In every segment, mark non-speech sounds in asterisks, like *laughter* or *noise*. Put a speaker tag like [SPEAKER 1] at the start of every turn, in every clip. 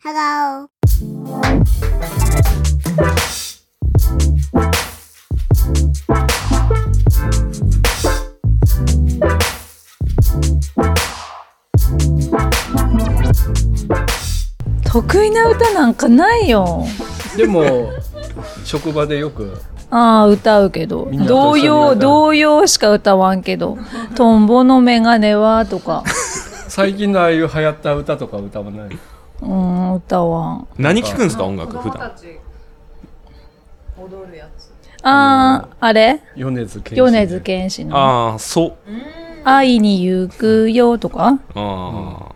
[SPEAKER 1] Hello.
[SPEAKER 2] 「得意な歌なんかないよ
[SPEAKER 3] でも職場でよく」
[SPEAKER 2] ああ歌うけど
[SPEAKER 3] みんなと
[SPEAKER 2] 童
[SPEAKER 3] 一緒に歌う
[SPEAKER 2] 謡童謡しか歌わんけど「トンボのメガネは」
[SPEAKER 3] *laughs*
[SPEAKER 2] とか
[SPEAKER 3] 最近のああいう流行った歌とか歌わない
[SPEAKER 2] うん歌わん
[SPEAKER 4] 何聞くんですか音楽普段
[SPEAKER 5] 踊るやつ
[SPEAKER 2] あーあれ
[SPEAKER 3] 米津玄師
[SPEAKER 2] 米津玄師の
[SPEAKER 4] ああそう
[SPEAKER 2] 「会いに行くよ」とか
[SPEAKER 4] ああ、を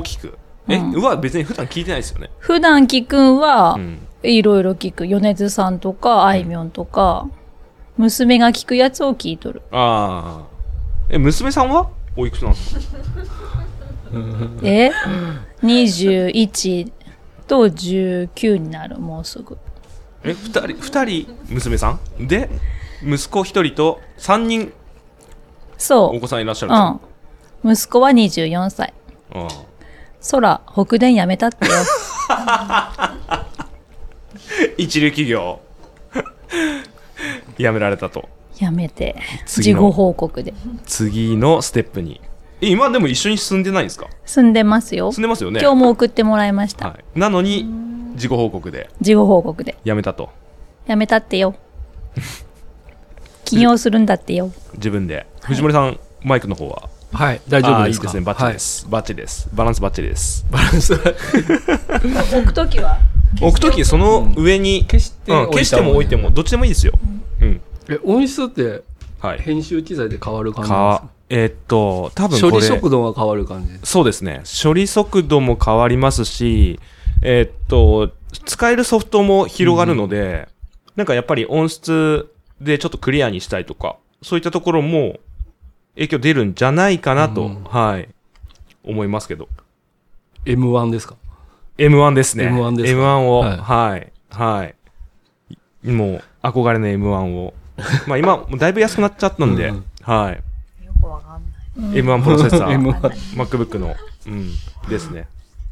[SPEAKER 4] 聞くえ、うわ別に普段聞いてないですよね
[SPEAKER 2] 普段聞くんは
[SPEAKER 4] うん
[SPEAKER 2] いろいろ聞く米津さんとかあいみょんとか娘が聞くやつを聞いとる
[SPEAKER 4] ああえ娘さんはおいくつなんですか
[SPEAKER 2] え21と19になるもうすぐ
[SPEAKER 4] え二人二人娘さんで息子一人と三人
[SPEAKER 2] そ
[SPEAKER 4] お子さんいらっしゃ
[SPEAKER 2] う
[SPEAKER 4] るん
[SPEAKER 2] うん息子は24歳
[SPEAKER 4] ですか、
[SPEAKER 2] 空北電やめたってよ
[SPEAKER 4] うん、一流企業 *laughs* やめられたと
[SPEAKER 2] やめて
[SPEAKER 4] 次
[SPEAKER 2] 事
[SPEAKER 4] の
[SPEAKER 2] 後報告で
[SPEAKER 4] 次のステップにえ今でも一緒に進んでないんですか
[SPEAKER 2] 住んでますよ
[SPEAKER 4] 進んでますよね
[SPEAKER 2] 今日も送ってもらいました
[SPEAKER 4] はい、なのに自己報告で
[SPEAKER 2] 事後報告で
[SPEAKER 4] やめたと
[SPEAKER 2] やめたってよ起業するんだってよ
[SPEAKER 4] 自分で、藤森さんマイクの方は
[SPEAKER 3] はい大丈夫
[SPEAKER 4] あー
[SPEAKER 3] で
[SPEAKER 4] い
[SPEAKER 3] す
[SPEAKER 4] い
[SPEAKER 3] か
[SPEAKER 4] ですねバッチリです、バッチリですバランスバッチリです
[SPEAKER 3] はいバランス
[SPEAKER 2] 置くときは
[SPEAKER 4] 置くときその上に
[SPEAKER 3] 消して
[SPEAKER 4] うん消しても置いてもどっちでもいいですようん
[SPEAKER 6] え音質って
[SPEAKER 4] はい
[SPEAKER 6] 編集機材で変わる感じなん
[SPEAKER 4] かえーっと
[SPEAKER 6] で
[SPEAKER 4] 多分
[SPEAKER 6] すか
[SPEAKER 4] こ
[SPEAKER 6] 処理
[SPEAKER 4] れ
[SPEAKER 6] 速度が変わる感じ
[SPEAKER 4] そうですね処理速度も変わりますしえーっと使えるソフトも広がるので、なんかやっぱり音質でちょっとクリアにしたいとかそういったところも影響出るんじゃないかなと、
[SPEAKER 6] うん
[SPEAKER 4] はい思いますけど
[SPEAKER 6] M1 ですか
[SPEAKER 4] M1 ですね。
[SPEAKER 6] M1 ですか
[SPEAKER 4] M1 を、
[SPEAKER 6] はい
[SPEAKER 4] はい、はい。もう、憧れの M1 を。 *laughs* まあ今、もうだいぶ安くなっちゃったんで、
[SPEAKER 6] うん
[SPEAKER 4] はい。
[SPEAKER 5] よくわかんない
[SPEAKER 4] M1 プロセッサー、
[SPEAKER 6] M1
[SPEAKER 4] MacBook の、うん、ですね。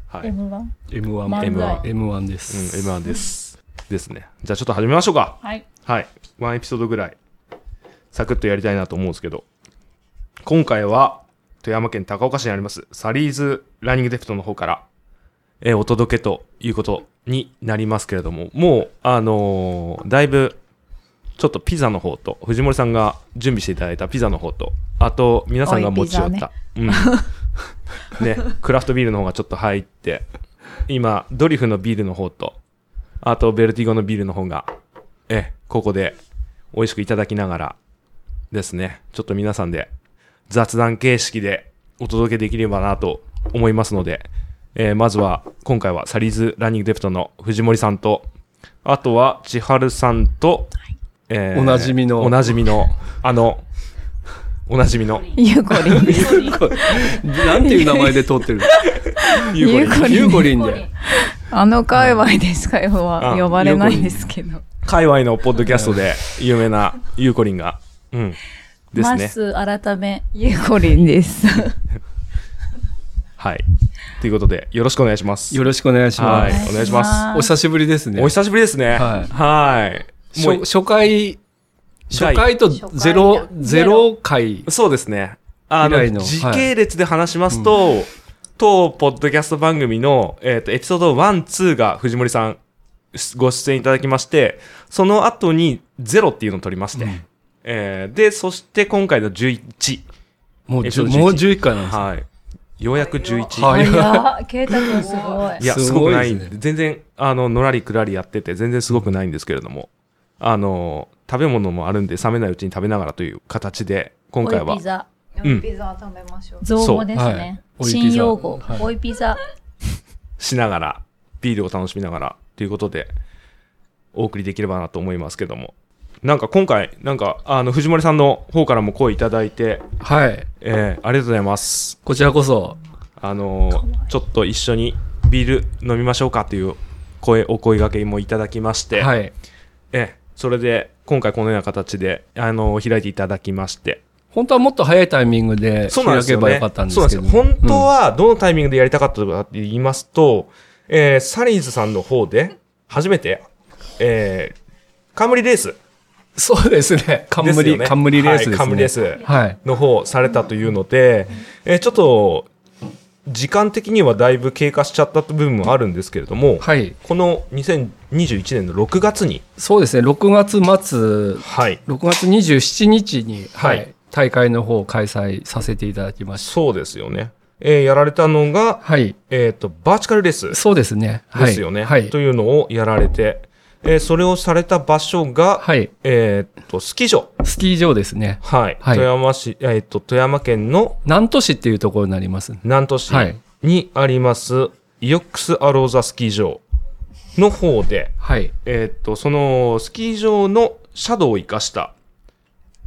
[SPEAKER 4] はい。うん、
[SPEAKER 2] M1
[SPEAKER 6] M1
[SPEAKER 2] 漫才
[SPEAKER 6] M1 です、
[SPEAKER 4] M1 です。ですね。じゃあちょっと始めましょうか。
[SPEAKER 2] はい
[SPEAKER 4] はい。ワンエピソードぐらい、サクッとやりたいなと思うんですけど、今回は、富山県高岡市にあります、サリーズランニングデプトの方から、えーお届けということになりますけれども、もう、あのーだいぶ、ちょっとピザの方と、藤森さんが準備していただいたピザの方と、あと、皆さんが持ち寄った、うん。 *laughs* ね、クラフトビールの方がちょっと入って、今、ドリフのビールの方と、あと、ベルティゴのビールの方がえ、ここで美味しくいただきながらですね、ちょっと皆さんで雑談形式でお届けできればなと思いますので、えーまずは今回はサリーズランニングデプトの藤森さんと、あとは千春さんと、え
[SPEAKER 6] おなじみの
[SPEAKER 4] おなじみの、あの、おなじみの、
[SPEAKER 2] ゆうこりんです
[SPEAKER 6] なんていう名前で撮ってる
[SPEAKER 4] ゆうこりん
[SPEAKER 6] ゆうこりんで
[SPEAKER 5] あの界隈ですか今
[SPEAKER 4] あ
[SPEAKER 5] は呼ばれないですけど
[SPEAKER 4] 界隈のポッドキャストで有名なゆうこりんが、うん、で
[SPEAKER 2] ます
[SPEAKER 4] ね。
[SPEAKER 2] す改め
[SPEAKER 5] ゆうこりんです
[SPEAKER 4] はい。ということで、よろしくお願いします。
[SPEAKER 6] よろしくお願いしま
[SPEAKER 4] は
[SPEAKER 6] す、
[SPEAKER 4] い、お願いします。
[SPEAKER 6] お久しぶりですね
[SPEAKER 4] お久しぶりですね。
[SPEAKER 6] はい
[SPEAKER 4] はい。も
[SPEAKER 6] 初
[SPEAKER 4] う、
[SPEAKER 6] 初回初
[SPEAKER 4] 第
[SPEAKER 6] 回とゼロゼロ回
[SPEAKER 4] そうですね。あ
[SPEAKER 6] 以
[SPEAKER 4] の、
[SPEAKER 6] 来の
[SPEAKER 4] 時系列で話しますと、当ポッドキャスト番組の、えっ、と、エピソード1、2が藤森さんご出演いただきまして、その後に0っていうのを取りまして、えーで、そして今回の11。
[SPEAKER 6] もう
[SPEAKER 4] エピ
[SPEAKER 6] じ
[SPEAKER 4] ソ
[SPEAKER 6] ゅ
[SPEAKER 4] ード11
[SPEAKER 6] もう11回なんです
[SPEAKER 4] はい。ようやく11。
[SPEAKER 6] は
[SPEAKER 2] あ
[SPEAKER 6] い
[SPEAKER 2] いや圭太君すごい
[SPEAKER 4] いや、す
[SPEAKER 6] す
[SPEAKER 4] ご
[SPEAKER 6] ご
[SPEAKER 4] く
[SPEAKER 6] い
[SPEAKER 4] ない。
[SPEAKER 6] ですね
[SPEAKER 4] 全然、あの、のらりくらりやってて、全然すごくないんですけれども、あの、食べ物もあるんで、冷めないうちに食べながらという形で、今回
[SPEAKER 2] 追
[SPEAKER 4] はい
[SPEAKER 2] ピ、ザ
[SPEAKER 4] うん
[SPEAKER 5] ピザ食べましょう
[SPEAKER 2] 造語ですね、
[SPEAKER 6] そうはい
[SPEAKER 2] 新用語
[SPEAKER 6] 追いピザはい
[SPEAKER 2] 追いピザ
[SPEAKER 4] しながら、ビールを楽しみながら、ということで、お送りできればなと思いますけども。なんか今回、なんか、あの、藤森さんの方からも声いただいて、
[SPEAKER 6] はい
[SPEAKER 4] えーありがとうございます。
[SPEAKER 6] こちらこそ
[SPEAKER 4] あのーちょっと一緒にビール飲みましょうかという声、お声掛けもいただきまして、
[SPEAKER 6] はい
[SPEAKER 4] ええ、それで今回このような形で、あの開いていただきまして。
[SPEAKER 6] 本当はもっと早いタイミングで
[SPEAKER 4] そうなん
[SPEAKER 6] 開
[SPEAKER 4] です
[SPEAKER 6] け
[SPEAKER 4] よ
[SPEAKER 6] ば
[SPEAKER 4] ね。
[SPEAKER 6] よかったんで
[SPEAKER 4] そう
[SPEAKER 6] す
[SPEAKER 4] なん
[SPEAKER 6] け
[SPEAKER 4] です
[SPEAKER 6] ど
[SPEAKER 4] よ。本当はどのタイミングでやりたかったかって言いますと、えーサリーズさんの方で、初めて、えー、冠レース
[SPEAKER 6] そうですね。
[SPEAKER 4] ですよ
[SPEAKER 6] 冠、
[SPEAKER 4] ね。
[SPEAKER 6] 冠レースですね。
[SPEAKER 4] はい、冠レース
[SPEAKER 6] はい。
[SPEAKER 4] の方をされたというので、えーちょっと、時間的にはだいぶ経過しちゃった部分もあるんですけれども、
[SPEAKER 6] はい。
[SPEAKER 4] この2021年の6月に、
[SPEAKER 6] そうですね。6月末、
[SPEAKER 4] はい、
[SPEAKER 6] 6月27日に、はい、
[SPEAKER 4] はい
[SPEAKER 6] 大会の方を開催させていただきました。
[SPEAKER 4] そうですよね。えーやられたのが、
[SPEAKER 6] はい。
[SPEAKER 4] えっ、と、バーチカルレース
[SPEAKER 6] そうですね。はい。
[SPEAKER 4] ですよね。
[SPEAKER 6] はい
[SPEAKER 4] と。いうのをやられて、えーそれをされた場所が、
[SPEAKER 6] はい。
[SPEAKER 4] えっ、と、スキー場。
[SPEAKER 6] スキー場ですね。
[SPEAKER 4] はい。
[SPEAKER 6] はい
[SPEAKER 4] 富山市、えっ、と、富山県の
[SPEAKER 6] 南砺市っていうところになります。
[SPEAKER 4] 南砺市
[SPEAKER 6] はい
[SPEAKER 4] にあります、イオックスアローザスキー場の方で、
[SPEAKER 6] はい。
[SPEAKER 4] えっ、と、そのスキー場のシャドウを生かした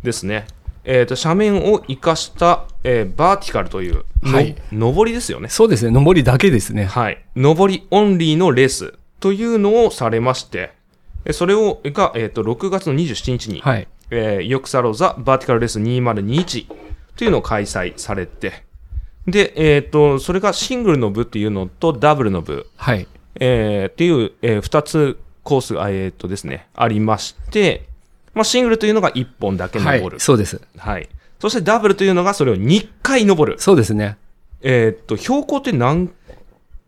[SPEAKER 4] ですね。えっ、と、斜面を生かした、えーバーティカルという、の
[SPEAKER 6] はい
[SPEAKER 4] 上りですよね。
[SPEAKER 6] そうですね。上りだけですね。
[SPEAKER 4] はい。上りオンリーのレースというのをされまして、えそれを、が、えっ、と、6月の27日に、
[SPEAKER 6] はい。
[SPEAKER 4] えー、ヨクサローザバーティカルレース2021というのを開催されて、で、えっ、と、それがシングルの部っていうのとダブルの部、
[SPEAKER 6] はい。
[SPEAKER 4] えーっていう、え2つコースが、えっ、とですね、ありまして、まあ、シングルというのが1本だけ
[SPEAKER 6] はい
[SPEAKER 4] 登る。
[SPEAKER 6] そうです。
[SPEAKER 4] はい。そしてダブルというのがそれを2回登る。
[SPEAKER 6] そうですね。
[SPEAKER 4] えっ、と、標高って何、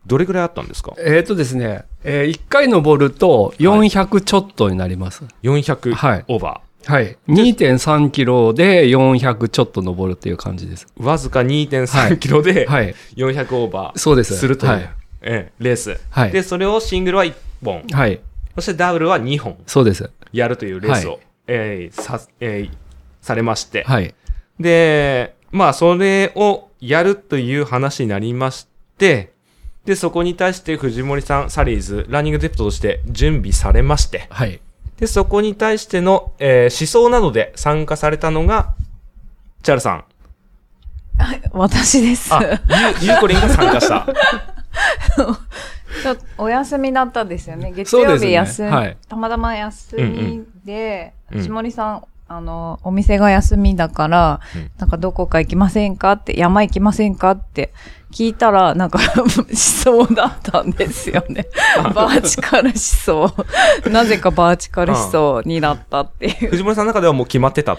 [SPEAKER 4] どれぐらいあったんですか
[SPEAKER 6] えっ、とですね、え1回登ると400ちょっとになります。
[SPEAKER 4] 400
[SPEAKER 6] はい
[SPEAKER 4] オーバ
[SPEAKER 6] はい。2.3キロで400ちょっと登るっていう感じです。
[SPEAKER 4] ー。わずか2.3キロで
[SPEAKER 6] はい。
[SPEAKER 4] 400オーバー
[SPEAKER 6] そうです。
[SPEAKER 4] するという、
[SPEAKER 6] はい。
[SPEAKER 4] ええレース、
[SPEAKER 6] はい
[SPEAKER 4] で、それをシングルは1本、
[SPEAKER 6] はい。
[SPEAKER 4] そしてダブルは2本
[SPEAKER 6] そうです。
[SPEAKER 4] やるというレースを、
[SPEAKER 6] は
[SPEAKER 4] えーさえーされまして、
[SPEAKER 6] はい。
[SPEAKER 4] で、まあ、それをやるという話になりまして、で、そこに対して藤森さん、サリーズ、ランニングデプトとして準備されまして、
[SPEAKER 6] はい。
[SPEAKER 4] で、そこに対しての、えー思想などで参加されたのが、チャルさん、
[SPEAKER 5] 私です。
[SPEAKER 4] あ、ゆ、ゆうこりんが参加した。
[SPEAKER 5] ちょっとお休みだったんですよね。月
[SPEAKER 6] そう
[SPEAKER 5] 曜
[SPEAKER 6] です
[SPEAKER 5] 日
[SPEAKER 6] ね
[SPEAKER 5] 休み、
[SPEAKER 6] はい
[SPEAKER 5] たまたま休みで、
[SPEAKER 4] うんうん
[SPEAKER 5] 藤森さん、あの、お店が休みだから、
[SPEAKER 4] うん
[SPEAKER 5] なんかどこか行きませんかって、山行きませんかって聞いたら、なんかしそうだったんですよ
[SPEAKER 4] *laughs*
[SPEAKER 5] ね。バーチカル思想。なぜかバーチカル思想になったって
[SPEAKER 1] *laughs*
[SPEAKER 5] いう。
[SPEAKER 4] 藤森さんの中ではもう決まってた。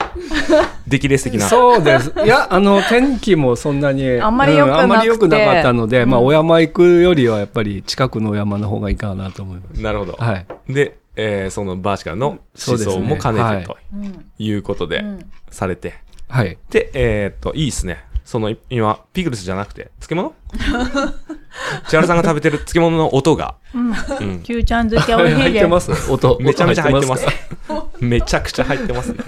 [SPEAKER 4] 出来レース的な。
[SPEAKER 6] そう *laughs* です。いや、あの、天気もそんなに、
[SPEAKER 5] あんまり良くなくて
[SPEAKER 6] うあんまり良くなかったので、まあ、
[SPEAKER 5] うん
[SPEAKER 6] お山行くよりは、やっぱり近くのお山の方がいいかなと思います。
[SPEAKER 4] なるほど。
[SPEAKER 6] はい。
[SPEAKER 4] で、えーそのバーチカルの思想も
[SPEAKER 6] そ
[SPEAKER 4] 兼
[SPEAKER 6] うですね
[SPEAKER 4] ねてと
[SPEAKER 5] うん
[SPEAKER 4] いうことで、
[SPEAKER 5] うん
[SPEAKER 4] されて。
[SPEAKER 6] はい。
[SPEAKER 4] で、えーっと、いいですね。その、い今、ピクルスじゃなくて、漬物千原さんが食べてる漬物の音が、
[SPEAKER 2] *laughs*
[SPEAKER 4] うん
[SPEAKER 2] キューちゃん好きはおいし
[SPEAKER 6] 入
[SPEAKER 2] い
[SPEAKER 6] っ
[SPEAKER 2] で。
[SPEAKER 6] てますす音。
[SPEAKER 4] めちゃめちゃ入ってます
[SPEAKER 6] 音。
[SPEAKER 4] *laughs* めちゃくちゃ入ってますね。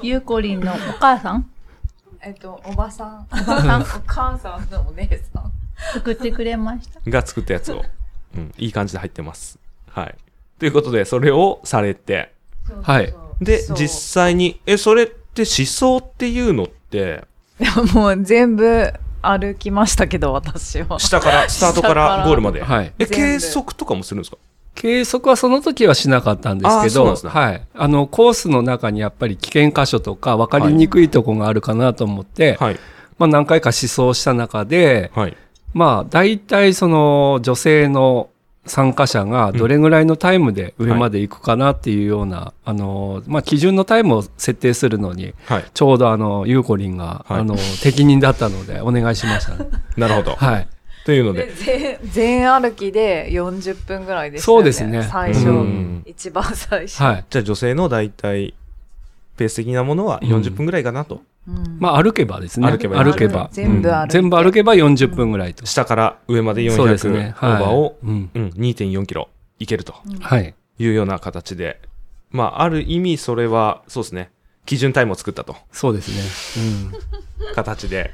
[SPEAKER 2] ゆうこりんのお母さん
[SPEAKER 5] *laughs* えっと、おばさん。お
[SPEAKER 2] ば
[SPEAKER 4] *laughs*
[SPEAKER 2] さん
[SPEAKER 5] 母さんのお姉さん。
[SPEAKER 2] 作ってくれました。
[SPEAKER 4] が作ったやつを、うん、いい感じで入ってます。はい。ということで、それをされて、
[SPEAKER 6] はい。
[SPEAKER 4] で、
[SPEAKER 5] そう
[SPEAKER 4] 実際に、え、それって思想っていうのって、
[SPEAKER 5] いやもう全部歩きましたけど、私は。
[SPEAKER 4] 下から、スタートか
[SPEAKER 5] 下から
[SPEAKER 4] らゴールまで。
[SPEAKER 6] はい
[SPEAKER 4] え、
[SPEAKER 5] 全部
[SPEAKER 4] 計測とかもするんですか
[SPEAKER 6] 計測はその時はしなかったんです
[SPEAKER 4] あー
[SPEAKER 6] け
[SPEAKER 4] そうな
[SPEAKER 6] ど、
[SPEAKER 4] んですね
[SPEAKER 6] はい。あの、コースの中にやっぱり危険箇所とか分かりにくいとこがあるかなと思って、
[SPEAKER 4] はい。
[SPEAKER 6] まあ何回か思想した中で、
[SPEAKER 4] はい。
[SPEAKER 6] まあ大体その女性の参加者がどれぐらいのタイムで上まで行くかなっていうような、あの、まあ基準のタイムを設定するのに、
[SPEAKER 4] はい。
[SPEAKER 6] ちょうどあの、ゆうこりんが、
[SPEAKER 4] はい
[SPEAKER 6] あの、適任だったのでお願いしま
[SPEAKER 4] *laughs*
[SPEAKER 6] したね、
[SPEAKER 4] なるほど。
[SPEAKER 6] はい。
[SPEAKER 4] というの
[SPEAKER 5] で
[SPEAKER 4] で、
[SPEAKER 5] 全全歩きで40分ぐらいですよね。
[SPEAKER 6] そうですね
[SPEAKER 5] 最初、
[SPEAKER 4] うん
[SPEAKER 5] 一番最初。
[SPEAKER 6] はい。
[SPEAKER 4] じゃあ女性の大体、ペース的なものは40分ぐらいかなと。
[SPEAKER 5] うん
[SPEAKER 6] まあ歩けばですね。
[SPEAKER 4] 歩けば
[SPEAKER 5] 全部歩いて、
[SPEAKER 6] 全部歩けば40分ぐらいと。
[SPEAKER 4] 下から上まで
[SPEAKER 6] そう
[SPEAKER 4] 400
[SPEAKER 6] ですね。
[SPEAKER 4] オーバーを、
[SPEAKER 6] うん。
[SPEAKER 4] うん、2.4キロいけると
[SPEAKER 6] はい。
[SPEAKER 4] いうような形で、まあ、ある意味それは、そうですね、基準タイムを作ったと、
[SPEAKER 6] そうですね。
[SPEAKER 4] 形で。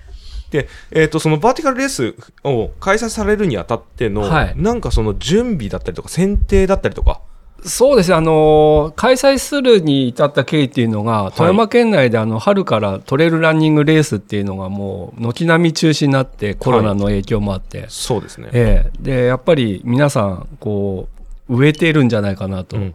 [SPEAKER 4] で、えっ、と、そのバーティカルレースを開催されるにあたっての、
[SPEAKER 6] はい
[SPEAKER 4] なんかその準備だったりとか、選定だったりとか、
[SPEAKER 6] うん。そうですね。あのー開催するに至った経緯っていうのが、富山県内であの、春からトレイルランニングレースっていうのがもう、軒並み中止になって、コロナの影響もあって。
[SPEAKER 4] そうですね。
[SPEAKER 6] ええで、やっぱり皆さん、こう、植えてるんじゃないかなと、
[SPEAKER 4] うん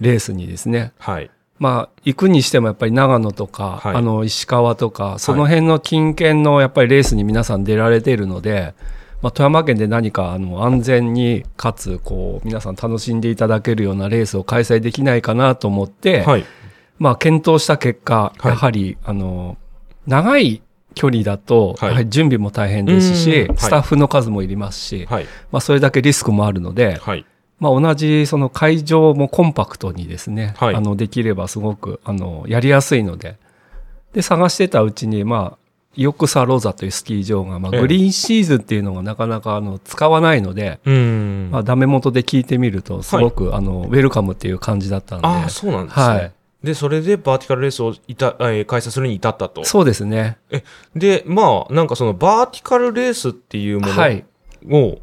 [SPEAKER 6] レースにですね。
[SPEAKER 4] はい。
[SPEAKER 6] まあ、行くにしてもやっぱり長野とか、
[SPEAKER 4] はい
[SPEAKER 6] あの、石川とか、その辺の近県のやっぱりレースに皆さん出られているので、まあ、富山県で何かあの安全にかつこう皆さん楽しんでいただけるようなレースを開催できないかなと思って、
[SPEAKER 4] はい。
[SPEAKER 6] まあ、検討した結果、
[SPEAKER 4] はい
[SPEAKER 6] やはり、あの、長い距離だと、
[SPEAKER 4] はい
[SPEAKER 6] やはり準備も大変ですし
[SPEAKER 4] うんはい、
[SPEAKER 6] スタッフの数もいりますし、
[SPEAKER 4] はい。
[SPEAKER 6] まあ、それだけリスクもあるので、
[SPEAKER 4] はい。
[SPEAKER 6] まあ、同じ、その会場もコンパクトにですね、
[SPEAKER 4] はい
[SPEAKER 6] あの、できればすごく、あの、やりやすいので、で、探してたうちに、まあ、イオクサローザというスキー場が、まあ、
[SPEAKER 4] ええ
[SPEAKER 6] グリーンシーズンっていうのがなかなか、あの、使わないので、
[SPEAKER 4] うーん。
[SPEAKER 6] まあ、
[SPEAKER 4] あ
[SPEAKER 6] ダメ元で聞いてみると、すごく、あの、ウェルカムっていう感じだったんで、
[SPEAKER 4] あー、そうなんですね。
[SPEAKER 6] はい
[SPEAKER 4] で、それでバーティカルレースをいた、えー開催するに至ったと。
[SPEAKER 6] そうですね。
[SPEAKER 4] で、まあ、なんかそのバーティカルレースっていうものを、
[SPEAKER 6] はい。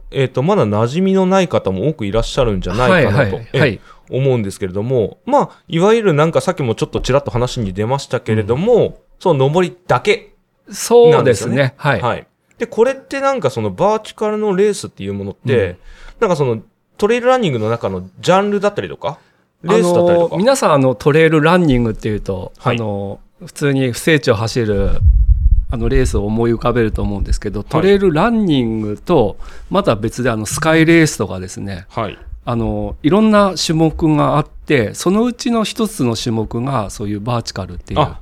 [SPEAKER 4] えっ、と、まだ馴染みのない方も多くいらっしゃるんじゃないかなと、
[SPEAKER 6] はい
[SPEAKER 4] え
[SPEAKER 6] はいはい
[SPEAKER 4] 思うんですけれども、まあ、いわゆるなんかさっきもちょっとちらっと話に出ましたけれども、その登りだけ。
[SPEAKER 6] そうです
[SPEAKER 4] なん
[SPEAKER 6] ね。はい。
[SPEAKER 4] で、これってなんかそのバーティカルのレースっていうものって、なんかそのトレイルランニングの中のジャンルだったりとか、レースだったりと
[SPEAKER 6] あの
[SPEAKER 4] か。
[SPEAKER 6] 皆さんあのトレイルランニングっていうと、
[SPEAKER 4] はい
[SPEAKER 6] あの普通に不整地を走るあのレースを思い浮かべると思うんですけど、トレイルランニングとまた別であのスカイレースとかですね、
[SPEAKER 4] はい。
[SPEAKER 6] あのいろんな種目があって、そのうちの一つの種目がそういうバーチカルっていう。
[SPEAKER 4] あ、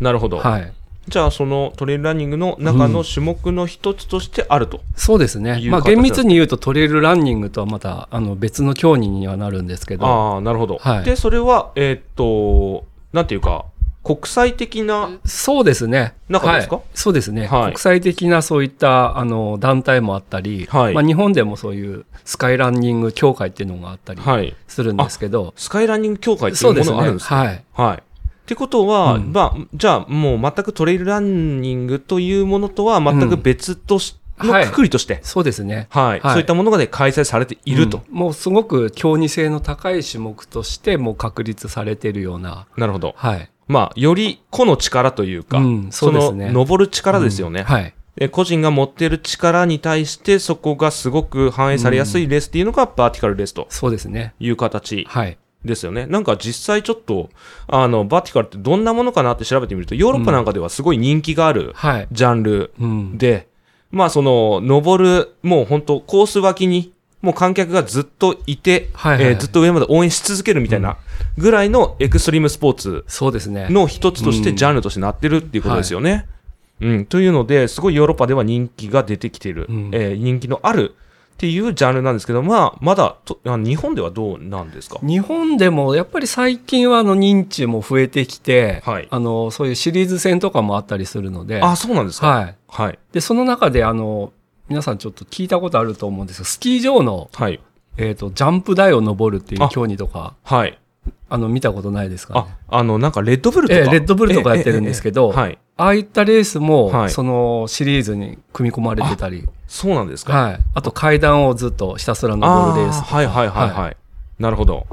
[SPEAKER 4] なるほど。
[SPEAKER 6] はい。
[SPEAKER 4] じゃあ、そのトレイルランニングの中の種目の一つとしてあると。
[SPEAKER 6] そうですね
[SPEAKER 4] い。う
[SPEAKER 6] まあ
[SPEAKER 4] 形だ
[SPEAKER 6] 厳密に言うとトレイルランニングとはまたあの別の競技にはなるんですけど、
[SPEAKER 4] ああ、なるほど。
[SPEAKER 6] はい
[SPEAKER 4] で、それは、えーっと、なんていうか、国際的な、
[SPEAKER 6] そうですね。
[SPEAKER 4] 中ですか
[SPEAKER 6] はいそうですね、
[SPEAKER 4] はい
[SPEAKER 6] 国際的なそういったあの団体もあったり、
[SPEAKER 4] はい
[SPEAKER 6] まあ、日本でもそういうスカイランニング協会っていうのがあったり
[SPEAKER 4] はい。
[SPEAKER 6] するんですけど、
[SPEAKER 4] スカイランニング協会ってい
[SPEAKER 6] そううで
[SPEAKER 4] も
[SPEAKER 6] す
[SPEAKER 4] の
[SPEAKER 6] ね。
[SPEAKER 4] があるんですか
[SPEAKER 6] はい。
[SPEAKER 4] はい。ってことは、
[SPEAKER 6] うん
[SPEAKER 4] まあ、じゃあ、もう全くトレイルランニングというものとは全く別とし、
[SPEAKER 6] うん
[SPEAKER 4] の
[SPEAKER 6] はい
[SPEAKER 4] くくりとして、
[SPEAKER 6] そうですね。
[SPEAKER 4] はい、
[SPEAKER 6] はい
[SPEAKER 4] そういったものがね、開催されていると。
[SPEAKER 6] うんもうすごく競技性の高い種目としてもう確立されてるような、
[SPEAKER 4] なるほど。
[SPEAKER 6] はい。
[SPEAKER 4] まあ、より個の力というか、
[SPEAKER 6] うんそうですね
[SPEAKER 4] の、登る力ですよね。
[SPEAKER 6] うんはい。
[SPEAKER 4] えー個人が持っている力に対して、そこがすごく反映されやすいレースっていうのが、バーティカルレースと
[SPEAKER 6] そうですね。
[SPEAKER 4] いう形
[SPEAKER 6] はい。
[SPEAKER 4] ですよね。なんか実際ちょっと、あの、バーティカルってどんなものかなって調べてみると、ヨーロッパなんかではすごい人気がある
[SPEAKER 6] はい。
[SPEAKER 4] ジャンル
[SPEAKER 6] うん。
[SPEAKER 4] で、まあその、登る、もう本当コース脇に、もう観客がずっといて、
[SPEAKER 6] はいはいはい
[SPEAKER 4] えーずっと上まで応援し続けるみたいなぐらいのエクストリームスポーツ
[SPEAKER 6] そうですね。
[SPEAKER 4] の一つとして
[SPEAKER 6] うん
[SPEAKER 4] ジャンルとしてなってるっていうことですよね。うん、というので、すごいヨーロッパでは人気が出てきている、
[SPEAKER 6] うん
[SPEAKER 4] えー人気のあるっていうジャンルなんですけど、まあ、まだとあ日本ではどうなんですか
[SPEAKER 6] 日本でもやっぱり最近はあの認知も増えてきて、
[SPEAKER 4] はい
[SPEAKER 6] あのそういうシリーズ戦とかもあったりするので、
[SPEAKER 4] あ、そうなんですか。
[SPEAKER 6] はい、
[SPEAKER 4] はい。
[SPEAKER 6] でその中であの皆さんちょっと聞いたことあると思うんですがスキー場の、
[SPEAKER 4] はい。
[SPEAKER 6] えー、とジャンプ台を登るっていう競技とか
[SPEAKER 4] はい。
[SPEAKER 6] あの見たことないですか、ね
[SPEAKER 4] あ、あの、なんか、レッドブルとか。
[SPEAKER 6] ええレッドブルとかやってるんですけ
[SPEAKER 4] えええ
[SPEAKER 6] ど、
[SPEAKER 4] えええはい。
[SPEAKER 6] ああいったレースも、
[SPEAKER 4] はい
[SPEAKER 6] そのシリーズに組み込まれてたり
[SPEAKER 4] そうなんですか。
[SPEAKER 6] はい、あと階段をずっとひたすら
[SPEAKER 4] あ
[SPEAKER 6] 登るレース
[SPEAKER 4] ーはいはいはいはい。なるほど。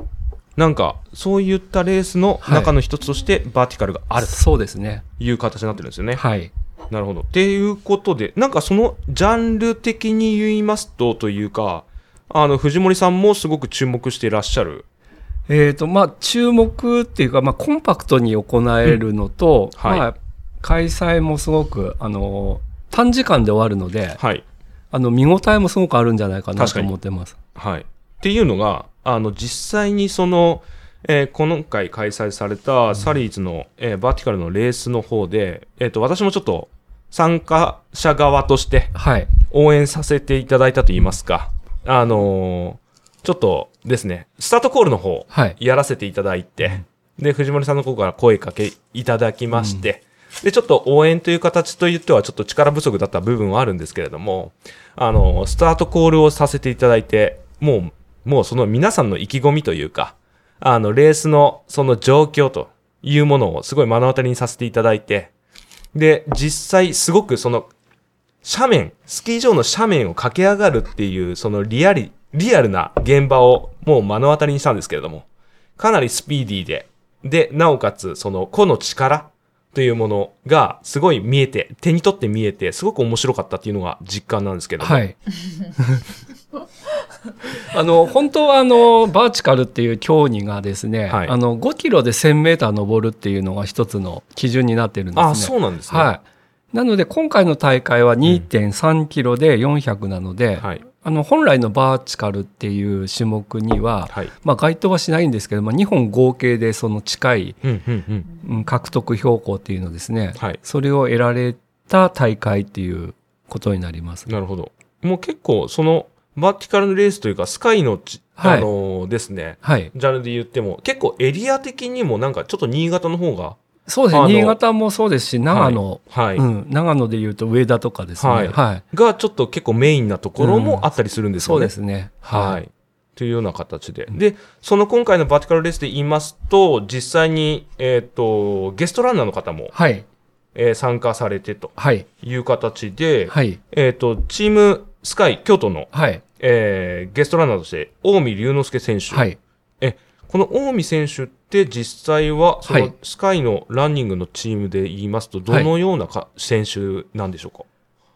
[SPEAKER 4] なんか、そういったレースの中の一つとして、バーティカルがあると
[SPEAKER 6] そうですね
[SPEAKER 4] いう形になってるんですよね。
[SPEAKER 6] はい
[SPEAKER 4] なるほど。っていうことで、なんかそのジャンル的に言いますと、というか、あの、藤森さんもすごく注目していらっしゃる。
[SPEAKER 6] えーとまあ、注目っていうか、まあ、コンパクトに行えるのと、
[SPEAKER 4] うんはい
[SPEAKER 6] まあ、開催もすごくあの短時間で終わるので
[SPEAKER 4] はい。
[SPEAKER 6] あの見応えもすごくあるんじゃないかな
[SPEAKER 4] 確か
[SPEAKER 6] と
[SPEAKER 4] に
[SPEAKER 6] 思ってます。
[SPEAKER 4] はい。っていうのが、あの、実際にその、えー今回開催されたサリーズの、えーバーティカルのレースの方で、えっ、と、私もちょっと参加者側として
[SPEAKER 6] はい、
[SPEAKER 4] 応援させていただいたと言いますか、あのーちょっとですね、スタートコールの方、
[SPEAKER 6] はい
[SPEAKER 4] やらせていただいて、で、藤森さんの方から声かけいただきまして、で、ちょっと応援という形といってはちょっと力不足だった部分はあるんですけれども、あの、スタートコールをさせていただいて、もう、もうその皆さんの意気込みというか、あの、レースのその状況というものをすごい目の当たりにさせていただいて、で、実際すごくその斜面、スキー場の斜面を駆け上がるっていう、そのリアリ、リアルな現場をもう目の当たりにしたんですけれども、かなりスピーディーで、で、なおかつ、その個の力というものがすごい見えて、手に取って見えて、すごく面白かったっていうのが実感なんですけども。
[SPEAKER 6] はい、 *laughs* あの本当はあのバーチカルっていう競技がですね、
[SPEAKER 4] はい
[SPEAKER 6] あの5キロで1 0 0 0ー登るっていうのが一つの基準になってるんですね。
[SPEAKER 4] あ、そうなんですね。
[SPEAKER 6] はい。なので今回の大会は2.3キロで400なので、
[SPEAKER 4] はい。
[SPEAKER 6] あの本来のバーチカルっていう種目には、
[SPEAKER 4] はい。
[SPEAKER 6] まあ、該当はしないんですけど、まあ、2本合計でその近い、
[SPEAKER 4] うんうんうん。
[SPEAKER 6] うん獲得標高っていうのですね、
[SPEAKER 4] はい。
[SPEAKER 6] それを得られた大会っていうことになります。
[SPEAKER 4] なるほど。もう結構、その、バーティカルのレースというか、スカイのち、
[SPEAKER 6] はい
[SPEAKER 4] あのーですね、
[SPEAKER 6] はい、
[SPEAKER 4] ジャンルで言っても、結構エリア的にもなんかちょっと新潟の方が、
[SPEAKER 6] そうです
[SPEAKER 4] あの
[SPEAKER 6] ね新潟もそうですし長野、
[SPEAKER 4] はい、
[SPEAKER 6] うん、長野でいうと上田とかですね、
[SPEAKER 4] はい
[SPEAKER 6] はい、
[SPEAKER 4] がちょっと結構メインなところもあったりするんです
[SPEAKER 6] そ
[SPEAKER 4] よ
[SPEAKER 6] う
[SPEAKER 4] ね。
[SPEAKER 6] ですね。
[SPEAKER 4] はい。というような形で。で、その今回のバーティカルレースで言いますと、実際に、えっ、と、ゲストランナーの方も、
[SPEAKER 6] はい。
[SPEAKER 4] えー参加されてと
[SPEAKER 6] はい。
[SPEAKER 4] いう形で、
[SPEAKER 6] はい。
[SPEAKER 4] えっ、と、チームスカイ京都の、
[SPEAKER 6] はい。
[SPEAKER 4] えーゲストランナーとして、近江龍之介選手。
[SPEAKER 6] はい。
[SPEAKER 4] え、この近江選手って実際は、そ
[SPEAKER 6] は
[SPEAKER 4] の
[SPEAKER 6] い
[SPEAKER 4] スカイのランニングのチームで言いますと、どのようなか、選手なんでしょうか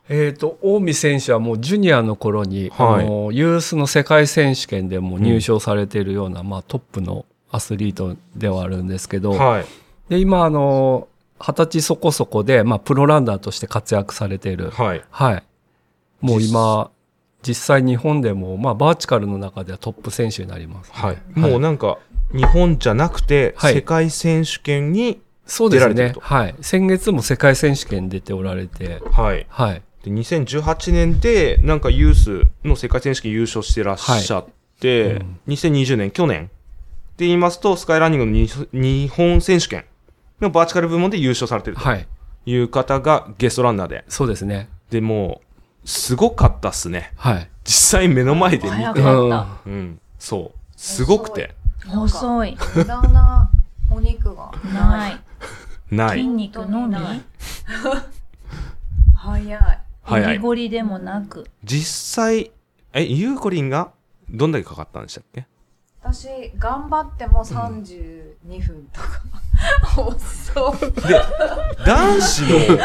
[SPEAKER 6] えっ、と、近江選手はもうジュニアの頃に、
[SPEAKER 4] は
[SPEAKER 6] あ
[SPEAKER 4] い
[SPEAKER 6] のユースの世界選手権でも入賞されているような、まあトップのアスリートではあるんですけど、
[SPEAKER 4] はい。
[SPEAKER 6] で、今、あの、二十歳そこそこで、まあプロランナーとして活躍されている。
[SPEAKER 4] はい。
[SPEAKER 6] はい。もう今、実際日本でも、まあバーチカルの中ではトップ選手になります。
[SPEAKER 4] はい。もうなんか、日本じゃなくて、
[SPEAKER 6] はい
[SPEAKER 4] 世界選手権に、
[SPEAKER 6] そうです
[SPEAKER 4] 出られて
[SPEAKER 6] ね
[SPEAKER 4] ると。
[SPEAKER 6] はい。先月も世界選手権出ておられて、
[SPEAKER 4] はい。
[SPEAKER 6] はい。
[SPEAKER 4] で、2018年で、なんかユースの世界選手権優勝してらっしゃって、
[SPEAKER 6] はいうん
[SPEAKER 4] 2020年、去年で言いますと、スカイランニングのに日本選手権のバーチカル部門で優勝されてると
[SPEAKER 6] はい。
[SPEAKER 4] いう方がゲストランナーで。
[SPEAKER 6] そうですね。
[SPEAKER 4] でもう、すごかったっすね。
[SPEAKER 6] はい。
[SPEAKER 4] 実際目の前で見
[SPEAKER 5] 早
[SPEAKER 4] て。
[SPEAKER 5] かった。
[SPEAKER 4] うん。そう。すごくて、
[SPEAKER 2] 細い。
[SPEAKER 1] 無駄なお肉が
[SPEAKER 2] な
[SPEAKER 1] ない。
[SPEAKER 2] い。
[SPEAKER 4] な
[SPEAKER 2] 筋
[SPEAKER 4] い。
[SPEAKER 2] 肉のみ。
[SPEAKER 1] ない早い。
[SPEAKER 2] イ
[SPEAKER 4] 早い
[SPEAKER 2] リ。ゴリでもなく。
[SPEAKER 4] 実際、え、ゆうこりんがどんだけかかったんでしたっけ
[SPEAKER 1] 私、頑張っても32分とか。遅い。
[SPEAKER 4] 男子
[SPEAKER 6] *laughs*
[SPEAKER 4] の、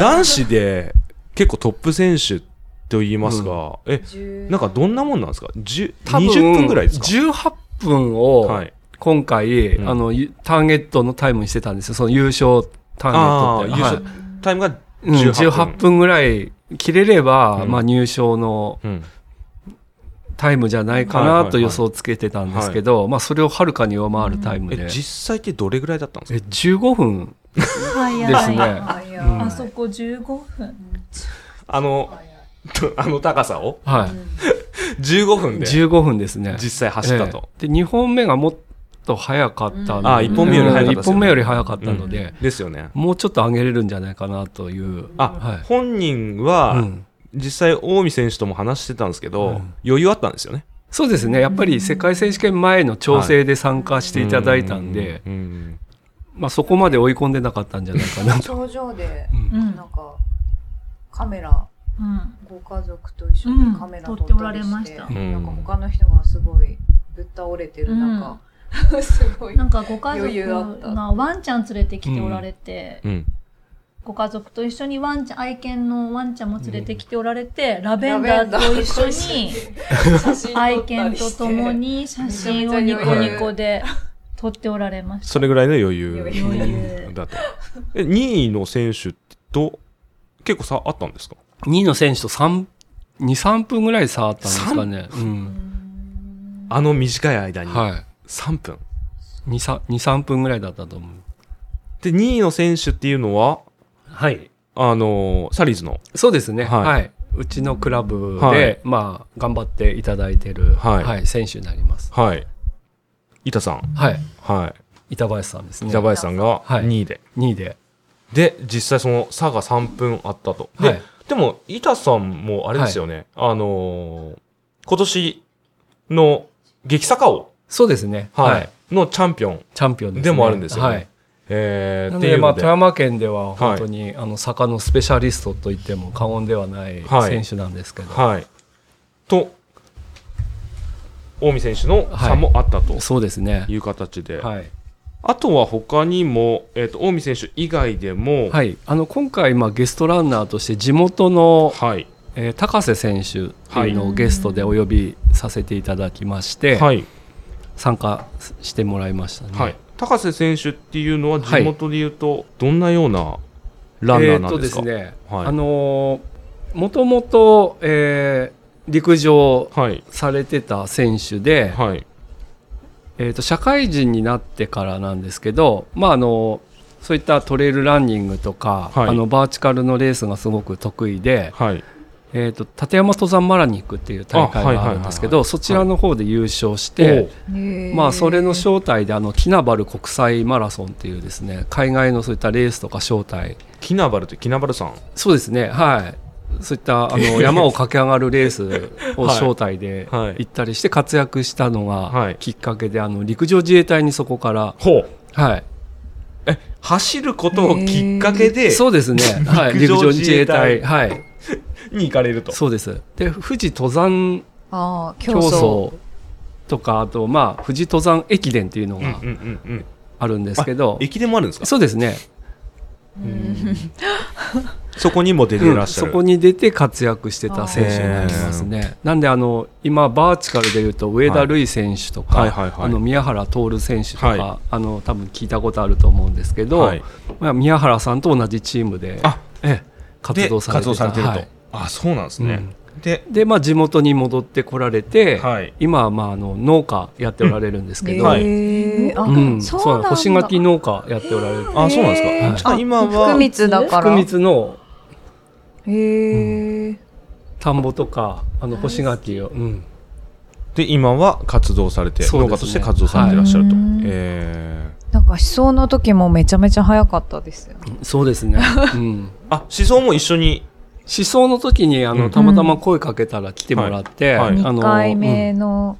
[SPEAKER 4] 男子で結構トップ選手と言いますが、え、
[SPEAKER 1] 10
[SPEAKER 4] なんかどんなもんなんですか10
[SPEAKER 6] 多分
[SPEAKER 4] ?20 分ぐらいですか
[SPEAKER 6] 18分を
[SPEAKER 4] はい。
[SPEAKER 6] 今回、
[SPEAKER 4] うん
[SPEAKER 6] あのゆターゲットのタイムにしてたんですよその優勝タ
[SPEAKER 4] あ
[SPEAKER 6] ーゲ
[SPEAKER 4] あ、優
[SPEAKER 6] ットって、はい
[SPEAKER 4] 勝、タイムが
[SPEAKER 6] うん
[SPEAKER 4] 18
[SPEAKER 6] 18,
[SPEAKER 4] 分。
[SPEAKER 6] 分ぐらい切れれば、
[SPEAKER 4] うん
[SPEAKER 6] まあ、入賞の
[SPEAKER 4] うん。
[SPEAKER 6] タイムじゃないか
[SPEAKER 4] はいはいは
[SPEAKER 6] ないと予想つけてたんですけど、まあ、それをはるかに上回るタイムで、
[SPEAKER 4] え、実際ってどれぐらいだったんです
[SPEAKER 6] え15分
[SPEAKER 2] 早
[SPEAKER 6] ですね
[SPEAKER 1] 早い。
[SPEAKER 6] うん
[SPEAKER 2] あそこ15分。
[SPEAKER 4] かあの、
[SPEAKER 6] *laughs*
[SPEAKER 4] あの高さを
[SPEAKER 6] はい、
[SPEAKER 4] 15分で
[SPEAKER 6] 15分ですね
[SPEAKER 4] 実際走ったと。
[SPEAKER 6] ええで2本目がもっと早かったので、
[SPEAKER 4] あー一本目より早かったで
[SPEAKER 6] うん
[SPEAKER 4] すよね
[SPEAKER 6] 一本目より早かったので、
[SPEAKER 4] ですよね。
[SPEAKER 6] もうちょっと上げれるんじゃないかなというは
[SPEAKER 4] あ、
[SPEAKER 6] い
[SPEAKER 4] 本人
[SPEAKER 6] う
[SPEAKER 4] は、
[SPEAKER 6] ん
[SPEAKER 4] 実際、近江選手とも話してたんですけ
[SPEAKER 6] う
[SPEAKER 4] ど
[SPEAKER 6] ん、
[SPEAKER 4] 余裕あったんですよね。
[SPEAKER 6] そうですねやっぱり世界選手権前の調整で参加していただいたんで、
[SPEAKER 4] うん。うん
[SPEAKER 6] まあ、そこまで追い込んでなかったんじゃないかなと。
[SPEAKER 1] 頂上で、
[SPEAKER 2] う
[SPEAKER 1] なん
[SPEAKER 2] ん。
[SPEAKER 1] か、カメラ、
[SPEAKER 2] うん。
[SPEAKER 1] ご家族と一緒にカメラ
[SPEAKER 2] うん撮
[SPEAKER 1] 撮ったり
[SPEAKER 2] っておられま
[SPEAKER 1] し、
[SPEAKER 2] してた
[SPEAKER 4] うん
[SPEAKER 1] なんか他の人がすごいぶっ倒れてる中、 *laughs* すごい
[SPEAKER 2] な。んかご家
[SPEAKER 1] 余裕あっ
[SPEAKER 2] 族
[SPEAKER 1] た
[SPEAKER 2] がワンちゃん連れてきておられて、
[SPEAKER 4] うん。
[SPEAKER 2] ご家族と一緒にワンちゃん、愛犬のワンちゃんも連れてきておられて、ラベンダーと一緒に、愛犬と共に写真をニコニコで撮っておられました。
[SPEAKER 4] それぐらいの余裕
[SPEAKER 1] 余
[SPEAKER 2] 裕
[SPEAKER 4] だと。え、2位の選手と結構差あったんですか
[SPEAKER 6] 2位の選手と3、2、3分ぐらい差あったんですかね。うん。
[SPEAKER 4] あの短い間に
[SPEAKER 6] は
[SPEAKER 4] 3分。
[SPEAKER 6] い。2、3、2 3分ぐらいだったと思う。
[SPEAKER 4] で、2位の選手っていうのは、
[SPEAKER 6] はい。
[SPEAKER 4] あのーサリーズの。
[SPEAKER 6] そうですね。
[SPEAKER 4] はい
[SPEAKER 6] はい。うちのクラブで、
[SPEAKER 4] はい
[SPEAKER 6] まあ、頑張っていただいてる、
[SPEAKER 4] はい
[SPEAKER 6] 選手になります。
[SPEAKER 4] はい。板さん。
[SPEAKER 6] はい。
[SPEAKER 4] は
[SPEAKER 6] 板林さんです
[SPEAKER 4] い。
[SPEAKER 6] ね。
[SPEAKER 4] 板林さんが
[SPEAKER 6] はい
[SPEAKER 4] 2位で。
[SPEAKER 6] 2位で。
[SPEAKER 4] で、実際その差が3分あったと。で、
[SPEAKER 6] はい
[SPEAKER 4] でも、板さんもあれですよね。あのー今年の激坂王、
[SPEAKER 6] そうですね。
[SPEAKER 4] はい
[SPEAKER 6] はい。
[SPEAKER 4] のチャンピオン
[SPEAKER 6] チャンピオンです、ね。
[SPEAKER 4] でもあるんですよね。
[SPEAKER 6] はい。
[SPEAKER 4] えー
[SPEAKER 6] なの
[SPEAKER 4] ってい
[SPEAKER 6] で、
[SPEAKER 4] う
[SPEAKER 6] ま
[SPEAKER 4] の
[SPEAKER 6] あ、
[SPEAKER 4] で
[SPEAKER 6] 富山県では本当に、あの、坂のスペシャリストと言っても過言ではない
[SPEAKER 4] はい
[SPEAKER 6] 選手なんですけど。
[SPEAKER 4] はい。と、近江選手の差もあったと
[SPEAKER 6] そうですね。
[SPEAKER 4] いう形で、
[SPEAKER 6] はい。
[SPEAKER 4] あとは他にも、えー、と近江選手以外でも、はい
[SPEAKER 6] はい、あの今回、まあ、ゲストランナーとして地元の、
[SPEAKER 4] はい
[SPEAKER 6] えー高瀬選手っていうの
[SPEAKER 4] は
[SPEAKER 6] をゲストでお呼びさせていただきまして、
[SPEAKER 4] はい
[SPEAKER 6] 参加してもらいましたね。
[SPEAKER 4] 高瀬選手っていうのは地元でいうとどんなような、ランナーな
[SPEAKER 6] えー
[SPEAKER 4] ん
[SPEAKER 6] と
[SPEAKER 4] で
[SPEAKER 6] です
[SPEAKER 4] か、
[SPEAKER 6] すね、
[SPEAKER 4] はい
[SPEAKER 6] あのもともと、えー陸上
[SPEAKER 4] はい
[SPEAKER 6] されてた選手で、
[SPEAKER 4] はい
[SPEAKER 6] えー、と社会人になってからなんですけど、まあ、あのそういったトレイルランニングとか、
[SPEAKER 4] はい
[SPEAKER 6] あのバーチカルのレースがすごく得意で、
[SPEAKER 4] はい
[SPEAKER 6] えー、と立山登山マラニックっていう大会
[SPEAKER 4] あはいはい
[SPEAKER 6] が
[SPEAKER 4] は
[SPEAKER 6] あ
[SPEAKER 4] い
[SPEAKER 6] る
[SPEAKER 4] は
[SPEAKER 6] ん
[SPEAKER 4] い
[SPEAKER 6] ですけどそちらの方で優勝し
[SPEAKER 4] お
[SPEAKER 6] て、
[SPEAKER 4] う
[SPEAKER 6] まあ、それの招待であのキナバル国際マラソンっていうですね海外のそういったレースとか招待
[SPEAKER 4] キナバルってキナバルさん
[SPEAKER 6] そうですねはいそういったあ
[SPEAKER 4] *laughs*
[SPEAKER 6] の山を駆け上がるレースを
[SPEAKER 4] はい
[SPEAKER 6] 招待で
[SPEAKER 4] はい
[SPEAKER 6] 行ったりして活躍したの
[SPEAKER 4] は
[SPEAKER 6] が
[SPEAKER 4] い
[SPEAKER 6] きっかけであの陸上自衛隊にそこから
[SPEAKER 4] ほう
[SPEAKER 6] はい
[SPEAKER 4] え走ることをきっかけで
[SPEAKER 6] そうですね、はい、
[SPEAKER 4] 陸
[SPEAKER 6] 陸
[SPEAKER 4] 上
[SPEAKER 6] 上
[SPEAKER 4] 自
[SPEAKER 6] 自
[SPEAKER 4] 衛
[SPEAKER 6] 衛
[SPEAKER 4] 隊
[SPEAKER 6] 隊、はい、
[SPEAKER 4] に行かれると
[SPEAKER 6] そうです。で、富士登山
[SPEAKER 1] ああ、
[SPEAKER 6] 競
[SPEAKER 1] 競争。
[SPEAKER 6] 争とか、あと、まあ、富士登山駅伝っていうの
[SPEAKER 4] うんうん
[SPEAKER 6] が
[SPEAKER 4] うんうん
[SPEAKER 6] あるんですけど、
[SPEAKER 4] 駅伝もあるんですか
[SPEAKER 6] そうですね、
[SPEAKER 4] そこにも出ていらっしゃ
[SPEAKER 6] そ
[SPEAKER 4] る、
[SPEAKER 6] こに出て活躍してた選手になりますね。なんで、あの、今、バーチカルでいうと、上田瑠唯選手とか、
[SPEAKER 4] はいはいはいはい
[SPEAKER 6] あの宮原徹選手とか、
[SPEAKER 4] はい
[SPEAKER 6] あの、多分聞いたことあると思うんですけど、
[SPEAKER 4] はい
[SPEAKER 6] まあ、宮原さんと同じチームで
[SPEAKER 4] あ
[SPEAKER 6] ええ活動されてた
[SPEAKER 4] 活動されてると、
[SPEAKER 6] はい
[SPEAKER 4] あそうなんですね、で
[SPEAKER 6] で、まあ、地元に戻ってこられて、
[SPEAKER 4] はい
[SPEAKER 6] 今はまああの農家やっておられるんですけど、
[SPEAKER 4] はい
[SPEAKER 1] えーあ
[SPEAKER 6] うん、
[SPEAKER 1] そうなんだ。
[SPEAKER 6] 干し柿農家やっておられる
[SPEAKER 4] あそうなんですか、
[SPEAKER 1] へー
[SPEAKER 4] じゃあ今は
[SPEAKER 1] 福光だから。
[SPEAKER 6] 福光の
[SPEAKER 1] へえ。
[SPEAKER 6] 田んぼとかあの干し柿を、うん、
[SPEAKER 4] で今は活動されて、
[SPEAKER 6] そうです
[SPEAKER 4] 農
[SPEAKER 6] ね
[SPEAKER 4] 家として活動されてらっしゃると、
[SPEAKER 1] はい
[SPEAKER 4] え
[SPEAKER 1] なんか思想の時もめちゃめちゃ早かったですよね。
[SPEAKER 6] そうです
[SPEAKER 1] *laughs*
[SPEAKER 6] ね、うん、
[SPEAKER 4] ーあ思想も一緒に
[SPEAKER 6] 思想の時にあ
[SPEAKER 4] うん
[SPEAKER 6] のたまたま声かけたら来てもらって、
[SPEAKER 4] はいはい
[SPEAKER 6] あの
[SPEAKER 1] 2回目の思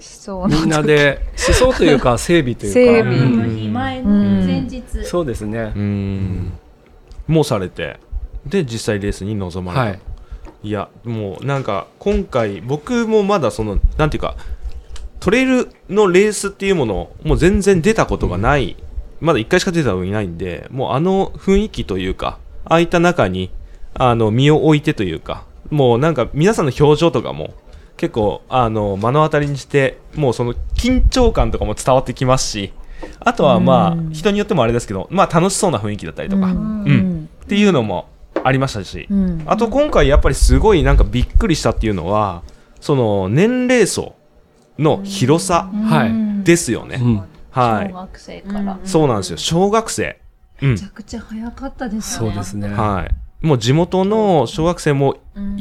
[SPEAKER 1] 想
[SPEAKER 6] うんみんな
[SPEAKER 1] の時。
[SPEAKER 6] で思想という
[SPEAKER 1] *laughs*
[SPEAKER 6] か整備とい
[SPEAKER 1] 整
[SPEAKER 6] うか、
[SPEAKER 1] 備
[SPEAKER 6] うん
[SPEAKER 2] 前
[SPEAKER 1] うん
[SPEAKER 2] 前日
[SPEAKER 6] そうですね
[SPEAKER 4] うーんもうされてで実際レースに臨まれた、
[SPEAKER 6] はいい、
[SPEAKER 4] やもうなんか今回僕もまだそのなんていうかトレイルのレースっていうものもう全然出たことがない、まだ1回しか出たことがないんでもうあの雰囲気というかああいった中にあの身を置いてというかもうなんか皆さんの表情とかも結構あの目の当たりにしてもうその緊張感とかも伝わってきますしあとはまあ人によってもあれですけど、まあ、楽しそうな雰囲気だったりとか、
[SPEAKER 1] うん
[SPEAKER 4] うんっていうのもありましたし、
[SPEAKER 1] うん
[SPEAKER 4] あと今回やっぱりすごいなんかびっくりしたっていうのはその年齢層の広さ
[SPEAKER 6] はい
[SPEAKER 2] うん
[SPEAKER 4] ですよね、
[SPEAKER 6] うん
[SPEAKER 4] はい
[SPEAKER 2] 小学生から
[SPEAKER 1] うん
[SPEAKER 4] そうなんですよ小学生、うん
[SPEAKER 2] めちゃくちゃ早かったです
[SPEAKER 6] そ
[SPEAKER 2] ね
[SPEAKER 6] うですね、
[SPEAKER 4] はい、もう地元の小学生も
[SPEAKER 1] うん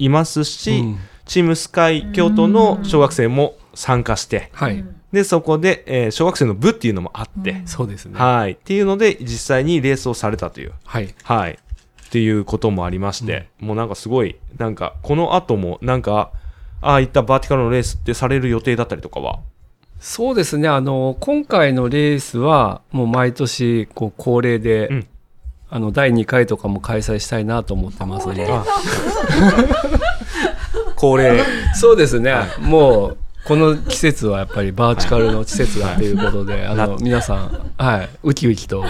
[SPEAKER 4] いますし、
[SPEAKER 6] うん
[SPEAKER 4] チームスカイ京都の小学生も参加して
[SPEAKER 6] はい、
[SPEAKER 4] でそこで、えー小学生の部っていうのもあって、
[SPEAKER 6] そうですね
[SPEAKER 4] はいっていうので実際にレースをされたという
[SPEAKER 6] はい
[SPEAKER 4] はい。っていうこともありまして、もうなんかすごい、なんか、この後も、なんか、ああいったバーティカルのレースってされる予定だったりとかは。
[SPEAKER 6] そうですね。あの、今回のレースは、もう毎年、こう、恒例で、
[SPEAKER 4] うん
[SPEAKER 6] あの、第2回とかも開催したいなと思ってますので。
[SPEAKER 1] *laughs*
[SPEAKER 4] 恒例。
[SPEAKER 6] そうですね。もう、この季節はやっぱりバーチカルの季節だということで、あの、皆さん、はい、ウキウキと、
[SPEAKER 2] ウ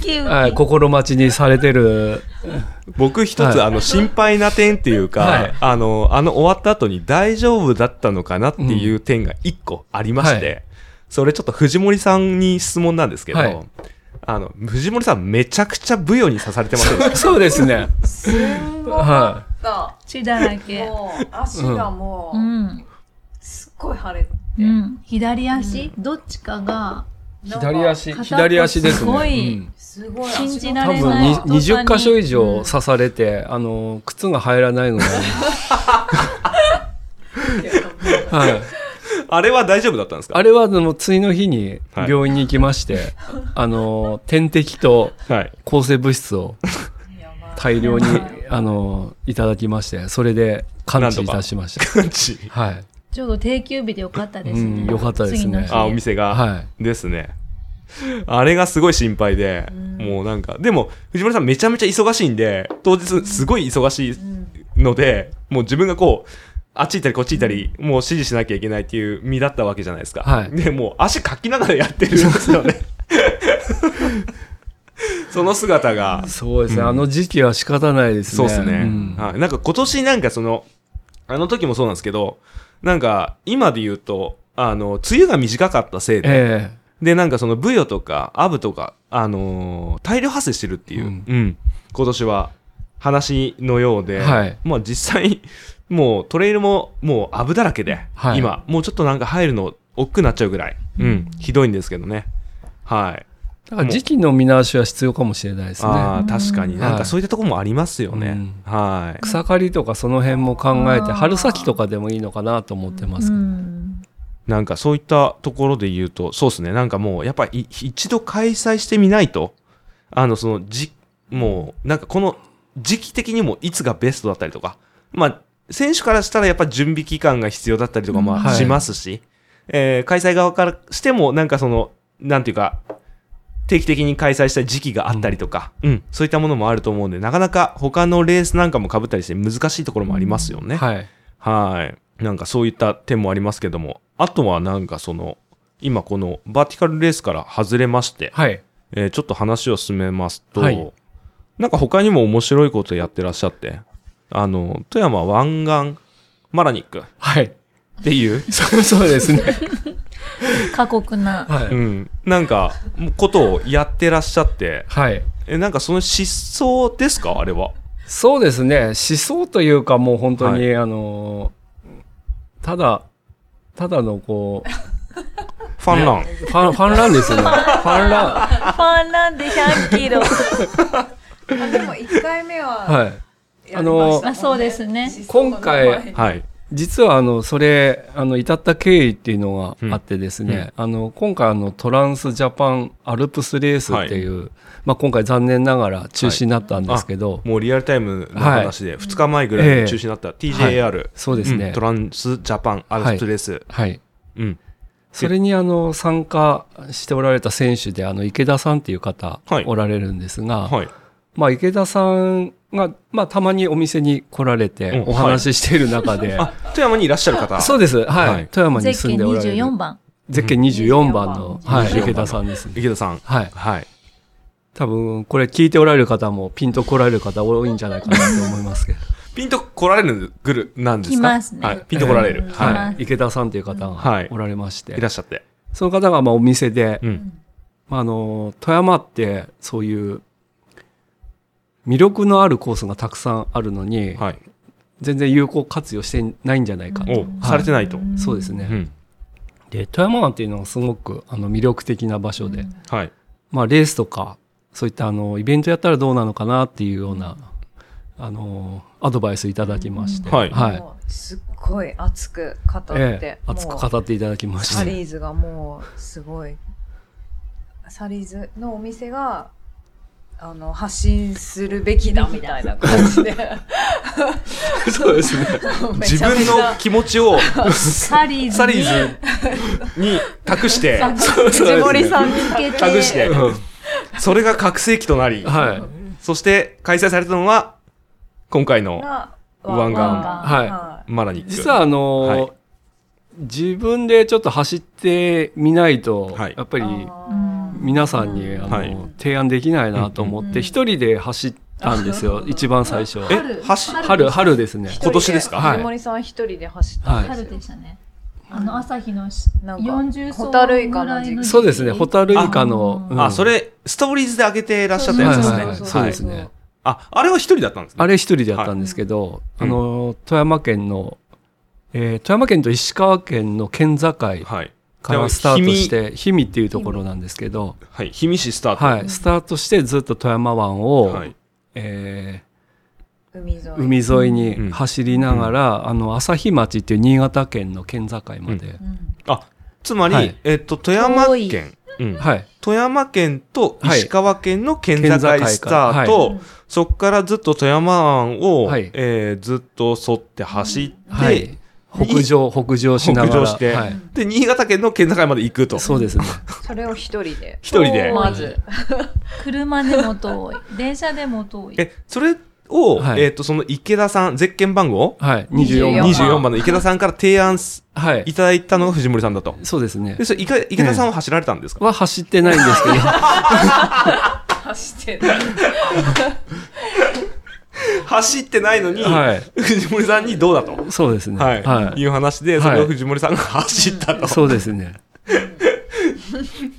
[SPEAKER 2] キウキ
[SPEAKER 6] はい、心待ちにされてる、
[SPEAKER 4] 僕一つ、
[SPEAKER 6] はい
[SPEAKER 4] あの、心配な点っていうか、
[SPEAKER 6] はい
[SPEAKER 4] あの、あの終わった後に大丈夫だったのかなっていう点が一個ありまして、
[SPEAKER 6] は
[SPEAKER 4] それちょっと藤森さんに質問なんですけど、
[SPEAKER 6] はい
[SPEAKER 4] あの、藤森さんめちゃくちゃブヨに刺されてます
[SPEAKER 6] *laughs*
[SPEAKER 4] よね
[SPEAKER 6] そうですね。
[SPEAKER 1] すんご
[SPEAKER 6] は
[SPEAKER 1] かった。
[SPEAKER 2] 血だらけ
[SPEAKER 1] もう足がも
[SPEAKER 2] う
[SPEAKER 1] う、
[SPEAKER 2] ん
[SPEAKER 1] すっごい腫れて。
[SPEAKER 2] うん左足どっちかが
[SPEAKER 6] い。
[SPEAKER 1] なんか
[SPEAKER 6] 左足、
[SPEAKER 2] 片っぽ
[SPEAKER 6] 左足ですね。
[SPEAKER 2] すごい
[SPEAKER 6] うん
[SPEAKER 1] すごい。
[SPEAKER 2] 信じら
[SPEAKER 6] 多
[SPEAKER 2] れ
[SPEAKER 6] 分
[SPEAKER 2] ない
[SPEAKER 6] に20箇所以上刺されて、あの、靴が入らないので、はい。
[SPEAKER 4] あれは大丈夫だったんですか
[SPEAKER 6] あれは、あの、次の日に
[SPEAKER 4] はい
[SPEAKER 6] 病院に行きまして、あの、点滴と *laughs*
[SPEAKER 4] はい。
[SPEAKER 6] 抗生物質を
[SPEAKER 1] やばい
[SPEAKER 6] 大量に、あの、いただきまして、それで完治いたしました。
[SPEAKER 4] 感じ。
[SPEAKER 6] はい。
[SPEAKER 2] ちょうど定休日でよかったです
[SPEAKER 6] う
[SPEAKER 2] ね
[SPEAKER 6] んよかったですね
[SPEAKER 2] 次の日
[SPEAKER 4] あ、お店が。
[SPEAKER 6] は
[SPEAKER 4] ですね。あれがすごい心配で、もうなんか、でも、藤森さんめちゃめちゃ忙しいんで、当日すごい忙しいので、もう自分がこう、あっち行ったりこっち行ったり、もう指示しなきゃいけないっていう身だったわけじゃないですか。
[SPEAKER 6] はい
[SPEAKER 4] で、もう足かきながらやってるんですよ *laughs* ね。その姿が
[SPEAKER 6] い。、そうですね、あの時期は仕方ないですね。
[SPEAKER 4] そうですね、
[SPEAKER 6] ん
[SPEAKER 4] はい。なんか今年なんかその、あの時もそうなんですけど、なんか今で言うと、あの、梅雨が短かったせいで、
[SPEAKER 6] え
[SPEAKER 4] で、なんかそのブヨとかアブとか、あのー大量発生してるっていう、う
[SPEAKER 6] うんん
[SPEAKER 4] 今年は話のようで、
[SPEAKER 6] はい
[SPEAKER 4] まあ実際、 *laughs* もうトレイルももうアブだらけで、
[SPEAKER 6] はい
[SPEAKER 4] 今、もうちょっとなんか入るの億劫になっちゃうぐらい、うん、ひどいんですけどね。はい。
[SPEAKER 6] だから時期の見直しは必要かもしれないですね。
[SPEAKER 4] ああ、確かになん
[SPEAKER 6] は
[SPEAKER 4] か
[SPEAKER 6] い
[SPEAKER 4] そういったとこもありますよね。
[SPEAKER 6] うん
[SPEAKER 4] はい。
[SPEAKER 6] 草刈りとかその辺も考えて、
[SPEAKER 1] あー
[SPEAKER 6] 春先とかでもいいのかなと思ってますけど。
[SPEAKER 4] なんかそういったところで言うと、そうですね、なんかもうやっぱりい一度開催してみないと、あの、そのじ、もうなんかこの時期的にもいつがベストだったりとか、まあ、選手からしたらやっぱ準備期間が必要だったりとかまあ
[SPEAKER 6] はい
[SPEAKER 4] しますし、えー開催側からしてもなんかその、なんていうか、定期的に開催した時期があったりとか、うん、そういったものもあると思うんで、なかなか他のレースなんかも被ったりして難しいところもありますよね。
[SPEAKER 6] はい。
[SPEAKER 4] はい。なんかそういった点もありますけども、あとはなんかその、今このバーティカルレースから外れまして、
[SPEAKER 6] はい。
[SPEAKER 4] えーちょっと話を進めますと、
[SPEAKER 6] はい
[SPEAKER 4] なんか他にも面白いことやってらっしゃって、あの、富山湾岸マラニックっ
[SPEAKER 6] はい。 *laughs*
[SPEAKER 4] ていう、
[SPEAKER 6] そうそうですね。
[SPEAKER 2] 過酷な。
[SPEAKER 6] はい。
[SPEAKER 4] うん、なんか、ことをやってらっしゃって、
[SPEAKER 6] はい。
[SPEAKER 4] え、なんかその失踪ですかあれは。
[SPEAKER 6] そうですね。思想というかもう本当に、
[SPEAKER 4] は
[SPEAKER 6] あのー、ただ、ただのこう、
[SPEAKER 4] ファンラン。
[SPEAKER 6] ファン、ファンランですよね。ファンラ
[SPEAKER 2] ファンランで100キロ。
[SPEAKER 1] あでも1回目
[SPEAKER 6] ン。
[SPEAKER 1] は
[SPEAKER 6] はい。
[SPEAKER 1] やりましたね
[SPEAKER 2] *laughs* あそうですね
[SPEAKER 6] 今回
[SPEAKER 1] 思想の前に
[SPEAKER 4] はい。
[SPEAKER 6] 実はあのそれあの至った経緯っていうのがあってですね、あの今回あのトランスジャパンアルプスレースっていう、まあ、今回残念ながら中止になったんですけど、
[SPEAKER 4] もうリアルタイムの話で、2日前ぐらいに中止になった、TJAR、
[SPEAKER 6] そうですね、
[SPEAKER 4] うんトランスジャパンアルプスレース、
[SPEAKER 6] はい
[SPEAKER 4] うん。
[SPEAKER 6] それにあの参加しておられた選手であの池田さんっていう方
[SPEAKER 4] はい
[SPEAKER 6] おられるんですが、
[SPEAKER 4] はい。
[SPEAKER 6] まあ、池田さんが、まあ、たまにお店に来られて
[SPEAKER 4] うん
[SPEAKER 6] お話ししている中で、
[SPEAKER 4] あ、富山にいらっしゃる方。
[SPEAKER 6] *laughs* そうです、はい
[SPEAKER 4] はい
[SPEAKER 6] 富山
[SPEAKER 2] ゼ
[SPEAKER 6] に
[SPEAKER 2] ッ
[SPEAKER 6] 住
[SPEAKER 2] ケ
[SPEAKER 6] んでおられ
[SPEAKER 2] 24
[SPEAKER 6] る
[SPEAKER 2] 番。
[SPEAKER 6] ゼッケン24番の、はい
[SPEAKER 4] 24番
[SPEAKER 6] 池田さんですね。
[SPEAKER 4] 池田さん。
[SPEAKER 6] はい
[SPEAKER 4] はい。
[SPEAKER 6] 多分これ聞いておられる方もピンと来られる方多いんじゃないかなと思いますけど、
[SPEAKER 4] ピンと来られるぐる、なんですか
[SPEAKER 2] 来ますね
[SPEAKER 4] *laughs* はい。ピンと来られ
[SPEAKER 2] は
[SPEAKER 4] る。
[SPEAKER 2] い
[SPEAKER 4] は
[SPEAKER 6] 池田さんという方
[SPEAKER 4] は
[SPEAKER 6] が
[SPEAKER 4] い
[SPEAKER 6] おられまして、
[SPEAKER 4] い。いらっしゃって。
[SPEAKER 6] その方がまあお店で、
[SPEAKER 4] うん。
[SPEAKER 6] まあ、あの富山ってそういう魅力のあるコースがたくさんあるのに、
[SPEAKER 4] はい。
[SPEAKER 6] 全然有効活用してないんじゃないかと、
[SPEAKER 4] お、されてないと。
[SPEAKER 6] そうですね、
[SPEAKER 4] うん。
[SPEAKER 6] で富山湾っていうのがすごくあの魅力的な場所で、
[SPEAKER 4] はい。
[SPEAKER 6] まあ、レースとかそういったあのイベントやったらどうなのかなっていうようなあのアドバイスいただきまして、
[SPEAKER 4] はい
[SPEAKER 6] はい、
[SPEAKER 1] もうすっごい熱く語って、
[SPEAKER 6] ええ、熱く
[SPEAKER 1] もう
[SPEAKER 6] 語っていただきまし
[SPEAKER 1] サ
[SPEAKER 6] て
[SPEAKER 1] リーズがもうすごいサリーズのお店があの発信するべきだみたいな感じで
[SPEAKER 4] *laughs* そうですね。*laughs*
[SPEAKER 1] め
[SPEAKER 4] 自
[SPEAKER 1] ちゃめ
[SPEAKER 4] 分
[SPEAKER 1] ちゃ
[SPEAKER 4] の気持ちを、
[SPEAKER 2] サリーズ。
[SPEAKER 4] サリーズに託して、
[SPEAKER 1] 藤森さんに
[SPEAKER 2] 向けて。
[SPEAKER 6] *laughs*
[SPEAKER 4] 託して、それが覚醒器となり、
[SPEAKER 6] はい、
[SPEAKER 4] そして開催されたのは、今回の
[SPEAKER 1] が
[SPEAKER 4] 湾岸
[SPEAKER 2] 湾
[SPEAKER 6] はい
[SPEAKER 4] マラニック。
[SPEAKER 6] 実はあの
[SPEAKER 4] はい
[SPEAKER 6] 自分でちょっと走ってみないと、
[SPEAKER 4] はい
[SPEAKER 6] やっぱり
[SPEAKER 2] うん
[SPEAKER 6] 皆さんにあの、
[SPEAKER 4] はい
[SPEAKER 6] 提案できないなと思っ
[SPEAKER 1] うん
[SPEAKER 6] て一、人で走ったんです
[SPEAKER 1] *laughs*
[SPEAKER 6] よ、一番最初。
[SPEAKER 4] え走
[SPEAKER 6] 春春ですね。
[SPEAKER 4] 今年ですか
[SPEAKER 1] は
[SPEAKER 6] はいい
[SPEAKER 1] 藤森さん一人で走ったんですよ、
[SPEAKER 2] 春でしたね。あの朝日の
[SPEAKER 1] なんか
[SPEAKER 2] 40層ぐらい
[SPEAKER 1] ホタルイカの
[SPEAKER 2] の
[SPEAKER 1] 時期
[SPEAKER 6] そうですね、ホタルイカの。
[SPEAKER 2] あ
[SPEAKER 6] うん
[SPEAKER 4] あ、それ、ストーリーズで上げてらっしゃったやつですね。
[SPEAKER 6] はいはいはい
[SPEAKER 1] そ
[SPEAKER 6] そうう
[SPEAKER 1] で
[SPEAKER 6] ですす
[SPEAKER 1] ね
[SPEAKER 6] ね。
[SPEAKER 4] あ、あれは一人だったんですね。
[SPEAKER 6] あれ一人でやったんですけど、
[SPEAKER 4] はい
[SPEAKER 6] あの、富山県の、えー富山県と石川県の県境か
[SPEAKER 4] はい。
[SPEAKER 6] らスタートして、氷見っていうところなんですけど、
[SPEAKER 4] はい。氷見市スタート。
[SPEAKER 6] はい、スタートしてずっと富山湾を、
[SPEAKER 4] はい
[SPEAKER 6] え
[SPEAKER 1] 海沿い
[SPEAKER 6] ー海沿い
[SPEAKER 4] うん
[SPEAKER 6] に走りながら、あの、朝日町っていう新潟県の県境まで、
[SPEAKER 4] あ、つまり、
[SPEAKER 6] はい
[SPEAKER 4] えっと、富山
[SPEAKER 2] 遠い
[SPEAKER 4] 県、うん
[SPEAKER 6] はい、
[SPEAKER 4] 富山県と
[SPEAKER 6] はい
[SPEAKER 4] 石川県の県境
[SPEAKER 6] 県境から
[SPEAKER 4] スタート、
[SPEAKER 6] は
[SPEAKER 4] そこからずっと富山湾を、
[SPEAKER 6] はい
[SPEAKER 4] えーずっと沿って走って、
[SPEAKER 6] はい、北上、北上しな
[SPEAKER 4] 北
[SPEAKER 6] がら、
[SPEAKER 4] 上して、
[SPEAKER 6] はい、
[SPEAKER 4] で、新潟県の県境まで行くと。
[SPEAKER 6] そうですね。
[SPEAKER 1] それを一人で
[SPEAKER 4] 一人で。
[SPEAKER 1] まず
[SPEAKER 2] 車でも遠い。電車でも遠い。
[SPEAKER 4] え、それを、
[SPEAKER 6] はい
[SPEAKER 4] えっと、その池田さん、ゼッケン番号
[SPEAKER 6] はい、
[SPEAKER 4] *laughs*
[SPEAKER 6] 24
[SPEAKER 1] 24
[SPEAKER 6] 番。
[SPEAKER 1] 番
[SPEAKER 4] 24番の池田さんから提案す
[SPEAKER 6] はい
[SPEAKER 4] い、ただいたのが藤森さんだと。
[SPEAKER 6] そうですね
[SPEAKER 4] で、。それ池池田さんは走られたんですか、
[SPEAKER 6] は走ってないんですけど、
[SPEAKER 1] 走ってる
[SPEAKER 4] 走ってないのに、 *laughs*
[SPEAKER 6] はい
[SPEAKER 4] 藤森さんにどうだと。
[SPEAKER 6] そうですね。
[SPEAKER 4] はい。い、う話
[SPEAKER 6] は
[SPEAKER 4] で、
[SPEAKER 6] い
[SPEAKER 4] それを藤森さんが走ったと。
[SPEAKER 6] そうですね。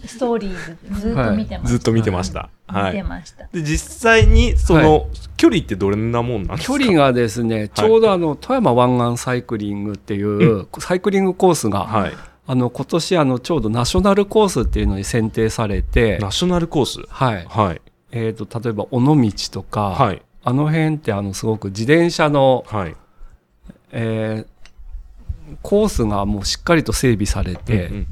[SPEAKER 2] ストーリーずずっと見てま
[SPEAKER 4] ずっ
[SPEAKER 2] し
[SPEAKER 4] と見てました。
[SPEAKER 2] た。
[SPEAKER 4] は
[SPEAKER 2] 見て
[SPEAKER 4] い。
[SPEAKER 2] ました。
[SPEAKER 4] で、実際に、その、距離ってどれなもんなんですか
[SPEAKER 6] 距離がですね、ちょうどあの、富山湾岸サイクリングっていう、サイクリングコースが、
[SPEAKER 4] はい。
[SPEAKER 6] あの、今年あの、ちょうどナショナルコースっていうのに選定されて、
[SPEAKER 4] ナショナルコース。
[SPEAKER 6] はい。
[SPEAKER 4] はい。
[SPEAKER 6] えっ、と、例えば、尾道とか、
[SPEAKER 4] はい。
[SPEAKER 6] あの辺ってあの、すごく自転車の、
[SPEAKER 4] はい。
[SPEAKER 6] えーコースがもうしっかりと整備されて、
[SPEAKER 4] うんうん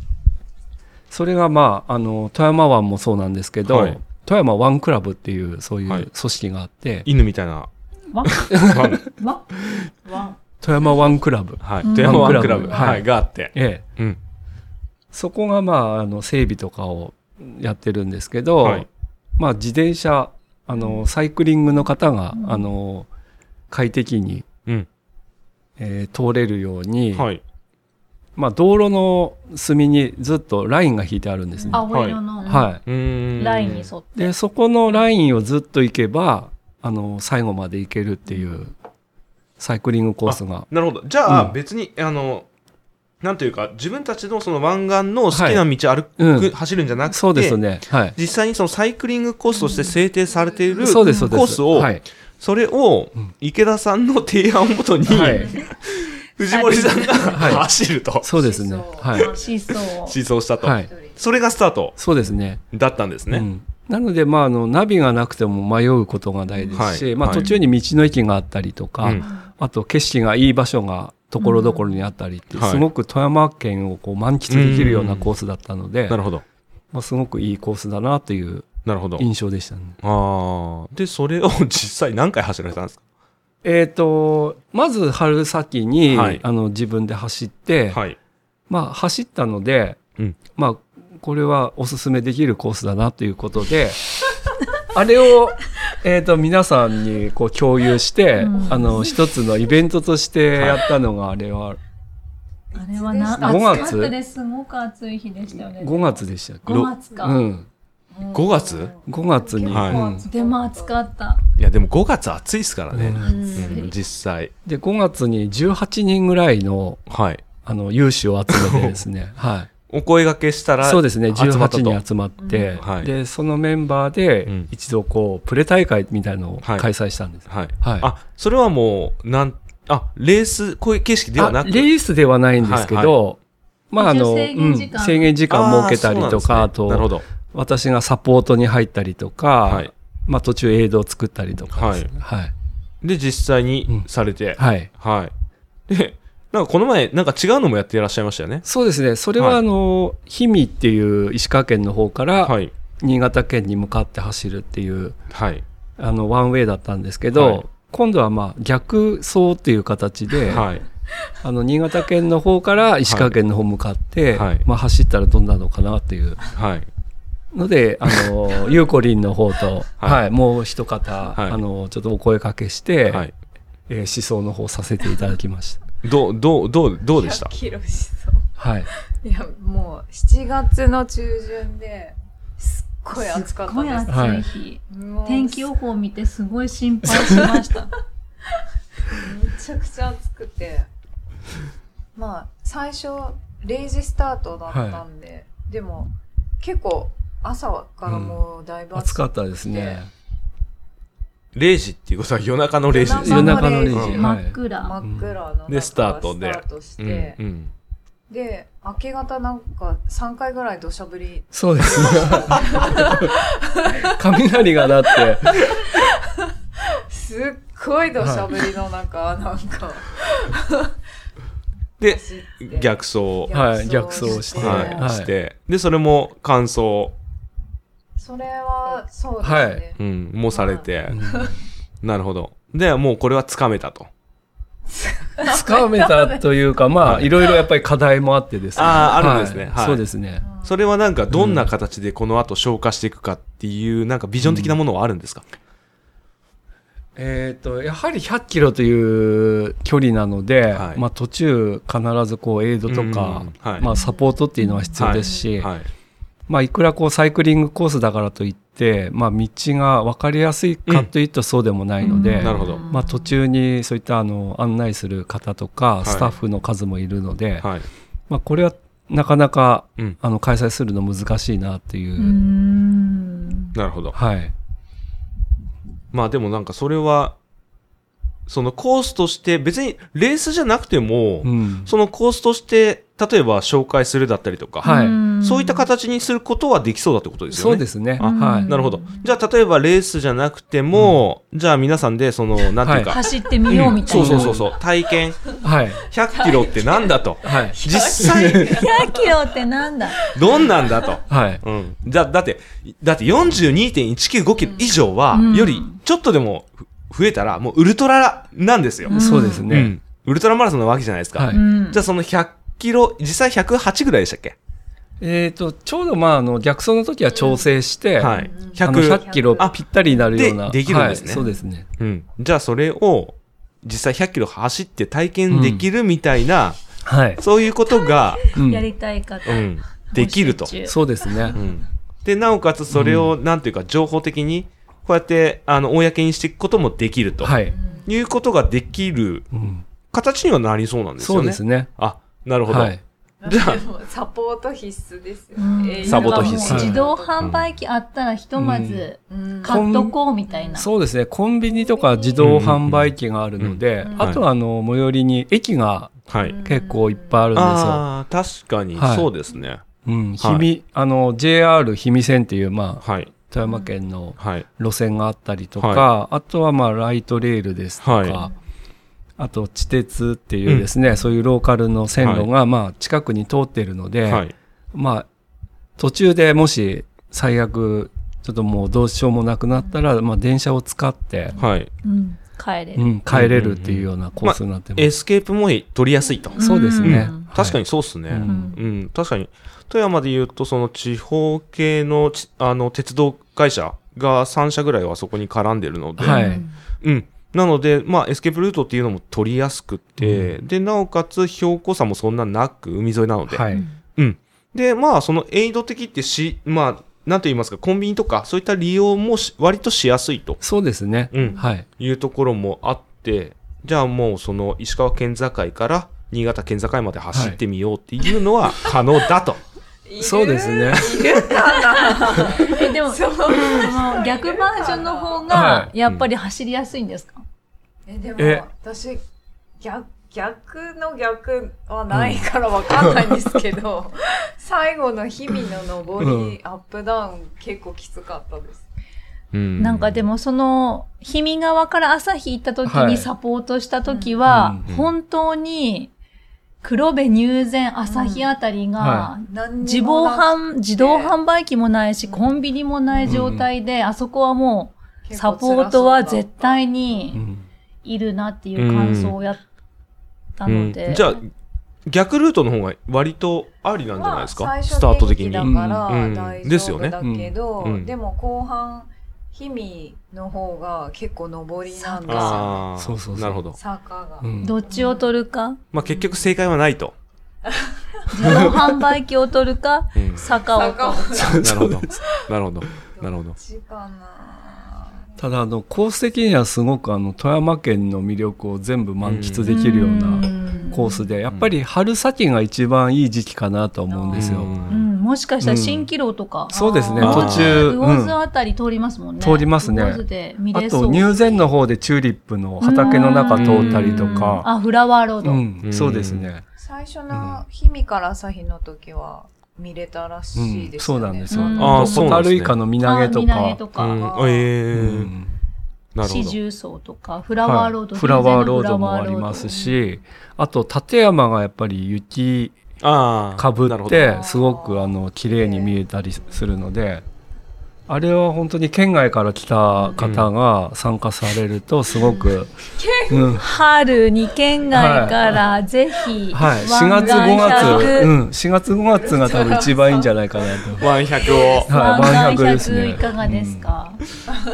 [SPEAKER 6] それがまあ、あの、富山湾もそうなんですけど、
[SPEAKER 4] はい
[SPEAKER 6] 富山湾クラブっていう、そういう
[SPEAKER 4] は
[SPEAKER 6] 組
[SPEAKER 4] い
[SPEAKER 6] 織があって、
[SPEAKER 4] 犬みたいな。
[SPEAKER 2] ワン
[SPEAKER 4] ワン
[SPEAKER 2] ワンワン
[SPEAKER 6] 富山湾クラブ。
[SPEAKER 4] はい。
[SPEAKER 2] うん
[SPEAKER 4] 富山ワンクラ
[SPEAKER 6] ワンクラブ
[SPEAKER 4] ブ。は。
[SPEAKER 6] はいい
[SPEAKER 4] があって。
[SPEAKER 6] ええ。
[SPEAKER 4] うん。
[SPEAKER 6] そこがまあ、あの、整備とかをやってるんですけど、
[SPEAKER 4] はい
[SPEAKER 6] まあ、自転車、あの、サイクリングの方が、
[SPEAKER 2] うん
[SPEAKER 6] あの、快適に、
[SPEAKER 4] うん。
[SPEAKER 6] えー通れるように、
[SPEAKER 4] はい。
[SPEAKER 6] まあ、道路の隅にずっとラインが引いてあるんですね。は
[SPEAKER 2] 青色の、
[SPEAKER 6] い。
[SPEAKER 4] うーん。
[SPEAKER 2] ラインに沿って。
[SPEAKER 6] で、そこのラインをずっと行けば、あの、最後まで行けるっていう、サイクリングコースが。
[SPEAKER 4] なるほど。じゃあ、
[SPEAKER 6] うん
[SPEAKER 4] 別に、あの、なんというか、自分たちのその湾岸の好きな道歩く、
[SPEAKER 6] うん
[SPEAKER 4] 走るんじゃなくて、
[SPEAKER 6] そうですね。はい。
[SPEAKER 4] 実際にそのサイクリングコースとして制定されているコ
[SPEAKER 6] そうです、そうです。
[SPEAKER 4] ースを、
[SPEAKER 6] はい。
[SPEAKER 4] それを
[SPEAKER 6] ん
[SPEAKER 4] 池田さんの提案をもとに、
[SPEAKER 6] はい。
[SPEAKER 4] *laughs* 藤森さんが
[SPEAKER 6] はい
[SPEAKER 4] 走ると、
[SPEAKER 6] そうですね。
[SPEAKER 1] そう
[SPEAKER 6] はい。
[SPEAKER 2] シーソー。
[SPEAKER 4] 思想したと、
[SPEAKER 6] はい。
[SPEAKER 4] それがスタート
[SPEAKER 6] そうですね。
[SPEAKER 4] だったんですね。
[SPEAKER 6] うんなので、まあ、あの、ナビがなくても迷うことがないですし、
[SPEAKER 4] はい
[SPEAKER 6] まあ、
[SPEAKER 4] はい
[SPEAKER 6] 途中に道の駅があったりとか、
[SPEAKER 4] うん
[SPEAKER 6] あと、景色がいい場所が、ところどころにあったりって、
[SPEAKER 4] うんはい
[SPEAKER 6] すごく富山県をこう満喫できるようなコースだったので、
[SPEAKER 4] なるほど。
[SPEAKER 6] まあ、すごくいいコースだなという
[SPEAKER 4] なるほど。
[SPEAKER 6] 印象でしたね。
[SPEAKER 4] ああ。で、それを実際何回走られたんです
[SPEAKER 6] えっ、と、まず春先に、
[SPEAKER 4] はい
[SPEAKER 6] あの、自分で走って、
[SPEAKER 4] かはい。
[SPEAKER 6] まあ、走ったので、
[SPEAKER 4] うん
[SPEAKER 6] まあ、これはおすすめできるコースだなということで、 *laughs* あれを、えっ、と、皆さんにこう共有して、
[SPEAKER 2] うん
[SPEAKER 6] あの、一つのイベントとしてやったのが、あれは
[SPEAKER 2] あれはな、
[SPEAKER 6] 五月
[SPEAKER 2] 暑かったです。すごく暑い日でしたよね。
[SPEAKER 6] 5月でしたっけ
[SPEAKER 2] 五月か。
[SPEAKER 6] うん。
[SPEAKER 4] 5月
[SPEAKER 6] 5月に、
[SPEAKER 4] はい
[SPEAKER 6] うん
[SPEAKER 2] でも暑かった。
[SPEAKER 4] いや、でも5月暑いですからね。
[SPEAKER 2] 暑
[SPEAKER 4] うん
[SPEAKER 2] い。
[SPEAKER 4] 実際。
[SPEAKER 6] で、5月に18人ぐらいの、
[SPEAKER 4] はい。
[SPEAKER 6] あの、有志を集めてです
[SPEAKER 4] *laughs*
[SPEAKER 6] ね、はい。
[SPEAKER 4] お声掛けしたら、
[SPEAKER 6] そうですね、
[SPEAKER 4] 集まったと
[SPEAKER 6] 18人集まって、
[SPEAKER 4] んはい
[SPEAKER 6] で、そのメンバー
[SPEAKER 4] う
[SPEAKER 6] で
[SPEAKER 4] ん、
[SPEAKER 6] 一度こう、プレ大会みたいなのを
[SPEAKER 4] は
[SPEAKER 6] 開
[SPEAKER 4] い
[SPEAKER 6] 催したんです。
[SPEAKER 4] はい。
[SPEAKER 6] はい。
[SPEAKER 4] あ、それはもう、なん、あ、レース、こういう景色ではな
[SPEAKER 6] あ
[SPEAKER 4] く、
[SPEAKER 6] レースではないんですけど、まあ、あ
[SPEAKER 2] 一応
[SPEAKER 6] の、
[SPEAKER 2] 制限時間
[SPEAKER 6] うん制限時間設けたりとか、
[SPEAKER 4] あ
[SPEAKER 6] あ
[SPEAKER 4] ーそうなんですねなるほ
[SPEAKER 6] と、
[SPEAKER 4] ど。
[SPEAKER 6] 私がサポートに入ったりとか、
[SPEAKER 4] はい
[SPEAKER 6] まあ、途中映像を作ったりとかですね、はい。
[SPEAKER 4] で、実際にされて、
[SPEAKER 6] はい。
[SPEAKER 4] はい。で、なんかこの前、なんか違うのもやっていらっしゃいましたよね。
[SPEAKER 6] そうですね、それは、
[SPEAKER 4] はい
[SPEAKER 6] あの、氷見っていう石川県の方から、
[SPEAKER 4] はい。
[SPEAKER 6] 新潟県に向かって走るっていう、
[SPEAKER 4] はい。
[SPEAKER 6] あの、ワンウェイだったんですけど、
[SPEAKER 4] はい
[SPEAKER 6] 今度はまあ逆走っていう形で、
[SPEAKER 4] はい。
[SPEAKER 6] あの新潟県の方から石川県の方向かって、
[SPEAKER 4] はい
[SPEAKER 6] まあ走ったらどんなのかなっていう
[SPEAKER 4] はい。
[SPEAKER 6] ので、あ
[SPEAKER 4] *laughs*
[SPEAKER 6] の、ゆうこりんの方と、
[SPEAKER 4] はい
[SPEAKER 6] はい、もう一方、
[SPEAKER 4] はい
[SPEAKER 6] あの、ちょっとお声掛けして、
[SPEAKER 4] はい。
[SPEAKER 6] えー思想の方させていただきました。
[SPEAKER 4] どう、どう、どう、どうでした
[SPEAKER 1] *laughs* キロしそう
[SPEAKER 6] はい。
[SPEAKER 1] いやもう7月の中旬ですっごい暑かったです
[SPEAKER 2] すっごい暑い日。
[SPEAKER 1] すもう
[SPEAKER 2] 天気予報を見てすごい心配しました。
[SPEAKER 1] めちゃくちゃ暑くてまあ最初0時スタートだったんで、でも結構朝からもうだいぶ
[SPEAKER 6] 暑かったですね。
[SPEAKER 4] ?0 時っていうことは夜中の0時です
[SPEAKER 6] 夜
[SPEAKER 4] ね。
[SPEAKER 6] 中のレジ。
[SPEAKER 1] 真っ
[SPEAKER 4] 暗
[SPEAKER 6] は
[SPEAKER 2] 真っ
[SPEAKER 6] い。
[SPEAKER 2] 暗。
[SPEAKER 1] 真っ暗の中
[SPEAKER 4] でスタートで
[SPEAKER 1] スタートし
[SPEAKER 4] う
[SPEAKER 1] て、
[SPEAKER 4] ん。うん。
[SPEAKER 1] で明け方なんか3回ぐらい土砂降り
[SPEAKER 6] そうですね。雷が鳴って、
[SPEAKER 1] すっごい土砂降りの中、なんか
[SPEAKER 4] で、
[SPEAKER 1] 走って
[SPEAKER 4] 逆走。
[SPEAKER 6] はい、逆走して、
[SPEAKER 1] はい
[SPEAKER 4] はい。して。で、それも乾燥、
[SPEAKER 1] それはそうですね、
[SPEAKER 6] はい
[SPEAKER 4] うん、もされて
[SPEAKER 6] う。ん
[SPEAKER 4] なるほど。で、もうこれはつかめたと。
[SPEAKER 6] つかめたというか、まあ、いろいろやっぱり課題もあってですね。
[SPEAKER 4] あーあるんですね
[SPEAKER 6] はい
[SPEAKER 4] はい
[SPEAKER 6] そうですね。
[SPEAKER 4] それはなんかどんな形でこの後消化していくかっていう、なんかビジョン的なものはあるんですか、
[SPEAKER 6] えっ、と、やはり100キロという距離なので、
[SPEAKER 4] はい
[SPEAKER 6] まあ途中必ずこうエイドとか、
[SPEAKER 4] うんはい
[SPEAKER 6] まあサポートっていうのは必要ですし、
[SPEAKER 4] はい。
[SPEAKER 6] まあいくらこうサイクリングコースだからといって、まあ道が分かりやすいかというとそうでもないので、
[SPEAKER 2] うん
[SPEAKER 4] なるほど。
[SPEAKER 6] まあ途中にそういったあの案内する方とか
[SPEAKER 4] い
[SPEAKER 6] スタッフの数もいるので、
[SPEAKER 4] はい。
[SPEAKER 6] まあこれはなかなか、
[SPEAKER 4] うん
[SPEAKER 6] あの開催するの難しいなっていう、
[SPEAKER 1] ん。
[SPEAKER 4] なるほど。
[SPEAKER 6] はい
[SPEAKER 4] まあでもなんかそれは、そのコースとして、別にレースじゃなくても、
[SPEAKER 6] うん
[SPEAKER 4] そのコースとして、例えば紹介するだったりとか、
[SPEAKER 6] はい
[SPEAKER 4] そういった形にすることはできそうだってことですよ
[SPEAKER 6] そ
[SPEAKER 4] ね。
[SPEAKER 6] うですね
[SPEAKER 4] あ
[SPEAKER 6] はい
[SPEAKER 4] なるほど。じゃあ、例えばレースじゃなくても、じゃあ皆さんで、その、なんていうか、
[SPEAKER 2] 走ってみようみたい *laughs*
[SPEAKER 4] そう
[SPEAKER 2] な。
[SPEAKER 4] そうそうそう、体験、
[SPEAKER 6] はい
[SPEAKER 4] 100キロってなんだと。
[SPEAKER 6] はい
[SPEAKER 4] 実際、
[SPEAKER 2] 100キロってなんだ
[SPEAKER 4] どんなんだと。
[SPEAKER 6] はい
[SPEAKER 4] うん。だ、だって、だって42.195キロ以上は
[SPEAKER 2] うん、
[SPEAKER 4] より、ちょっとでもふ増えたら、もうウルトラなんですよ。
[SPEAKER 6] そうですね、
[SPEAKER 4] うんウルトラマラソンなわけじゃないですか。
[SPEAKER 6] はい
[SPEAKER 2] うん
[SPEAKER 4] じゃあその100キロ、実際108ぐらいでしたっけ
[SPEAKER 6] えっ、とちょうどまああの逆走の時は調整して、
[SPEAKER 4] はい。
[SPEAKER 6] あの
[SPEAKER 4] 100
[SPEAKER 6] 100。キロぴったりになるような
[SPEAKER 4] でできるんですね
[SPEAKER 6] はい、そうですね
[SPEAKER 4] うん。じゃあそれを、実際100キロ走って体験できるみたいな、
[SPEAKER 6] はい、
[SPEAKER 4] そういうことが、
[SPEAKER 6] うん
[SPEAKER 2] やりたい方。 *laughs*
[SPEAKER 4] うん、できると。
[SPEAKER 2] 募集中
[SPEAKER 6] そうですね
[SPEAKER 4] うん。で、なおかつそれを、なんていうか、情報的に、こうやって、あの、公にしていくこともできると。
[SPEAKER 6] はい、
[SPEAKER 4] い。うことができる
[SPEAKER 6] うん、
[SPEAKER 4] 形にはなりそうなんです
[SPEAKER 6] そ
[SPEAKER 4] よ
[SPEAKER 6] う
[SPEAKER 4] ね。
[SPEAKER 6] です
[SPEAKER 4] ね。
[SPEAKER 6] ね
[SPEAKER 4] あ、なるほど。
[SPEAKER 6] はい
[SPEAKER 2] *laughs*
[SPEAKER 4] じゃあ
[SPEAKER 1] でもサポート必須ですよ
[SPEAKER 2] うん
[SPEAKER 1] ね。
[SPEAKER 4] サポート必須
[SPEAKER 2] なんかもう自動販売機あったらひとまず
[SPEAKER 1] うん
[SPEAKER 2] 買っとこうみたいな。
[SPEAKER 6] そうですねコンビニとか自動販売機があるので、
[SPEAKER 1] うんうん
[SPEAKER 6] あとはあの最寄りに駅が
[SPEAKER 4] はい。
[SPEAKER 6] 結構いっぱいあるんですよ、
[SPEAKER 4] ああ、確かに、
[SPEAKER 6] はい
[SPEAKER 4] そうですね。
[SPEAKER 6] うん、
[SPEAKER 4] はい
[SPEAKER 6] 氷見、あの、JR 氷見線っていう、まあ、
[SPEAKER 4] はい。
[SPEAKER 6] 富山県の
[SPEAKER 4] はい。
[SPEAKER 6] 路線があったりとか、
[SPEAKER 4] は
[SPEAKER 6] あとはまあ、ライトレールですとか、
[SPEAKER 4] は
[SPEAKER 6] あと地鉄っていうですね、そういうローカルの線路が、まあ、近くに通っているので、
[SPEAKER 4] はい。
[SPEAKER 6] まあ、途中でもし最悪、ちょっともうどうしようもなくなったら、まあ、電車を使って、
[SPEAKER 4] はい。
[SPEAKER 2] うん帰れ
[SPEAKER 6] う
[SPEAKER 2] る。
[SPEAKER 6] ん、帰れるっていうようなコースになってます。
[SPEAKER 4] エスケープも取りやすいと。
[SPEAKER 6] そうですね。
[SPEAKER 2] うん
[SPEAKER 6] はい
[SPEAKER 4] 確かにそうっすね。
[SPEAKER 6] う
[SPEAKER 4] うん
[SPEAKER 2] ん、
[SPEAKER 4] 確かに。富山で言うと、その地方系のちあの鉄道会社が3社ぐらいはそこに絡んでるので、
[SPEAKER 6] はい
[SPEAKER 4] うん。なので、まあ、エスケープルートっていうのも取りやすくて、で、なおかつ標高差もそんななく、海沿いなので、
[SPEAKER 6] はい。
[SPEAKER 4] うん。で、まあ、そのエイド的ってし、まあ、なんと言いますか、コンビニとか、そういった利用もし割としやすいと、
[SPEAKER 6] そうですね。
[SPEAKER 4] うん、
[SPEAKER 6] はい。
[SPEAKER 4] いうところもあって、じゃあもう、その石川県境から新潟県境まで走ってみようっていうのは可能
[SPEAKER 6] *laughs*
[SPEAKER 4] だと。
[SPEAKER 6] そうですね。
[SPEAKER 2] えでも、その逆バージョンの方が
[SPEAKER 6] は、
[SPEAKER 2] やっぱり走りやすいんですか
[SPEAKER 1] えでも
[SPEAKER 6] え
[SPEAKER 1] 私逆逆の逆はないからわかんないんですけど、最後の日々の上り、
[SPEAKER 6] うん
[SPEAKER 1] アップダウン結構きつかったです。
[SPEAKER 4] うん
[SPEAKER 2] なんかでもその、氷見側から朝日行った時
[SPEAKER 6] はい
[SPEAKER 2] にサポートした時は
[SPEAKER 4] うん、
[SPEAKER 2] 本当に、黒部入善朝日あたり
[SPEAKER 6] は
[SPEAKER 2] が、
[SPEAKER 1] 何に
[SPEAKER 2] 自
[SPEAKER 1] も
[SPEAKER 2] 動
[SPEAKER 1] なく
[SPEAKER 2] 販、自動販売機もないし、コンビニもない状態で、あそこはもう、
[SPEAKER 1] 結
[SPEAKER 2] サ
[SPEAKER 1] 構辛そう
[SPEAKER 2] ポ
[SPEAKER 1] だ
[SPEAKER 2] ートは絶対
[SPEAKER 6] う
[SPEAKER 2] に
[SPEAKER 6] ん
[SPEAKER 2] いるなっていう感想をやったの
[SPEAKER 4] う
[SPEAKER 2] で。
[SPEAKER 4] んじゃあ、逆ルートの方が割とありなんじゃないですか、
[SPEAKER 1] まあ最
[SPEAKER 4] ス
[SPEAKER 1] 初
[SPEAKER 4] タート的に。
[SPEAKER 1] 元気だ
[SPEAKER 6] うん
[SPEAKER 1] から
[SPEAKER 4] うん
[SPEAKER 1] 大
[SPEAKER 4] です
[SPEAKER 1] 丈
[SPEAKER 4] よ
[SPEAKER 1] 夫
[SPEAKER 4] ね
[SPEAKER 1] だけど、
[SPEAKER 4] うんうん
[SPEAKER 1] でも後半氷見の方が結構上りなんですよね
[SPEAKER 4] ああ、
[SPEAKER 6] そうそうそう
[SPEAKER 4] なるほど。
[SPEAKER 1] 坂が。
[SPEAKER 6] うん
[SPEAKER 2] どっちを取るか、
[SPEAKER 4] まあ結局正解はないと。
[SPEAKER 2] 自動販売機を取るか、
[SPEAKER 4] う
[SPEAKER 6] *laughs*
[SPEAKER 4] ん
[SPEAKER 2] 坂を
[SPEAKER 1] 坂を
[SPEAKER 2] 取るか。
[SPEAKER 4] なるほど。なるほど。なるほ
[SPEAKER 1] ど
[SPEAKER 4] ど
[SPEAKER 1] っ。ちかな。
[SPEAKER 6] ただあのコース的にはすごくあの富山県の魅力を全部満喫できるようなコースでやっぱり春先が一番いい時期かなと思うんですよ。
[SPEAKER 4] うん
[SPEAKER 2] うん、もしかしたら蜃気楼とか、
[SPEAKER 6] そうですね
[SPEAKER 4] あー
[SPEAKER 6] 途中、
[SPEAKER 2] 魚津
[SPEAKER 6] うん
[SPEAKER 2] あたり通りますもんね。
[SPEAKER 6] 通りますね
[SPEAKER 2] 魚津で見
[SPEAKER 6] あ
[SPEAKER 2] れそう。
[SPEAKER 6] と入善の方でチューリップの畑の中通ったりとか、
[SPEAKER 2] あ、フラワーロー
[SPEAKER 6] う
[SPEAKER 2] ド。
[SPEAKER 6] ん
[SPEAKER 4] うん
[SPEAKER 6] そうですね、
[SPEAKER 1] 最初の氷見から朝日の時は見れたら
[SPEAKER 6] う
[SPEAKER 1] しい
[SPEAKER 6] ん
[SPEAKER 1] です
[SPEAKER 6] そ
[SPEAKER 1] よ
[SPEAKER 6] う
[SPEAKER 1] ね。
[SPEAKER 6] なんですよ。
[SPEAKER 2] う
[SPEAKER 6] あ
[SPEAKER 2] ん
[SPEAKER 6] と
[SPEAKER 4] あーそう
[SPEAKER 6] ホ
[SPEAKER 4] な
[SPEAKER 6] タ
[SPEAKER 4] んです
[SPEAKER 6] ルイ
[SPEAKER 4] ね
[SPEAKER 6] カの身投
[SPEAKER 2] あ
[SPEAKER 6] げと
[SPEAKER 2] 身投げ
[SPEAKER 6] か
[SPEAKER 2] と、か、
[SPEAKER 4] うんえ
[SPEAKER 6] う
[SPEAKER 4] え
[SPEAKER 6] ん
[SPEAKER 4] なるほ
[SPEAKER 2] 四
[SPEAKER 4] ど。
[SPEAKER 2] 重奏とか、フラワーロード、
[SPEAKER 6] はいフラワーロード
[SPEAKER 2] 全然のフ
[SPEAKER 6] も
[SPEAKER 2] ラワ
[SPEAKER 6] あります
[SPEAKER 2] ロー
[SPEAKER 6] し、あと立山がやっぱり雪
[SPEAKER 4] ああ。
[SPEAKER 6] かぶ
[SPEAKER 4] なる
[SPEAKER 6] っ
[SPEAKER 4] ほど
[SPEAKER 6] てすごくあの綺麗に見えたりするのであれは本当に県外から来た方が参加されるとすごく、うん
[SPEAKER 2] ド春に県外からぜひ、
[SPEAKER 6] はい、4月5月、
[SPEAKER 2] 100
[SPEAKER 6] うん、4月5月が多分一番いいんじゃないかなと。
[SPEAKER 4] ワン100を、
[SPEAKER 6] はい
[SPEAKER 2] 湾
[SPEAKER 6] 湾100
[SPEAKER 2] 100
[SPEAKER 6] ですね
[SPEAKER 2] いかがですか、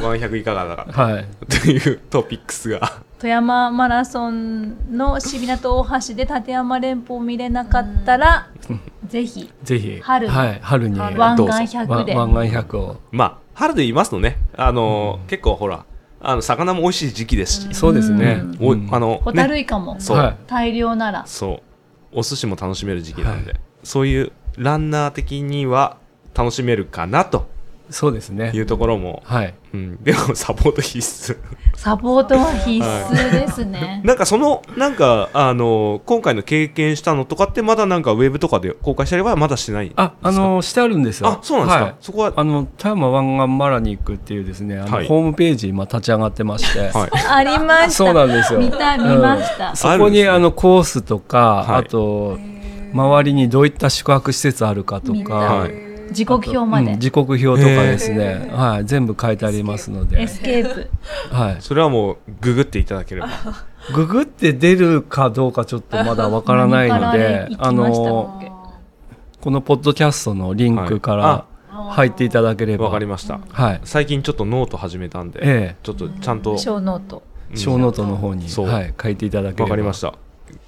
[SPEAKER 4] ワン100いかがだか
[SPEAKER 6] はい、
[SPEAKER 4] というトピックスが。
[SPEAKER 2] 富山マラソンの渋谷と大橋で立山連峰を見れなかったら、ぜひ
[SPEAKER 6] ぜひ
[SPEAKER 2] 春
[SPEAKER 6] はい、春に
[SPEAKER 1] 春
[SPEAKER 6] 湾
[SPEAKER 2] 湾
[SPEAKER 4] ど
[SPEAKER 2] 岸
[SPEAKER 4] うぞ
[SPEAKER 2] 100で
[SPEAKER 6] 湾岸100を
[SPEAKER 4] まあ、春で言いますとね、あのー、結構ほら、あの、魚も美味しい時期ですし、
[SPEAKER 6] そうですね、
[SPEAKER 4] おい
[SPEAKER 6] うん
[SPEAKER 4] あの、
[SPEAKER 2] ホタ
[SPEAKER 4] ね、
[SPEAKER 2] ルイカも
[SPEAKER 4] そう
[SPEAKER 6] はい
[SPEAKER 2] 大量なら
[SPEAKER 4] そう。お寿司も楽しめる時期なんで、そういうランナー的には楽しめるかなと
[SPEAKER 6] そうですね
[SPEAKER 4] いうところも、
[SPEAKER 6] はい
[SPEAKER 4] うん、でもサポート必須 *laughs*
[SPEAKER 2] サポートは必須ですね。
[SPEAKER 4] なんかそのなんかあの今回の経験したのとかってまだなんかウェブとかで公開したりはまだしてない
[SPEAKER 6] ああのしてあるんですよ
[SPEAKER 4] あそうなんですか、
[SPEAKER 6] はい
[SPEAKER 4] そこは
[SPEAKER 6] あの富山湾岸マラニックっていうですねあの、
[SPEAKER 4] はい
[SPEAKER 6] ホームページ今立ち上がってまして、
[SPEAKER 4] はい
[SPEAKER 2] ありました。
[SPEAKER 6] *laughs* そうなんですよ
[SPEAKER 2] 見た、見ました。
[SPEAKER 6] そこに
[SPEAKER 4] あ
[SPEAKER 6] あ,、
[SPEAKER 4] るんですね
[SPEAKER 6] のコースとか、
[SPEAKER 4] はい
[SPEAKER 6] あと周りにどういった宿泊施設あるかと
[SPEAKER 2] 見た
[SPEAKER 6] か、
[SPEAKER 4] はい
[SPEAKER 2] 時刻表ま
[SPEAKER 6] うん
[SPEAKER 2] で。
[SPEAKER 6] 時刻表とかですね、はい、全部書いてありますので
[SPEAKER 2] エ、スケープ。
[SPEAKER 6] は
[SPEAKER 4] それはもうググっていただけ
[SPEAKER 6] *laughs*
[SPEAKER 4] れば
[SPEAKER 6] い、ググって出るかどうかちょっとまだわからないので
[SPEAKER 2] 何、か
[SPEAKER 6] あ
[SPEAKER 2] ら行きました
[SPEAKER 6] のこのポッドキャストのリンクから入っていただければ、
[SPEAKER 4] わかり
[SPEAKER 6] ま
[SPEAKER 4] ました
[SPEAKER 6] す。はい、
[SPEAKER 4] 最近ちょっとノート始めたんで、
[SPEAKER 6] え
[SPEAKER 4] ちょっとちゃんと
[SPEAKER 2] っけ小ノート。
[SPEAKER 4] うん
[SPEAKER 6] え、小ノートの方に、
[SPEAKER 4] そう
[SPEAKER 6] はい、書いていただければ。
[SPEAKER 4] わかりました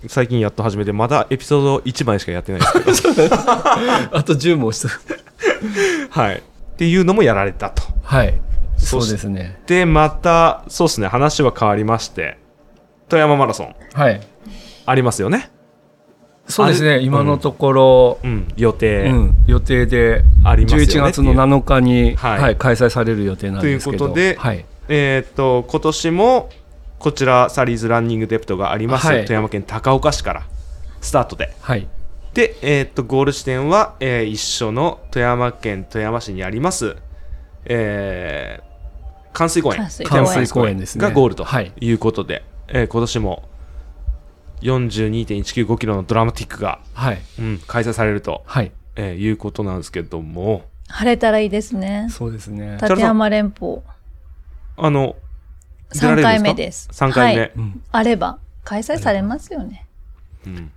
[SPEAKER 4] 最近やっと始めてまだエピソード1枚しかやってないですけど *laughs*
[SPEAKER 6] あと10問した。
[SPEAKER 4] はいっていうのもやられたと
[SPEAKER 6] はい、
[SPEAKER 4] そ
[SPEAKER 6] そううですね。
[SPEAKER 4] でまたそうですね話は変わりまして富山マラソン
[SPEAKER 6] はい、
[SPEAKER 4] ありますよね
[SPEAKER 6] そうです
[SPEAKER 4] あ
[SPEAKER 6] ね。
[SPEAKER 4] れ
[SPEAKER 6] 今のところ
[SPEAKER 4] う、ん予定、
[SPEAKER 6] うん予定で
[SPEAKER 4] ありますよねってい
[SPEAKER 6] 11
[SPEAKER 4] う
[SPEAKER 6] 月の7日に、
[SPEAKER 4] はい
[SPEAKER 6] はい、開催される予定なんですけど、
[SPEAKER 4] ということで
[SPEAKER 6] はい、
[SPEAKER 4] えーっと今年もこちらサリーズランニングデプトがあります、
[SPEAKER 6] はい
[SPEAKER 4] 富山県高岡市からスタートで
[SPEAKER 6] はい、
[SPEAKER 4] で、えーっとゴール地点は、えー一緒の富山県富山市にあります、えー関水公園
[SPEAKER 2] 関水公
[SPEAKER 6] 関
[SPEAKER 2] 園
[SPEAKER 6] 西公園ですね。
[SPEAKER 4] がゴールと
[SPEAKER 6] はい、
[SPEAKER 4] いうことで、えー今年も42.195キロのドラマティックが、
[SPEAKER 6] はい、
[SPEAKER 4] うん、開催されると、
[SPEAKER 6] はい、
[SPEAKER 4] えーいうことなんですけども
[SPEAKER 2] 晴れたらいいですね。
[SPEAKER 6] そうですね。
[SPEAKER 2] 立山連峰。
[SPEAKER 4] あの出ら
[SPEAKER 2] 3
[SPEAKER 4] れ
[SPEAKER 2] 回
[SPEAKER 4] るん
[SPEAKER 2] 目
[SPEAKER 4] で
[SPEAKER 2] です。
[SPEAKER 4] 3回目、
[SPEAKER 2] はい
[SPEAKER 6] うん
[SPEAKER 2] あれば、開催されますよね。
[SPEAKER 4] うん、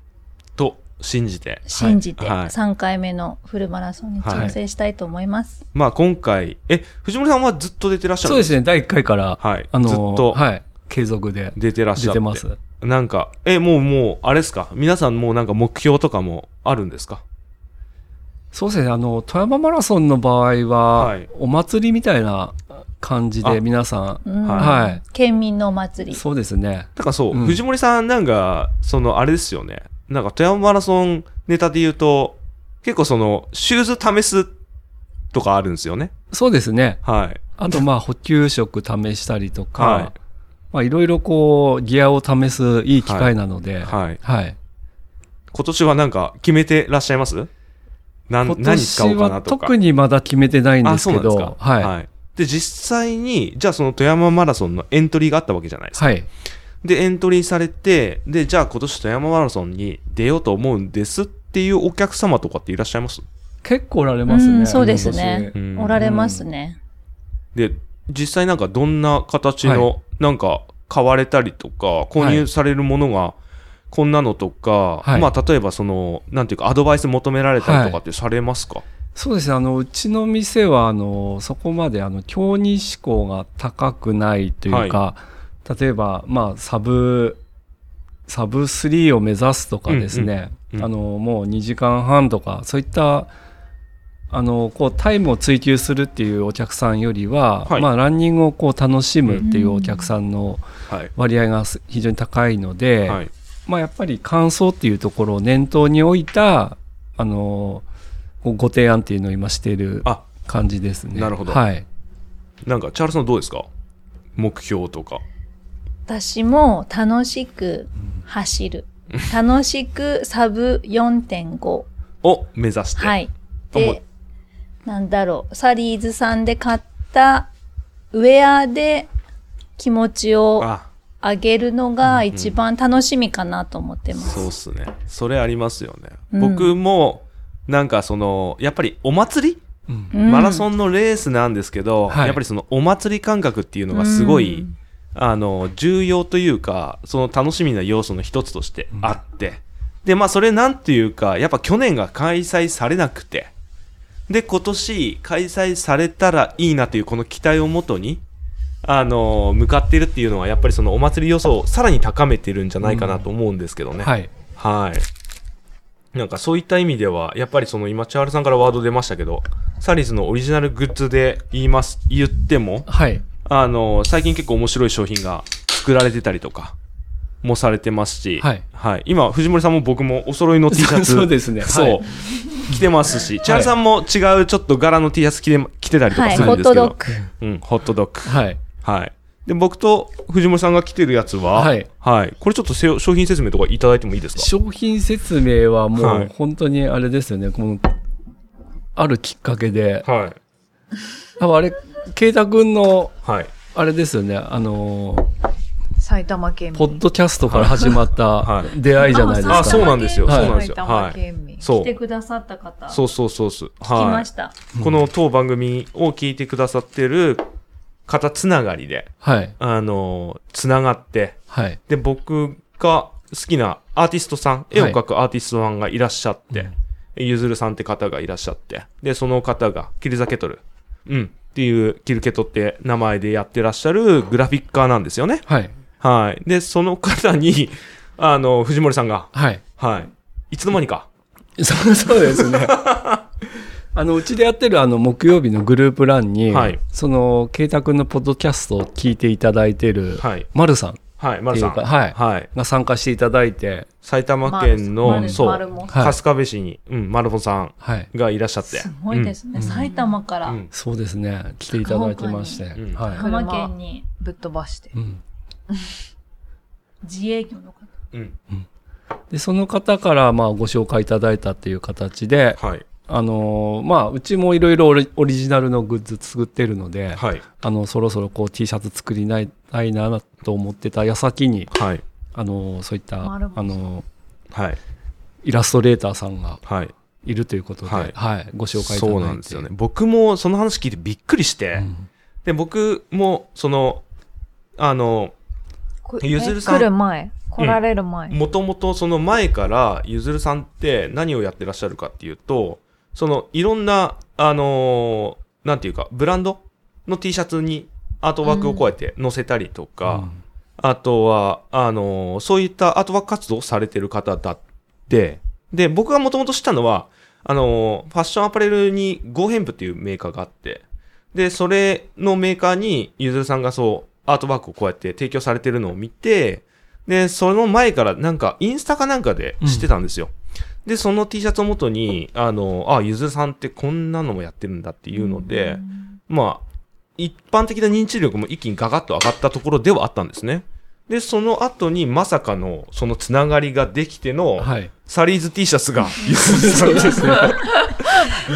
[SPEAKER 4] と信じて
[SPEAKER 2] 信じて、
[SPEAKER 4] はい
[SPEAKER 2] 3回目のフルマラソンに挑戦したいと思います。
[SPEAKER 4] まあ今回え藤森さんはずっと出てらっしゃる
[SPEAKER 6] そうです
[SPEAKER 4] ね
[SPEAKER 6] ね。第1回から、
[SPEAKER 4] はい
[SPEAKER 6] あの
[SPEAKER 4] ずっと
[SPEAKER 6] はい、継続で
[SPEAKER 4] 出てらっし
[SPEAKER 6] 出
[SPEAKER 4] ゃって
[SPEAKER 6] ます。
[SPEAKER 4] なんかえもうもうあれですか皆さんもうなんか目標とかもあるんですか
[SPEAKER 6] そうですね。あの富山マラソンの場合は、
[SPEAKER 4] はい
[SPEAKER 6] お祭りみたいな感じ
[SPEAKER 4] あ
[SPEAKER 6] で皆さん、
[SPEAKER 2] うん
[SPEAKER 4] はい
[SPEAKER 2] 県民のお祭り。
[SPEAKER 6] そうですね。
[SPEAKER 4] だからそう、
[SPEAKER 6] うん
[SPEAKER 4] 藤森さんなんか、そのあれですよね。なんか富山マラソンネタで言うと、結構その、シューズ試すとかあるんですよね。
[SPEAKER 6] そうですね。
[SPEAKER 4] はい。
[SPEAKER 6] あとまあ補給食試したりとか、
[SPEAKER 4] はい
[SPEAKER 6] まあいろいろこうギアを試すいい機会なので、はい。
[SPEAKER 4] はい。今年はなんか決めてらっしゃいますなん
[SPEAKER 6] 今
[SPEAKER 4] 何使お
[SPEAKER 6] 年
[SPEAKER 4] うかな
[SPEAKER 6] は
[SPEAKER 4] とか。
[SPEAKER 6] 特にまだ決めてないんで
[SPEAKER 4] あ、
[SPEAKER 6] す
[SPEAKER 4] そう
[SPEAKER 6] け
[SPEAKER 4] なんです
[SPEAKER 6] ど
[SPEAKER 4] か、。
[SPEAKER 6] はい、はい、
[SPEAKER 4] い。で、実際に、じゃあその富山マラソンのエントリーがあったわけじゃないですか。で、エントリーされて、で、じゃあ今年富山マラソンに出ようと思うんですっていうお客様とかっていらっしゃいます
[SPEAKER 6] 結構おられます
[SPEAKER 2] う
[SPEAKER 6] ね。
[SPEAKER 2] んそうですね
[SPEAKER 4] うん
[SPEAKER 2] おられますね。
[SPEAKER 4] で実際なんかどんな形の、
[SPEAKER 6] は
[SPEAKER 4] なんか買われたりとか購入されるものがこんなのとか、
[SPEAKER 6] はい
[SPEAKER 4] まあ例えばそのなんていうかアドバイス求められたりとかってされますか、
[SPEAKER 6] そうですね。あの、うちの店は、あの、そこまで、あの、競技志向が高くないというか、例えば、まあ、サブ、サブ3を目指すとかですね、
[SPEAKER 4] うんうんうん
[SPEAKER 6] あの、もう2時間半とか、そういった、あの、こう、タイムを追求するっていうお客さんよりは、
[SPEAKER 4] はい
[SPEAKER 6] まあ、ランニングをこう、楽しむっていうお客さんの
[SPEAKER 4] はい、
[SPEAKER 6] 割合がす非常に高いので、
[SPEAKER 4] はい、
[SPEAKER 6] まあ、やっぱり感想っていうところを念頭に置いた、あの、ごご提案っていうのを今している
[SPEAKER 4] あ
[SPEAKER 6] 感じですね。
[SPEAKER 4] なるほど
[SPEAKER 6] はい。
[SPEAKER 4] なんかチャールズさんどうですか目標とか
[SPEAKER 2] 私も楽しく走る。楽しくサブ4.5。
[SPEAKER 4] を目指して、
[SPEAKER 2] はい。
[SPEAKER 4] 思
[SPEAKER 2] で、なんだろう、サリーズさんで買ったウェアで気持ちを
[SPEAKER 4] あ
[SPEAKER 2] 上げるのが一番楽しみかなと思ってます。
[SPEAKER 4] そうっすねそれありますよね、
[SPEAKER 2] うん
[SPEAKER 4] 僕もなんかそのやっぱりお祭り
[SPEAKER 2] うん
[SPEAKER 4] マラソンのレースなんですけど、
[SPEAKER 6] はい
[SPEAKER 4] やっぱりそのお祭り感覚っていうのがすごい、
[SPEAKER 2] うん
[SPEAKER 4] あの重要というかその楽しみな要素の一つとしてあって、でまあそれなんていうかやっぱ去年が開催されなくてで今年開催されたらいいなというこの期待をもとにあの向かっているっていうのはやっぱりそのお祭り要素をさらに高めてるんじゃないかなと思うんですけどね。
[SPEAKER 6] はい。
[SPEAKER 4] はい。なんかそういった意味では、やっぱりその今、チャールさんからワード出ましたけど、サリーズのオリジナルグッズで言います、言っても、
[SPEAKER 6] はい。
[SPEAKER 4] あの、最近結構面白い商品が作られてたりとか、もされてますし、
[SPEAKER 6] はい
[SPEAKER 4] 今藤森さんも僕もお揃いの T シャ
[SPEAKER 6] *laughs*
[SPEAKER 4] ツ
[SPEAKER 6] そうですねはい
[SPEAKER 4] そう着てますし千原さんも違うちょっと柄の T シャツ着て着てたりとか
[SPEAKER 2] はい、
[SPEAKER 4] する
[SPEAKER 2] ホ
[SPEAKER 4] んで
[SPEAKER 2] ット
[SPEAKER 4] すけど、
[SPEAKER 2] ドッグ。
[SPEAKER 4] うん、ホットドッグ
[SPEAKER 6] はい。
[SPEAKER 4] はい。で、僕と藤森さんが来てるやつは、は
[SPEAKER 6] はいい。
[SPEAKER 4] これちょっとせ商品説明とかいただいてもいいですか
[SPEAKER 6] 商品説明は
[SPEAKER 4] は
[SPEAKER 6] も
[SPEAKER 4] いう
[SPEAKER 6] 本当にあれですよね。このあるきっかけで、
[SPEAKER 4] はい。
[SPEAKER 6] ああれ、慶太くんの、
[SPEAKER 4] はい。
[SPEAKER 6] あれですよね、あのー、
[SPEAKER 1] 埼玉県民。
[SPEAKER 6] ポッドキャストから始まっ
[SPEAKER 4] は
[SPEAKER 6] た
[SPEAKER 4] い
[SPEAKER 6] 出会いじゃないですか。
[SPEAKER 4] あ、そうなんですよ。
[SPEAKER 6] はい
[SPEAKER 4] そうなんですよ。
[SPEAKER 1] 埼玉
[SPEAKER 4] はい。
[SPEAKER 1] 県民。
[SPEAKER 4] そ
[SPEAKER 2] 来て
[SPEAKER 4] う。
[SPEAKER 2] くださった方。
[SPEAKER 4] そうそうそうそう。
[SPEAKER 2] 聞きま
[SPEAKER 4] は
[SPEAKER 2] した。
[SPEAKER 4] い。この当番組を聞いてくださってる方つながりで、
[SPEAKER 6] はい。
[SPEAKER 4] あのー、つながって、
[SPEAKER 6] はい。
[SPEAKER 4] で、僕が好きなアーティストさん、絵を描くアーティストさんがいらっしゃって、ゆずるさんって方がいらっしゃって、で、その方が、キルザケトル、うん、っていう、キルケトって名前でやってらっしゃるグラフィッカーなんですよね。
[SPEAKER 6] はい。
[SPEAKER 4] はい。で、その方に、あの、藤森さんが、
[SPEAKER 6] はい。
[SPEAKER 4] はい。いつの間にか、
[SPEAKER 6] *laughs* そうそうです
[SPEAKER 4] *laughs*
[SPEAKER 6] ね。あの、うちでやってるあの、木曜日のグループ欄に、
[SPEAKER 4] はい
[SPEAKER 6] その、慶太くんのポッドキャストを聞いていただいてる、
[SPEAKER 4] はい。
[SPEAKER 6] まるさん
[SPEAKER 4] はい、丸さん。
[SPEAKER 6] っていうかはい
[SPEAKER 4] はい。
[SPEAKER 6] が参加していただいて、
[SPEAKER 4] 埼玉
[SPEAKER 2] 丸
[SPEAKER 4] 県の、
[SPEAKER 2] さん
[SPEAKER 4] そう、
[SPEAKER 2] 丸も
[SPEAKER 6] はい
[SPEAKER 4] 春日部市に、うん、丸本さん
[SPEAKER 6] はい。
[SPEAKER 4] がいらっしゃって。
[SPEAKER 2] すごいですね。埼玉か
[SPEAKER 4] う
[SPEAKER 2] ら
[SPEAKER 4] ん。うん
[SPEAKER 6] そうですね。来ていただいてまして。
[SPEAKER 4] うん
[SPEAKER 6] は
[SPEAKER 2] 浜県に
[SPEAKER 1] ぶっ飛ばして
[SPEAKER 6] い。。うん。
[SPEAKER 2] 自営業の方。
[SPEAKER 4] うん。
[SPEAKER 6] で、その方から、まあ、ご紹介いただいたっていう形で、
[SPEAKER 4] はい。
[SPEAKER 6] あのーまあ、うちもいろいろオリオリジナルのグッズ作ってるので、
[SPEAKER 4] はい。
[SPEAKER 6] あの、そろそろこう T シャツ作りないたいなと思ってた矢先に、
[SPEAKER 4] はい。
[SPEAKER 6] あのーそういった、あ
[SPEAKER 1] 丸
[SPEAKER 6] の
[SPEAKER 1] 本さん
[SPEAKER 6] ー
[SPEAKER 4] はい。
[SPEAKER 6] イラストレーターさんが
[SPEAKER 4] はい。
[SPEAKER 6] いるということで、
[SPEAKER 4] は
[SPEAKER 6] はいい、ご紹介いただいて。
[SPEAKER 4] そうなんですよね。。僕もその話聞いてびっくりして、
[SPEAKER 6] ん
[SPEAKER 4] で、僕も、その、あの、
[SPEAKER 1] こ
[SPEAKER 4] ゆずるさん
[SPEAKER 1] え来る前、来られる前。
[SPEAKER 4] もともとその前から、ゆずるさんって何をやってらっしゃるかっていうと、その、いろんな、あのーなんていうか、ブランドの T シャツにアートワークをこうやって載せたりとか、
[SPEAKER 6] うん
[SPEAKER 4] あとは、あのーそういったアートワーク活動をされてる方だって、で、僕がもともと知ったのは、あのーファッションアパレルにゴーヘンプっていうメーカーがあって、で、それのメーカーにゆずるさんがそう、アートワークをこうやって提供されてるのを見て、で、その前からなんか、インスタかなんかで知ってたんですよ。で、その T シャツを元に、あのーあ、ゆずるさんってこんなのもやってるんだっていうので、まあ、一般的な認知力も一気にガガッと上がったところではあったんですね。で、その後にまさかの、そのつながりができての、
[SPEAKER 6] はい。
[SPEAKER 4] サリーズ T シャ
[SPEAKER 6] *laughs*
[SPEAKER 4] ツが、そうですね。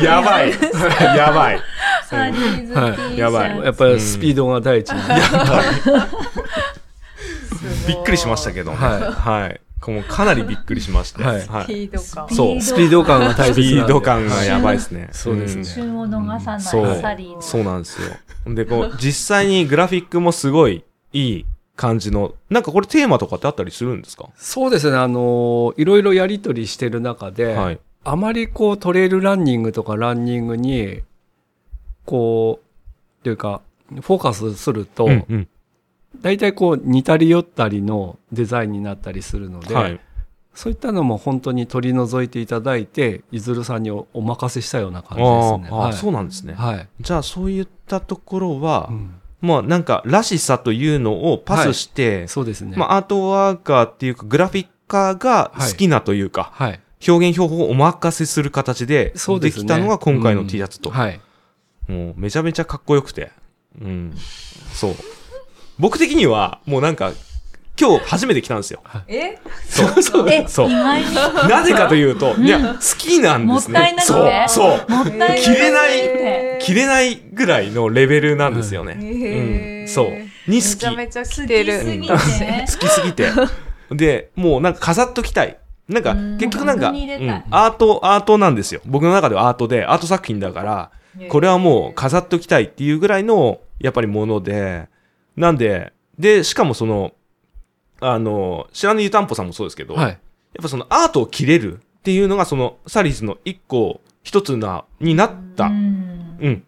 [SPEAKER 4] *laughs* やばい。
[SPEAKER 6] *laughs*
[SPEAKER 4] やばい。
[SPEAKER 2] サリーズ T シ
[SPEAKER 6] は
[SPEAKER 2] ャ
[SPEAKER 6] い
[SPEAKER 2] ツ。
[SPEAKER 4] やばい
[SPEAKER 6] やっぱりスピードが第一に。 *laughs*
[SPEAKER 4] びっくりしましたけどね。
[SPEAKER 6] はい
[SPEAKER 4] はい。もうかなりびっくりしまして。
[SPEAKER 6] はい
[SPEAKER 1] スピード感。
[SPEAKER 4] そう。
[SPEAKER 6] スピード感が大
[SPEAKER 4] ス
[SPEAKER 6] 切なんで
[SPEAKER 4] ピード感がやばいですね。
[SPEAKER 6] *laughs* そうです
[SPEAKER 4] ん
[SPEAKER 6] ね
[SPEAKER 2] 旬を逃さ
[SPEAKER 4] そ
[SPEAKER 2] な
[SPEAKER 4] う
[SPEAKER 2] いサリー。ズ。
[SPEAKER 4] そうなんですよ。で、こう、実際にグラフィックもすごいいい感じの、なんかこれテーマとかってあったりするんですか
[SPEAKER 6] そうですね。あのーいろいろやりとりしてる中で、
[SPEAKER 4] はい。
[SPEAKER 6] あまりこうトレイルランニングとかランニングに、こう、というか、フォーカスすると、
[SPEAKER 4] うんうん
[SPEAKER 6] 大体こう似たり寄ったりのデザインになったりするので、
[SPEAKER 4] はい。
[SPEAKER 6] そういったのも本当に取り除いていただいて、いずるさんにおお任せしたような
[SPEAKER 4] あ
[SPEAKER 6] 感じですね。
[SPEAKER 4] ーあー、そうなんですね。
[SPEAKER 6] はい。はい。
[SPEAKER 4] じゃあそういったところは
[SPEAKER 6] う、ん
[SPEAKER 4] まあなんからしさというのをパスして、
[SPEAKER 6] そうですね。
[SPEAKER 4] まあアートワーカーっていうかグラフィッカーが好きなというか、
[SPEAKER 6] はい。
[SPEAKER 4] 表現標法をお任せする形で
[SPEAKER 6] そう
[SPEAKER 4] で
[SPEAKER 6] ですね。
[SPEAKER 4] きたのが今回の T シャツと。
[SPEAKER 6] うんはい。
[SPEAKER 4] もうめちゃめちゃかっこよくて。うん。そう。僕的にはもうなんか今日初めて来たんですよ。
[SPEAKER 1] え
[SPEAKER 4] *laughs* そう。そう
[SPEAKER 2] え、意
[SPEAKER 4] そ
[SPEAKER 2] 外
[SPEAKER 4] う。
[SPEAKER 2] に
[SPEAKER 4] なぜかというと、いや、好きなんです
[SPEAKER 2] も
[SPEAKER 4] ね。
[SPEAKER 2] ったいなくて
[SPEAKER 4] そう。そう。
[SPEAKER 2] もったい
[SPEAKER 4] 着れない
[SPEAKER 2] って。
[SPEAKER 4] 着れないぐらいのレベルなんですよね。
[SPEAKER 1] へー
[SPEAKER 4] うん、そう。に
[SPEAKER 1] めちゃめ
[SPEAKER 4] 好
[SPEAKER 1] ちゃ
[SPEAKER 2] 好
[SPEAKER 1] 来
[SPEAKER 2] き
[SPEAKER 1] てる。
[SPEAKER 2] すぎて。
[SPEAKER 4] き。好きすぎて。で、もうなんか飾っときたい。なんか、結局なん
[SPEAKER 2] もう箱
[SPEAKER 4] か、
[SPEAKER 2] に入れたい
[SPEAKER 4] うんアート、アートなんですよ。僕の中ではアートで、アート作品だから、これはもう飾っときたいっていうぐらいの、やっぱりもので、なんで、で、しかもその、あの、白根湯たんぽさんもそうですけど、
[SPEAKER 6] はい。
[SPEAKER 4] やっぱそのアートを切れるっていうのがそのサリーズの一個一つな、になった、
[SPEAKER 2] うん
[SPEAKER 4] うん、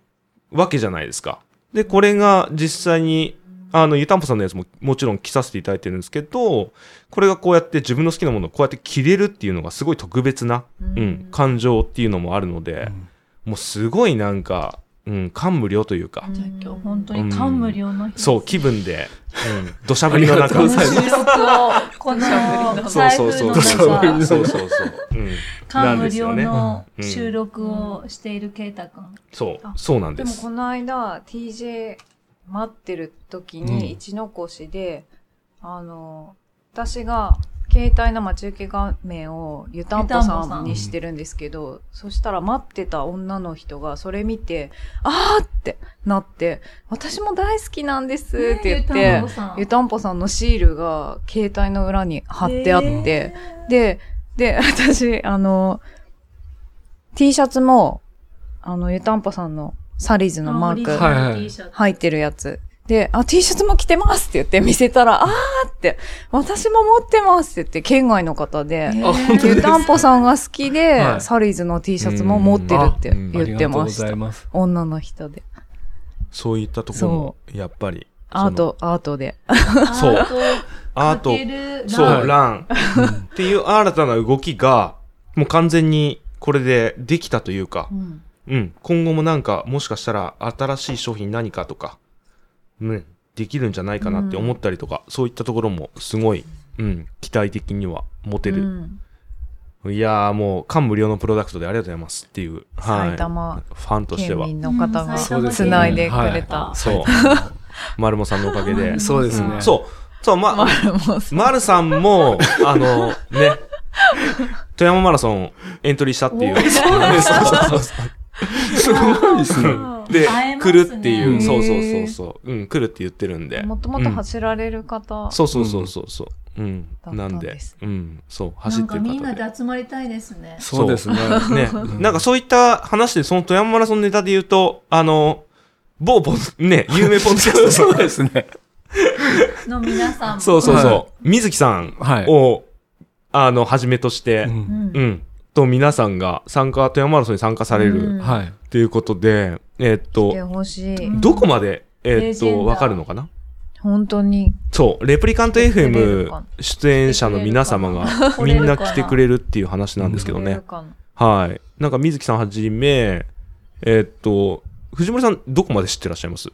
[SPEAKER 4] わけじゃないですか。で、これが実際に、あの、ゆたんぽさんのやつももちろん着させていただいてるんですけど、これがこうやって自分の好きなものをこうやって着れるっていうのがすごい特別な、うん、感情っていうのもあるので、もうすごいなんか、うん、感無量というか、
[SPEAKER 2] じゃあ今日本当に感無量の日、
[SPEAKER 4] そう、気分で、うん、土砂降りの
[SPEAKER 3] ありがと
[SPEAKER 4] 中
[SPEAKER 3] う、ございます
[SPEAKER 2] 収録をこの
[SPEAKER 4] そう
[SPEAKER 2] 台
[SPEAKER 4] そう
[SPEAKER 2] 風
[SPEAKER 4] そ
[SPEAKER 2] の
[SPEAKER 4] う、そう
[SPEAKER 2] 中
[SPEAKER 4] そうそう、うん、
[SPEAKER 2] 感
[SPEAKER 4] なん
[SPEAKER 2] 無
[SPEAKER 4] ですよ
[SPEAKER 2] 量
[SPEAKER 4] ね
[SPEAKER 2] の
[SPEAKER 4] うん
[SPEAKER 2] 収録をしている圭太君
[SPEAKER 4] そう、そうなん
[SPEAKER 1] で
[SPEAKER 4] で
[SPEAKER 1] も
[SPEAKER 4] す
[SPEAKER 1] こ。の間 TJ 待ってる時
[SPEAKER 3] うん
[SPEAKER 1] に一の越で、あの私が携帯の待ち受け画面を湯たんぽ
[SPEAKER 2] 湯たんぽさ
[SPEAKER 1] さ
[SPEAKER 2] ん
[SPEAKER 1] んにしてるんですけど、そしたら待ってた女の人がそれ見て、あーってなって、私も大好きなんですって言って、
[SPEAKER 2] ねゆたんぽさん
[SPEAKER 1] 湯たんぽさんのシールが携帯の裏に貼ってあって、で、で、 *laughs* 私、あの、T シャツも、あの、湯たんぽさんのサリーズのマー
[SPEAKER 2] オリジ
[SPEAKER 1] ク
[SPEAKER 3] はい
[SPEAKER 2] ナル T シャツ
[SPEAKER 1] 入ってるやつ。で、あ、T シャツも着てますって言って見せたら、あーって、私も持ってますって言って、県外の方で、
[SPEAKER 2] えー
[SPEAKER 3] あ本当
[SPEAKER 1] 湯
[SPEAKER 3] です
[SPEAKER 1] たんぽさんが好きで、
[SPEAKER 3] はい
[SPEAKER 1] サリーズの T シャツも持ってるって
[SPEAKER 4] うんあ
[SPEAKER 3] あ
[SPEAKER 1] 言
[SPEAKER 3] り
[SPEAKER 1] っ
[SPEAKER 3] が
[SPEAKER 1] て
[SPEAKER 3] とうご
[SPEAKER 1] まし
[SPEAKER 3] ざい
[SPEAKER 1] た。
[SPEAKER 3] ます。
[SPEAKER 1] 女の人で。
[SPEAKER 4] そういったところも、やっぱり、
[SPEAKER 1] アート、アートで。
[SPEAKER 4] そ
[SPEAKER 2] ア
[SPEAKER 4] う
[SPEAKER 2] ート
[SPEAKER 4] その。アー
[SPEAKER 2] か
[SPEAKER 4] ト
[SPEAKER 2] け、る
[SPEAKER 4] そ
[SPEAKER 2] ラ
[SPEAKER 4] う、ラ
[SPEAKER 1] *laughs*
[SPEAKER 4] ンっていう新たな動きが、もう完全にこれでできたというか、うん、今後もなんか、もしかしたら新しい商品何かとか、うん、できるんじゃないかなって思ったりとか、そういったところもすごい、うん、期待的には持て
[SPEAKER 1] う
[SPEAKER 4] る。
[SPEAKER 1] ん
[SPEAKER 4] いやーもう、感無量のプロダクトでありがとうございますっていう、はい、
[SPEAKER 1] 埼玉
[SPEAKER 4] ファンとして
[SPEAKER 1] 県
[SPEAKER 4] は。
[SPEAKER 1] 民の方が
[SPEAKER 2] うんそうです
[SPEAKER 1] つ
[SPEAKER 2] ね
[SPEAKER 1] ないでくれ
[SPEAKER 2] は
[SPEAKER 1] た。
[SPEAKER 4] そう。丸もさんのおかげ
[SPEAKER 1] *laughs*
[SPEAKER 4] で。
[SPEAKER 3] そうです
[SPEAKER 2] う
[SPEAKER 3] ね。
[SPEAKER 2] ん
[SPEAKER 4] そう。そう、ま、
[SPEAKER 1] あれも
[SPEAKER 4] 丸さんも、あの、ね、富山マラソンエントリーしたっていう。そうそうそう
[SPEAKER 3] すごいですね。
[SPEAKER 4] で
[SPEAKER 2] 会え、ますね
[SPEAKER 4] 来るっていう、そうそうそうそう。うん、来るって言ってるんで。
[SPEAKER 1] もともと
[SPEAKER 4] うん
[SPEAKER 1] 走られる方、
[SPEAKER 4] そうそうそうそうそう。うん。
[SPEAKER 1] だった
[SPEAKER 4] なんん
[SPEAKER 1] で、
[SPEAKER 4] ですうん、そう、
[SPEAKER 2] な
[SPEAKER 4] 走っ
[SPEAKER 2] ん
[SPEAKER 4] て
[SPEAKER 2] か
[SPEAKER 4] る
[SPEAKER 2] みんな
[SPEAKER 4] 方で。
[SPEAKER 2] で集まりたいですね。
[SPEAKER 3] そうですね。
[SPEAKER 4] ね、なんかそういった話で、その富山マラソンネタで言うと、あの、某ポン、ね、有名ポンドキャスト
[SPEAKER 3] そうですね。
[SPEAKER 2] の皆さんも。
[SPEAKER 4] そうそうそう。
[SPEAKER 3] は
[SPEAKER 4] 水木さん
[SPEAKER 3] はい
[SPEAKER 4] を、あの、はじめとして、
[SPEAKER 3] *laughs* うん
[SPEAKER 2] うん
[SPEAKER 4] うん。と、皆さんが参加、富山マラソンに参加され
[SPEAKER 1] う
[SPEAKER 4] る
[SPEAKER 1] ん
[SPEAKER 3] はい。
[SPEAKER 4] っていうことで、えーっ
[SPEAKER 1] 来て
[SPEAKER 4] と、
[SPEAKER 1] ほしい。
[SPEAKER 2] ん
[SPEAKER 4] どこまで、え
[SPEAKER 2] レ
[SPEAKER 4] ーっ
[SPEAKER 2] ジェン
[SPEAKER 4] と、
[SPEAKER 2] ダ
[SPEAKER 4] わかるのかな
[SPEAKER 1] 本当に。
[SPEAKER 4] そう、レプリカント
[SPEAKER 1] 来てくれる
[SPEAKER 4] FM
[SPEAKER 1] かな
[SPEAKER 4] 出演者の皆様が
[SPEAKER 2] 来
[SPEAKER 4] み
[SPEAKER 2] れる
[SPEAKER 4] ん
[SPEAKER 2] かな
[SPEAKER 4] な来てくれるっていう話なんですけど
[SPEAKER 1] 来れる
[SPEAKER 4] ね。
[SPEAKER 1] かな
[SPEAKER 4] はい。なんか水木さんはじめ、えーっと、藤森さんどこまで知ってらっしゃいます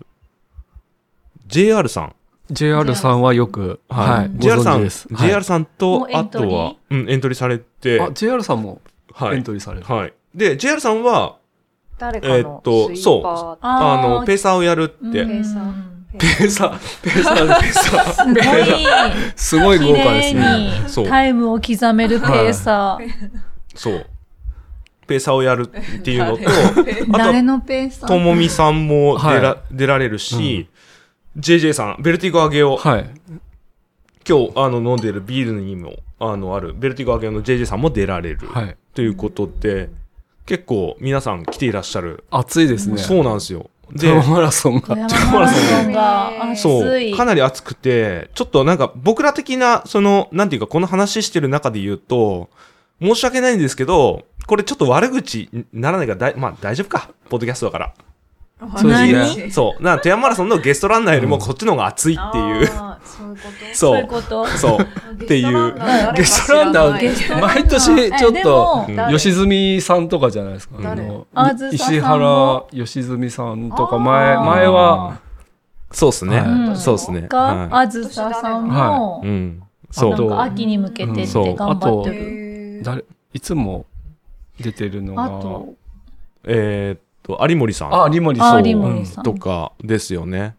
[SPEAKER 4] ?JR さん。
[SPEAKER 3] JR さんはよく、
[SPEAKER 4] は
[SPEAKER 3] はいい。。
[SPEAKER 4] JR
[SPEAKER 3] ご
[SPEAKER 4] さ
[SPEAKER 3] 存知
[SPEAKER 4] ん
[SPEAKER 3] です、。はい
[SPEAKER 4] JR さん
[SPEAKER 2] も
[SPEAKER 4] と
[SPEAKER 2] う、エ
[SPEAKER 4] あ
[SPEAKER 2] ントリー
[SPEAKER 4] とは、うん、エントリーされて、
[SPEAKER 3] あ、JR さんも
[SPEAKER 4] は
[SPEAKER 3] エン
[SPEAKER 4] い。
[SPEAKER 3] トリーされる。
[SPEAKER 4] はい。で、JR さんは、
[SPEAKER 1] 誰か
[SPEAKER 4] えー
[SPEAKER 1] の
[SPEAKER 4] っ
[SPEAKER 1] スイ
[SPEAKER 4] と
[SPEAKER 1] ーパーって
[SPEAKER 4] あ
[SPEAKER 2] ー
[SPEAKER 4] の、ペーサーをやるって。
[SPEAKER 2] うん
[SPEAKER 1] ペーサー
[SPEAKER 4] ペーサー、ペーサー、ペーサー。
[SPEAKER 2] すご
[SPEAKER 3] *laughs*
[SPEAKER 2] い、
[SPEAKER 3] すごい豪
[SPEAKER 2] 綺
[SPEAKER 3] 華ですね。
[SPEAKER 2] 麗
[SPEAKER 4] そう
[SPEAKER 2] にタイムを刻めるペーサー。
[SPEAKER 4] そう。ペーサーをやるっていうのと、あ
[SPEAKER 2] 誰のペーサ
[SPEAKER 4] と、と
[SPEAKER 2] ー
[SPEAKER 4] もみさんも出ら,、
[SPEAKER 3] は
[SPEAKER 4] 出られるし、JJ さん、ベルティゴアゲオ、
[SPEAKER 3] はい。
[SPEAKER 4] 今日、あの、飲んでるビールにも、あの、ある、ベルティゴアゲオの JJ さんも出られる。
[SPEAKER 3] はい。
[SPEAKER 4] ということで、結構皆さん来ていらっしゃる。
[SPEAKER 3] 暑いですね。
[SPEAKER 4] そうなんですよ。
[SPEAKER 3] で、
[SPEAKER 4] で、
[SPEAKER 3] マラソン
[SPEAKER 2] 富
[SPEAKER 3] が。
[SPEAKER 2] 山マラソンが熱
[SPEAKER 4] そう、
[SPEAKER 2] い。
[SPEAKER 4] かなり暑くて、ちょっとなんか僕ら的な、その、なんていうか、この話してる中で言うと、申し訳ないんですけど、これちょっと悪口にならないから、だいまあ大丈夫か。ポッドキャストだから。
[SPEAKER 3] そうです
[SPEAKER 2] 何
[SPEAKER 3] ね。
[SPEAKER 4] *laughs* そう。なんか富山マラソンのゲストランナーよりもこっちの方が熱いっていう。
[SPEAKER 1] あーそういうこ
[SPEAKER 2] そう
[SPEAKER 4] *laughs*
[SPEAKER 2] いう
[SPEAKER 4] そう。
[SPEAKER 2] こと。 *laughs*
[SPEAKER 4] そう。
[SPEAKER 1] と
[SPEAKER 4] っていう
[SPEAKER 1] ゲ
[SPEAKER 3] ゲス
[SPEAKER 1] ス
[SPEAKER 3] ト
[SPEAKER 1] トラ
[SPEAKER 3] ラ
[SPEAKER 1] ン
[SPEAKER 3] ン
[SPEAKER 1] ナ
[SPEAKER 3] ナ
[SPEAKER 1] ー
[SPEAKER 3] ー
[SPEAKER 1] 誰か知らない
[SPEAKER 3] 毎年ちょっと
[SPEAKER 2] えでも
[SPEAKER 4] うん
[SPEAKER 1] 誰
[SPEAKER 3] 吉住さんとかじゃないですか。
[SPEAKER 1] 誰
[SPEAKER 2] あ
[SPEAKER 3] あ
[SPEAKER 2] ず
[SPEAKER 3] の
[SPEAKER 2] さ
[SPEAKER 3] い
[SPEAKER 2] さんも
[SPEAKER 3] 石原良純さんとか前、
[SPEAKER 1] あー
[SPEAKER 3] 前は、
[SPEAKER 4] そうっすね。
[SPEAKER 3] はい
[SPEAKER 4] そうっすね。
[SPEAKER 2] が、
[SPEAKER 4] は
[SPEAKER 2] あずささんも
[SPEAKER 4] い、う、ん。
[SPEAKER 3] あ
[SPEAKER 2] なん
[SPEAKER 4] そう。
[SPEAKER 2] か秋に向けてっ
[SPEAKER 4] そ
[SPEAKER 2] て
[SPEAKER 4] う
[SPEAKER 2] 頑張って
[SPEAKER 1] へ
[SPEAKER 2] る。
[SPEAKER 1] ー
[SPEAKER 3] 誰、いつも出てるの
[SPEAKER 2] あ
[SPEAKER 3] が、
[SPEAKER 2] と、
[SPEAKER 4] えーっと、有森さん。
[SPEAKER 3] あ、リモリ
[SPEAKER 2] あ
[SPEAKER 3] そ
[SPEAKER 2] ー、
[SPEAKER 3] う。
[SPEAKER 2] リモリさん。
[SPEAKER 4] とかですよね。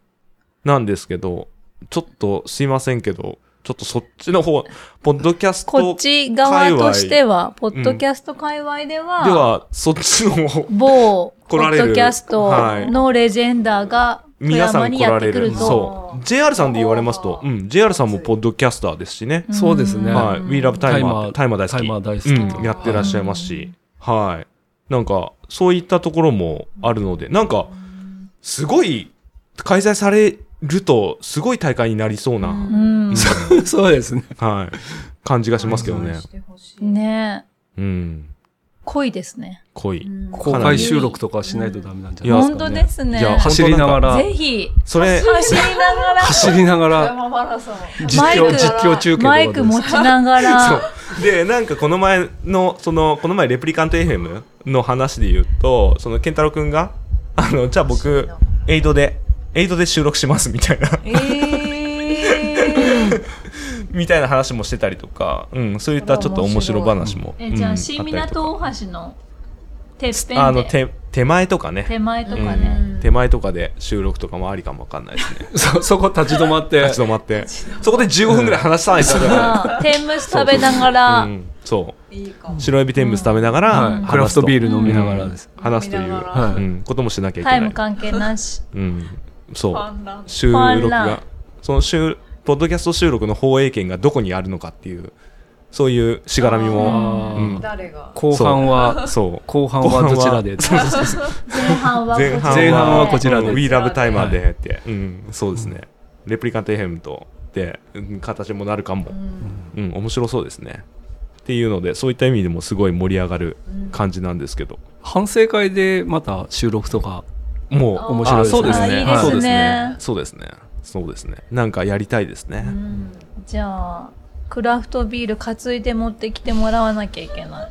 [SPEAKER 4] なんですけど、ちょっとすいませんけど、ちょっとそっちの方、ポッドキャス
[SPEAKER 2] こ
[SPEAKER 4] ト
[SPEAKER 2] っ
[SPEAKER 4] で
[SPEAKER 2] ち側としては、ポッドキャスト界隈では、
[SPEAKER 4] は、そっち
[SPEAKER 2] *laughs*
[SPEAKER 4] の方、
[SPEAKER 2] 某、ポ
[SPEAKER 4] 来ら
[SPEAKER 2] ッ
[SPEAKER 4] れる
[SPEAKER 2] ドキャストのレジェンダーが富
[SPEAKER 4] 皆さ
[SPEAKER 2] 山
[SPEAKER 4] ん
[SPEAKER 2] に
[SPEAKER 4] 来
[SPEAKER 2] や
[SPEAKER 4] ら
[SPEAKER 2] っ
[SPEAKER 4] れ
[SPEAKER 2] てく
[SPEAKER 4] る。
[SPEAKER 2] ると。
[SPEAKER 4] そう。JR さんで言われますと、うん、JR さんもポッドキャスターですしね。
[SPEAKER 3] そうですね。
[SPEAKER 4] はい。We Love
[SPEAKER 3] タイ
[SPEAKER 4] Timer
[SPEAKER 3] マ、ー
[SPEAKER 4] タイマー大好き。
[SPEAKER 3] タイマー大好き
[SPEAKER 4] うん、やってらっしゃいますし、はい。なんか、そういったところもあるので、なんか、すごい、開催されると、すごい大会になりそうな、
[SPEAKER 2] うん。
[SPEAKER 3] *laughs* そうですね。
[SPEAKER 4] *laughs* はい、感じがしますけどね。
[SPEAKER 1] してほしい
[SPEAKER 2] ねえ
[SPEAKER 4] うん、
[SPEAKER 2] 濃いですね。
[SPEAKER 4] 濃い。
[SPEAKER 3] 公開収録とかしないとダメなんじゃないですか、
[SPEAKER 2] 本当
[SPEAKER 3] ね。
[SPEAKER 2] ですね
[SPEAKER 4] い。や
[SPEAKER 3] 走りながら、
[SPEAKER 2] ぜひ、
[SPEAKER 4] それ、
[SPEAKER 2] 走りながら、
[SPEAKER 3] 走りながら、
[SPEAKER 1] 山マラソン
[SPEAKER 3] 実
[SPEAKER 2] マイ
[SPEAKER 3] 況、
[SPEAKER 2] ク
[SPEAKER 3] 実況中継とか
[SPEAKER 2] マイク
[SPEAKER 3] どう
[SPEAKER 2] 持
[SPEAKER 3] *laughs*
[SPEAKER 2] ちなが
[SPEAKER 4] *laughs* そ
[SPEAKER 2] ら、
[SPEAKER 4] う。で、なんかこの前の、その、この前レプリカント FM の話で言うと、その、ケンタロウくんが、あの、じゃあ僕、エイドで、エイドで収録しますみたいな、
[SPEAKER 1] えー、
[SPEAKER 4] みたいな話もしてたりとか、うん、そういったちょっと面白話も。
[SPEAKER 2] えじゃ
[SPEAKER 4] うん
[SPEAKER 2] あ新港大橋のてっぺ
[SPEAKER 4] あ
[SPEAKER 2] ん
[SPEAKER 4] の
[SPEAKER 2] で
[SPEAKER 4] 手手前とかね
[SPEAKER 2] 手前とかね、
[SPEAKER 4] うん手前とかで収録とかもありかもわかんないですね
[SPEAKER 6] そそこ立ち止まって
[SPEAKER 4] 立ち止
[SPEAKER 6] *laughs*
[SPEAKER 4] まってそこで15分ぐらい話さないと、
[SPEAKER 2] まあ天むす食べながら
[SPEAKER 4] うん、そ
[SPEAKER 1] いいかも
[SPEAKER 4] う白エビ天むす食べながら、
[SPEAKER 6] はいクラフトビール飲みながらです。
[SPEAKER 4] ル話すとい
[SPEAKER 1] 飲
[SPEAKER 4] う、
[SPEAKER 1] みながら
[SPEAKER 4] う
[SPEAKER 6] はい
[SPEAKER 4] ん、こともしなきゃい
[SPEAKER 2] タ
[SPEAKER 4] けない
[SPEAKER 2] イム関係なし
[SPEAKER 4] うん、そ
[SPEAKER 1] パ
[SPEAKER 4] う
[SPEAKER 1] ンラン
[SPEAKER 4] 収
[SPEAKER 2] ファ
[SPEAKER 4] 録
[SPEAKER 2] ンラン
[SPEAKER 4] がその収ポッドキャスト収録の放映権がどこにあるのかっていうそういうしがらみも
[SPEAKER 6] あ
[SPEAKER 4] うん
[SPEAKER 6] ー
[SPEAKER 1] 誰が
[SPEAKER 6] 後半は、
[SPEAKER 4] そう
[SPEAKER 6] 後半はどちら *laughs* で
[SPEAKER 4] 後半はそうそうそう
[SPEAKER 2] 前半はこち
[SPEAKER 4] 前
[SPEAKER 2] らで
[SPEAKER 6] 前半はこちら
[SPEAKER 4] 半は
[SPEAKER 6] で
[SPEAKER 4] うん We Love Timer でって、うん、そうですね。レプリカント FM とで、うん形もなるかも、うん、面白そうですね。っていうので、そういった意味でもすごい盛り上がる感じなんですけど、
[SPEAKER 6] 反省会でまた収録とか。
[SPEAKER 4] もう
[SPEAKER 2] あー
[SPEAKER 4] 面白いですね。
[SPEAKER 6] そうですねあーいいですね
[SPEAKER 4] そうですね。そうですね。そうですね。なんかやりたいですね。
[SPEAKER 2] じゃあクラフトビール担いで持ってきてもらわなきゃいけない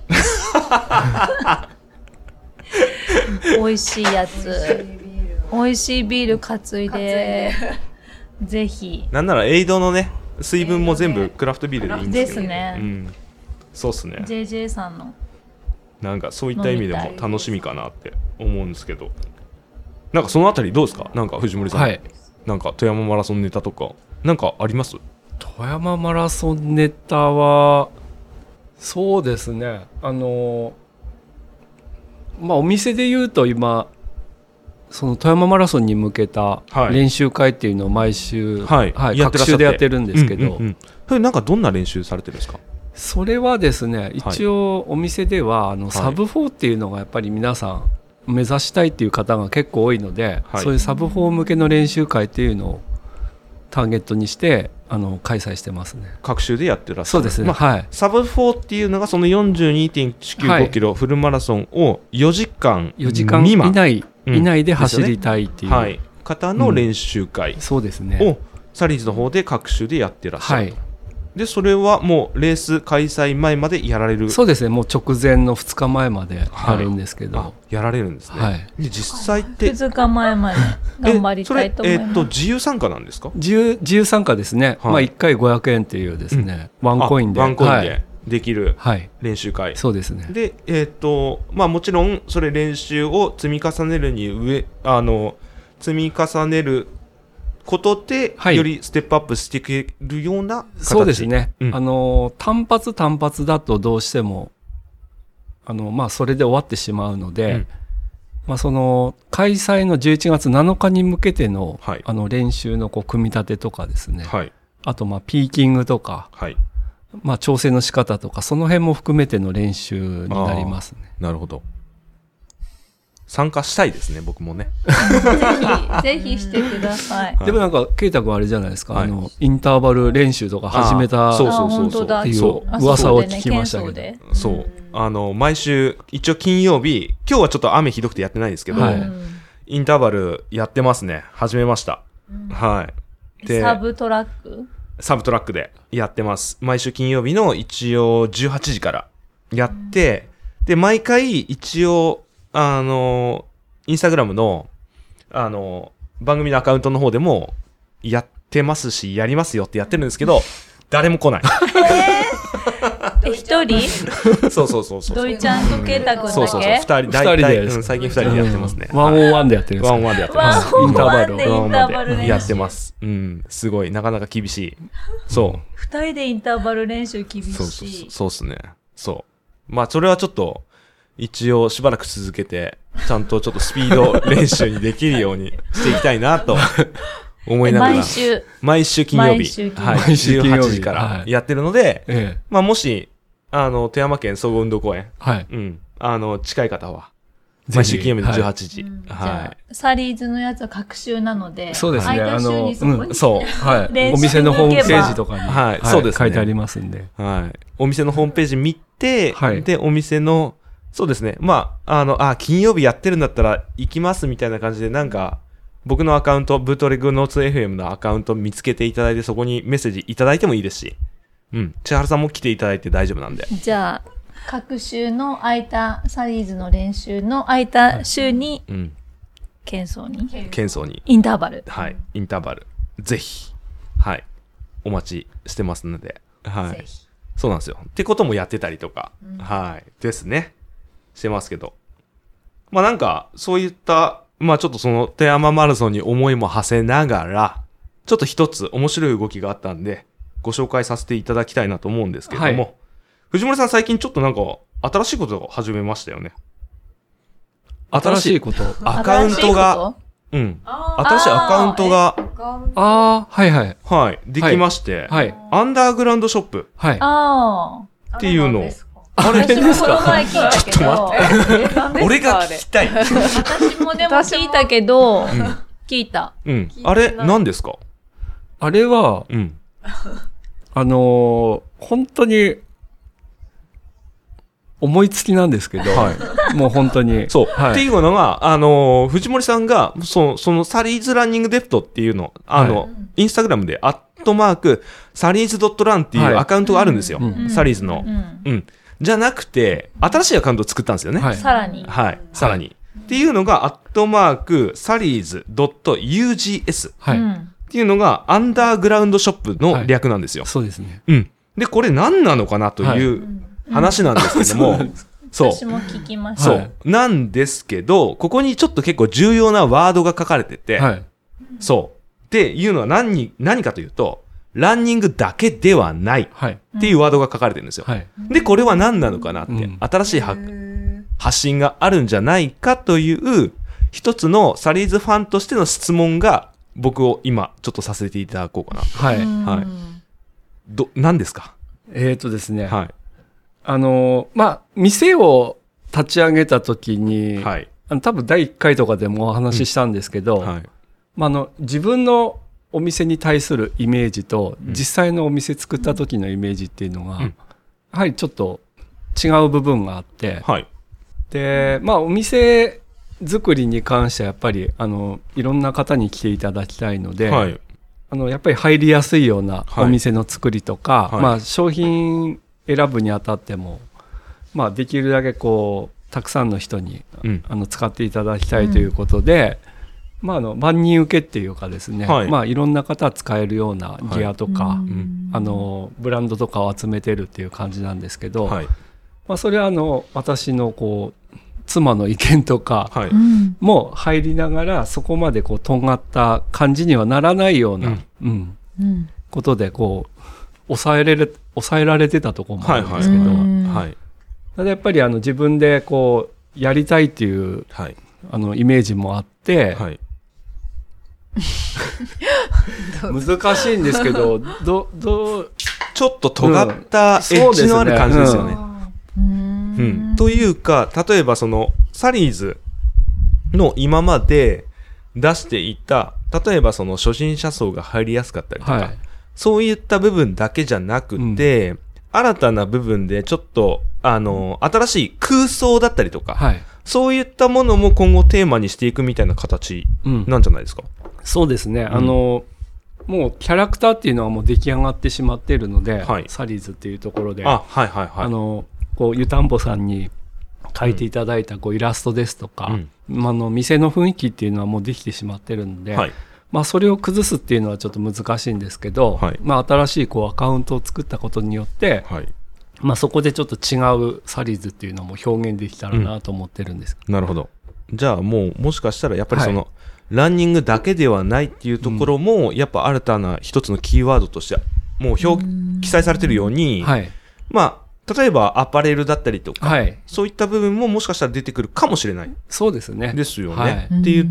[SPEAKER 2] 美味しいやつ
[SPEAKER 1] ビール
[SPEAKER 2] 美味しいビール担い
[SPEAKER 1] 担い
[SPEAKER 2] で
[SPEAKER 1] で
[SPEAKER 2] ぜひ
[SPEAKER 4] なんならエイドのね、水分も全部クラフトビールでいいんで
[SPEAKER 2] ですす
[SPEAKER 4] けど。う
[SPEAKER 2] ね、
[SPEAKER 4] ん、そうですね。
[SPEAKER 2] JJ さんの
[SPEAKER 4] なんかそういった意味でも楽しみかなって思うんですけど、なんかそのあたりどうですかなんか藤森さん。
[SPEAKER 6] はい。
[SPEAKER 4] なんか富山マラソンネタとか、なんかあります
[SPEAKER 6] 富山マラソンネタは、そうですね。あの、まあお店で言うと今、その富山マラソンに向けた
[SPEAKER 4] はい
[SPEAKER 6] 練習会っていうのを毎週、はい、
[SPEAKER 4] やっ
[SPEAKER 6] 各
[SPEAKER 4] てらっしゃ
[SPEAKER 6] 週でやってるんですけど、
[SPEAKER 4] ううんうんそれなんかどんな練習されてるんですか
[SPEAKER 6] それはですね一応お店では、あのサブ4っていうのがやっぱり皆さん目指したいっていう方が結構多いので、
[SPEAKER 4] はい
[SPEAKER 6] そういうサブ4向けの練習会っていうのをターゲットにしてあの開催してますね。
[SPEAKER 4] 各週でやってらっしゃ
[SPEAKER 6] そ
[SPEAKER 4] る
[SPEAKER 6] うですね、
[SPEAKER 4] まあ
[SPEAKER 6] はい
[SPEAKER 4] サブ4っていうのがその
[SPEAKER 6] は
[SPEAKER 4] 42.195
[SPEAKER 6] い
[SPEAKER 4] キロフルマラソンを4時間
[SPEAKER 6] 4時間
[SPEAKER 4] 未
[SPEAKER 6] 以
[SPEAKER 4] 満
[SPEAKER 6] 内、
[SPEAKER 4] うん
[SPEAKER 6] 以内で走りたいっていう、
[SPEAKER 4] はい、方の練習会
[SPEAKER 6] そうですね。
[SPEAKER 4] をサリーズの方で各週でやってらっしゃ
[SPEAKER 6] は
[SPEAKER 4] る
[SPEAKER 6] い
[SPEAKER 4] と、、でそれはもうレース開催前までやられる
[SPEAKER 6] そうですねもう直前の2日前まで
[SPEAKER 4] はい
[SPEAKER 6] あるんですけど、
[SPEAKER 4] あやられるんですね、
[SPEAKER 6] はい
[SPEAKER 4] で実際って
[SPEAKER 2] 2日前まで頑張りたいと思い
[SPEAKER 4] *laughs* えそ
[SPEAKER 2] ま
[SPEAKER 4] れ、えっ
[SPEAKER 2] す
[SPEAKER 4] と、自由参加なんですか
[SPEAKER 6] 自由自由参加ですね、
[SPEAKER 4] は
[SPEAKER 6] ま
[SPEAKER 4] い
[SPEAKER 6] あ、1回500円っていうですね、ワンコインで
[SPEAKER 4] あワンコイン
[SPEAKER 6] はい
[SPEAKER 4] でできる
[SPEAKER 6] はい、
[SPEAKER 4] 練習会、
[SPEAKER 6] そうですね。
[SPEAKER 4] でえっ、とまあもちろんそれ練習を積み重ねるに上あの積み重ねることで、
[SPEAKER 6] はい
[SPEAKER 4] よりステップアップしていけるような形
[SPEAKER 6] そうですね。
[SPEAKER 4] うん
[SPEAKER 6] あの、単発単発だとどうしても、あの、まあ、それで終わってしまうので、
[SPEAKER 4] うん
[SPEAKER 6] まあ、その、開催の11月7日に向けての、
[SPEAKER 4] はい
[SPEAKER 6] あの、練習のこう、組み立てとかですね。
[SPEAKER 4] はい
[SPEAKER 6] あと、まあ、ピーキングとか、
[SPEAKER 4] はい
[SPEAKER 6] まあ、調整の仕方とか、その辺も含めての練習になりますね。
[SPEAKER 4] なるほど参加したいですね僕もね
[SPEAKER 2] *laughs* ぜひぜひしてください
[SPEAKER 4] あー
[SPEAKER 6] でもなんか、ケイタ君あれじゃないですか、
[SPEAKER 4] はい
[SPEAKER 6] あの、インターバル練習とか始めた、
[SPEAKER 4] あーそうそう
[SPEAKER 2] あ
[SPEAKER 4] そう
[SPEAKER 2] 本
[SPEAKER 4] そう
[SPEAKER 2] 当だ
[SPEAKER 6] っていう
[SPEAKER 2] そうあ
[SPEAKER 6] 噂を
[SPEAKER 2] そうだよね
[SPEAKER 6] 聞きましたけど
[SPEAKER 2] 喧騒で
[SPEAKER 4] そうあの毎週一応金曜日今日はちょっと雨ひどくてやってないですけど、
[SPEAKER 6] は
[SPEAKER 2] う
[SPEAKER 6] い
[SPEAKER 2] ん
[SPEAKER 4] インターバルやってますね始めました、はいで
[SPEAKER 2] サブトラック
[SPEAKER 4] サブトラックでやってます。毎週金曜日の一応18時からやって、で、毎回一応、あの、インスタグラムの、あの、番組のアカウントの方でも、やってますし、やりますよってやってるんですけど、誰も来ない。
[SPEAKER 2] え一人
[SPEAKER 4] *laughs* そうそうそうそう。
[SPEAKER 2] 土井ちゃんとケイタくんだけ
[SPEAKER 4] そうそうそう。二人、
[SPEAKER 6] 人
[SPEAKER 4] 大
[SPEAKER 6] で
[SPEAKER 4] 体、
[SPEAKER 6] で
[SPEAKER 4] う
[SPEAKER 6] す
[SPEAKER 4] ん最近二人でやってますね。
[SPEAKER 6] ワンオンワンでやってるんです
[SPEAKER 4] ワ
[SPEAKER 6] か
[SPEAKER 4] ンワンでやってま
[SPEAKER 2] ワ
[SPEAKER 4] す。
[SPEAKER 2] ンオンワンでイ
[SPEAKER 4] ワンオ
[SPEAKER 2] ン
[SPEAKER 4] ン
[SPEAKER 2] タ
[SPEAKER 4] ワン
[SPEAKER 2] ーバル練
[SPEAKER 4] で
[SPEAKER 2] 習
[SPEAKER 4] やってます。うん、すごい。なかなか厳しい。そう。
[SPEAKER 2] 二人でインターバル練習厳しい
[SPEAKER 4] そうそうそうそうっすね。そう。まあ、それはちょっと、一応しばらく続けて、ちゃんとちょっとスピード練習にできるようにしていきたいな
[SPEAKER 2] *laughs*
[SPEAKER 4] と思いながら、
[SPEAKER 2] 毎週
[SPEAKER 4] 毎週金曜
[SPEAKER 2] 毎
[SPEAKER 4] 日、
[SPEAKER 2] 週金
[SPEAKER 4] は
[SPEAKER 2] 曜
[SPEAKER 4] い、
[SPEAKER 2] 日
[SPEAKER 6] 毎週金曜
[SPEAKER 4] 18
[SPEAKER 6] 日
[SPEAKER 4] 時から
[SPEAKER 6] はい
[SPEAKER 4] やってるので、
[SPEAKER 6] ええ。
[SPEAKER 4] まあ、もし、あの、富山県総合運動公園、
[SPEAKER 6] はい。
[SPEAKER 4] うん、あの、近い方は、
[SPEAKER 6] ぜひ
[SPEAKER 4] 毎週金曜日の
[SPEAKER 6] はい
[SPEAKER 4] 18時、
[SPEAKER 2] じゃ
[SPEAKER 4] は
[SPEAKER 2] あサリーズのやつは隔週なので
[SPEAKER 6] そうですね
[SPEAKER 2] 空いた週にそこ
[SPEAKER 6] あの
[SPEAKER 2] に *laughs*
[SPEAKER 4] い。そう。
[SPEAKER 6] はい、
[SPEAKER 2] 練習
[SPEAKER 6] お店のホームページとかに、
[SPEAKER 4] はいそうですね
[SPEAKER 6] 書いてありますんで。
[SPEAKER 4] はい。お店のホームページ見て、
[SPEAKER 6] はい
[SPEAKER 4] で、お店の、そうですね。まあ、あの、あ、金曜日やってるんだったら行きますみたいな感じで、なんか、僕のアカウント、ブートレグノーツ FM のアカウント見つけていただいて、そこにメッセージいただいてもいいですし、うん。千春さんも来ていただいて大丈夫なんで。
[SPEAKER 2] じゃあ各週の空いたサリーズの練習の空いた週に
[SPEAKER 4] うん。
[SPEAKER 2] 喧騒に。
[SPEAKER 4] 喧騒に。
[SPEAKER 2] インターバル。
[SPEAKER 4] はい。インターバル。ぜひ。はい。お待ちしてますので。は
[SPEAKER 1] ぜ
[SPEAKER 4] い。
[SPEAKER 1] ひ。
[SPEAKER 4] そうなんですよ。ってこともやってたりとか。
[SPEAKER 1] うん
[SPEAKER 4] はい。ですね。してますけど。まあなんか、そういった、まあちょっとその、富山マラソンに思いも馳せながら、ちょっと一つ面白い動きがあったんで、ご紹介させていただきたいなと思うんですけども、
[SPEAKER 6] はい
[SPEAKER 4] 藤森さん最近ちょっとなんか、新しいことを始めましたよね。
[SPEAKER 6] 新しいこと。
[SPEAKER 4] アカウン
[SPEAKER 2] 新しい
[SPEAKER 4] トが、
[SPEAKER 2] こ
[SPEAKER 4] うん。
[SPEAKER 1] あ
[SPEAKER 4] 新しいアカウントが、
[SPEAKER 1] ーガウン
[SPEAKER 6] ああ、はいはい。
[SPEAKER 4] はい、できまして、
[SPEAKER 6] はい。
[SPEAKER 4] アンダーグラウンドショップ。
[SPEAKER 6] はい
[SPEAKER 2] と。あ
[SPEAKER 4] っていうのを
[SPEAKER 1] あですか
[SPEAKER 2] あ。私もこの前聞いたけど、
[SPEAKER 1] 何ですかあれ
[SPEAKER 4] きたい。
[SPEAKER 2] 私もでも聞いたけど、聞いた。
[SPEAKER 4] うん
[SPEAKER 1] 聞い。てない
[SPEAKER 4] あれ、何ですか
[SPEAKER 6] あれは、
[SPEAKER 4] うん。
[SPEAKER 6] あのー本当に、思いつきなんですけど、もう本当に。
[SPEAKER 4] そう。
[SPEAKER 6] はい
[SPEAKER 4] っていうのが、あのー藤森さんが、そその、サリーズランニングデプトっていうの、あの、
[SPEAKER 6] は
[SPEAKER 4] インスタグラムで、アットマーク、サリーズドットランってい
[SPEAKER 6] はいう
[SPEAKER 4] アカウントがあるんですよ。
[SPEAKER 6] うん
[SPEAKER 2] うん
[SPEAKER 4] サリーズの
[SPEAKER 2] う。ん
[SPEAKER 4] うん。じゃなくて、新しいアカウントを作ったんですよね。
[SPEAKER 6] はい。
[SPEAKER 2] さらに。
[SPEAKER 4] はい。さらに。っていうのが、アットマーク、サリーズドット UGS っ
[SPEAKER 6] はい、
[SPEAKER 2] うん
[SPEAKER 4] ていうのが、アンダーグラウンドショップの略なんですよ。
[SPEAKER 6] そうですね。
[SPEAKER 4] うん。で、これ何なのかなという話なんですけども、そう。
[SPEAKER 2] 私も聞きまし
[SPEAKER 4] そ
[SPEAKER 2] た。
[SPEAKER 6] は
[SPEAKER 4] う。なんですけど、ここにちょっと結構重要なワードが書かれてて、
[SPEAKER 6] はい。
[SPEAKER 4] そう。っていうのは何に、何かというと、ランニングだけではない
[SPEAKER 6] はい。
[SPEAKER 4] っていうワードが書かれてるんですよ。
[SPEAKER 6] はい。
[SPEAKER 4] で、これは何なのかなって、
[SPEAKER 6] うん
[SPEAKER 4] 新しいは
[SPEAKER 1] へー
[SPEAKER 4] 発信があるんじゃないかという、一つのサリーズファンとしての質問が、僕を今、ちょっとさせていただこうかな。
[SPEAKER 6] はい。
[SPEAKER 4] はい。ど、何ですか
[SPEAKER 6] えっ、ー、とですね。
[SPEAKER 4] は
[SPEAKER 6] あのーまあ、店を立ち上げた時に、
[SPEAKER 4] い。はい。
[SPEAKER 6] あの多分第1回とかでもお話ししたんですけど、
[SPEAKER 4] はい。
[SPEAKER 6] まあ、あの自分のお店に対するイメージと、実際のお店作った時のイメージっていうのが、
[SPEAKER 4] うん
[SPEAKER 6] やはりちょっと違う部分があって、
[SPEAKER 4] はい。
[SPEAKER 6] で、まあ、お店作りに関してはやっぱりあのいろんな方に来ていただきたいので、
[SPEAKER 4] はい。
[SPEAKER 6] あのやっぱり入りやすいような
[SPEAKER 4] はい
[SPEAKER 6] お店の作りとか、
[SPEAKER 4] はい
[SPEAKER 6] まあ、商品選ぶにあたっても、まあ、できるだけこうたくさんの人に
[SPEAKER 4] うん。
[SPEAKER 6] あの使っていただきたいということで、まあ、あの万人受けっていうかですね、
[SPEAKER 4] はい
[SPEAKER 6] いまあ、いろんな方使えるようなギアとか、
[SPEAKER 4] うん。
[SPEAKER 6] あのブランドとかを集めてるっていう感じなんですけど、
[SPEAKER 4] はい。
[SPEAKER 6] まあ、それはあの私のこう妻の意見とか
[SPEAKER 4] はい。
[SPEAKER 6] も入りながらそこまでこうとんがった感じにはならないような、
[SPEAKER 4] うん
[SPEAKER 6] うんことでこう抑えれる抑えられてたところもあ
[SPEAKER 4] はい。
[SPEAKER 6] るんで
[SPEAKER 4] はい
[SPEAKER 6] すけど、
[SPEAKER 4] はい。
[SPEAKER 6] ただやっぱりあの自分でこうやりたいっていう
[SPEAKER 4] はい。
[SPEAKER 6] あのイメージもあって、
[SPEAKER 4] はい。
[SPEAKER 6] 難しいんですけど、ど、どう、
[SPEAKER 4] ちょっと尖ったエッジのある感じですよね。うんというか、例えばその、サリーズの今まで出していた、例えばその初心者層が入りやすかったりとか、
[SPEAKER 6] はい。
[SPEAKER 4] そういった部分だけじゃなくて、新たな部分でちょっと、あの、新しい空想だったりとか、
[SPEAKER 6] はい。
[SPEAKER 4] そういったものも今後テーマにしていくみたいな形
[SPEAKER 6] うん。
[SPEAKER 4] なんじゃないですか。
[SPEAKER 6] そうですね。あの、もうキャラクターっていうのはもう出来上がってしまっているので、
[SPEAKER 4] はい
[SPEAKER 6] サリーズっていうところで、
[SPEAKER 4] あ、はいはいはい。
[SPEAKER 6] あの、こう、湯たんぽさんに描いていただいたこうイラストですとか、まあ、あの、店の雰囲気っていうのはもうできてしまってるので、
[SPEAKER 4] はい。
[SPEAKER 6] まあ、それを崩すっていうのはちょっと難しいんですけど、
[SPEAKER 4] はい
[SPEAKER 6] まあ、新しいこうアカウントを作ったことによって、
[SPEAKER 4] はい。
[SPEAKER 6] まあ、そこでちょっと違うサリーズっていうのも表現できたらなと思ってるんです。
[SPEAKER 4] なるほど。じゃあもうもしかしたらやっぱりその、ランニングだけではないっていうところも、やっぱ新たな一つのキーワードとしてもう表記載されてるように、
[SPEAKER 6] はい。
[SPEAKER 4] まあ例えばアパレルだったりとか、
[SPEAKER 6] はい。
[SPEAKER 4] そういった部分ももしかしたら出てくるかもしれない
[SPEAKER 6] そうですね。
[SPEAKER 4] ですよね、
[SPEAKER 6] はい
[SPEAKER 4] って言っ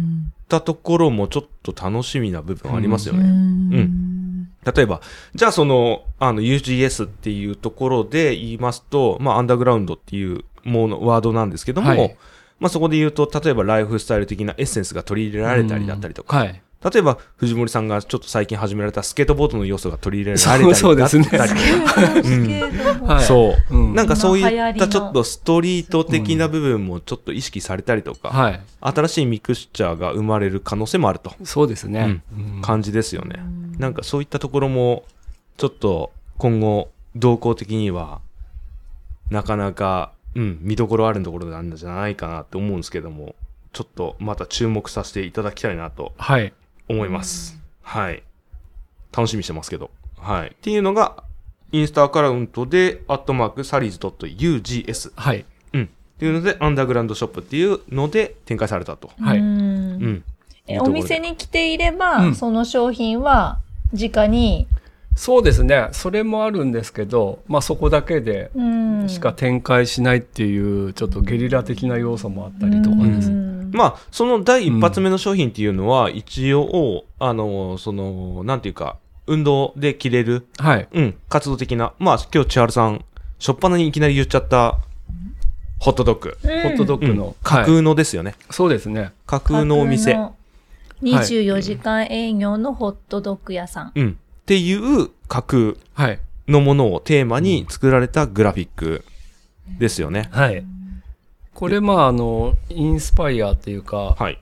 [SPEAKER 4] たところもちょっと楽しみな部分ありますよね。うん例えば、じゃあその、あの、UGS っていうところで言いますと、まあ、アンダーグラウンドっていうもの、ワードなんですけども、
[SPEAKER 6] はい
[SPEAKER 4] まあ、そこで言うと、例えばライフスタイル的なエッセンスが取り入れられたりだったりとか、
[SPEAKER 6] はい。
[SPEAKER 4] 例えば、藤森さんがちょっと最近始められたスケートボードの要素が取り入れられたり
[SPEAKER 6] そう
[SPEAKER 4] だった
[SPEAKER 6] そう
[SPEAKER 4] りと
[SPEAKER 6] で
[SPEAKER 4] か、
[SPEAKER 6] すね。はい
[SPEAKER 4] そう、
[SPEAKER 6] うん
[SPEAKER 4] なんかそういっ
[SPEAKER 2] 今流行りの
[SPEAKER 4] たちょっとストリート的な部分もちょっと意識されたりとか、
[SPEAKER 6] はい。
[SPEAKER 4] 新しいミクスチャーが生まれる可能性もあると。
[SPEAKER 6] そうですね。うん
[SPEAKER 4] 感じですよね。なんかそういったところも、ちょっと今後、動向的には、なかなか、うん、見どころあるところなんじゃないかなって思うんですけども、ちょっとまた注目させていただきたいなと
[SPEAKER 6] はい。
[SPEAKER 4] 思います。はい。楽しみにしてますけど。はい。っていうのが、インスタアカウントで、アットマーク、サリーズ .ugs。
[SPEAKER 6] はい。
[SPEAKER 4] うん。っていうので、アンダーグラウンドショップっていうので展開されたと。
[SPEAKER 6] はい
[SPEAKER 2] うん
[SPEAKER 4] うん。
[SPEAKER 2] え
[SPEAKER 4] いいと
[SPEAKER 2] お
[SPEAKER 4] ころで
[SPEAKER 2] 店に来ていれば、
[SPEAKER 6] うん
[SPEAKER 2] その商品は直に、
[SPEAKER 6] そうですね。それもあるんですけど、まあそこだけで
[SPEAKER 2] うん、
[SPEAKER 6] しか展開しないっていう、ちょっとゲリラ的な要素もあったりとかですね。
[SPEAKER 2] うん
[SPEAKER 4] まあ、その第一発目の商品っていうのは、一応、あの、その、なんていうか、運動で着れる、
[SPEAKER 6] はい。
[SPEAKER 4] うん、活動的な、まあ、今日千春さん、初っ端にいきなり言っちゃった、ホットドッグ。
[SPEAKER 2] うん
[SPEAKER 6] ホットドッグ
[SPEAKER 4] うん
[SPEAKER 6] の。
[SPEAKER 4] 架
[SPEAKER 6] はい。
[SPEAKER 4] 空のですよね。
[SPEAKER 6] そうですね。
[SPEAKER 4] 架空のお店。
[SPEAKER 2] 架空の24時間営業のホットドッグ屋さん。
[SPEAKER 4] うん。っていう架空
[SPEAKER 6] はい。
[SPEAKER 4] のものをテーマに作られたグラフィックですよね。
[SPEAKER 6] はい。これ、まあ、あの、インスパイアっていうか、
[SPEAKER 4] はい。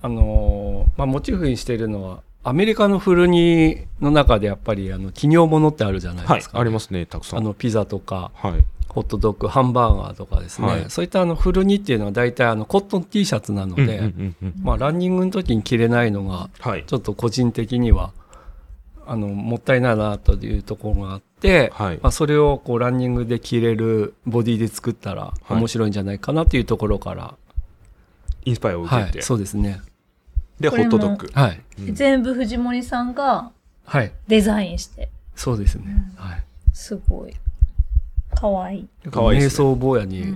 [SPEAKER 6] あのーまあ、モチーフにしているのは、アメリカの古着の中でやっぱり、あの、企業ものってあるじゃない
[SPEAKER 4] は
[SPEAKER 6] で
[SPEAKER 4] い
[SPEAKER 6] す。か。
[SPEAKER 4] ありますね、たくさ
[SPEAKER 6] あ
[SPEAKER 4] ん。
[SPEAKER 6] の、ピザとか、
[SPEAKER 4] はい。
[SPEAKER 6] ホットドッグ、ハンバーガーとかですね。
[SPEAKER 4] はい
[SPEAKER 6] そういったあの、古着っていうのは大体、あの、コットン T シャツなので、
[SPEAKER 4] うんうんうんうん
[SPEAKER 6] まあ、ランニングの時に着れないのが、
[SPEAKER 4] はい。
[SPEAKER 6] ちょっと個人的には、あの、もったいないなというところがあって、
[SPEAKER 4] はい
[SPEAKER 6] まあ、それをこうランニングで着れるボディで作ったら
[SPEAKER 4] はい
[SPEAKER 6] 面白いんじゃないかなというところから、
[SPEAKER 4] インスパイアを受
[SPEAKER 6] はい、
[SPEAKER 4] けて。
[SPEAKER 6] そうですね。
[SPEAKER 4] で、ホ
[SPEAKER 2] これ
[SPEAKER 4] ッ
[SPEAKER 2] も
[SPEAKER 4] トドッグ。
[SPEAKER 6] はい。
[SPEAKER 4] うん
[SPEAKER 2] 全部藤森さんが
[SPEAKER 6] はい。
[SPEAKER 2] デザインして。
[SPEAKER 6] そうですね。はい。
[SPEAKER 2] すごい。かわいい。
[SPEAKER 4] かわいいで
[SPEAKER 6] 瞑
[SPEAKER 4] すね
[SPEAKER 6] 想坊やに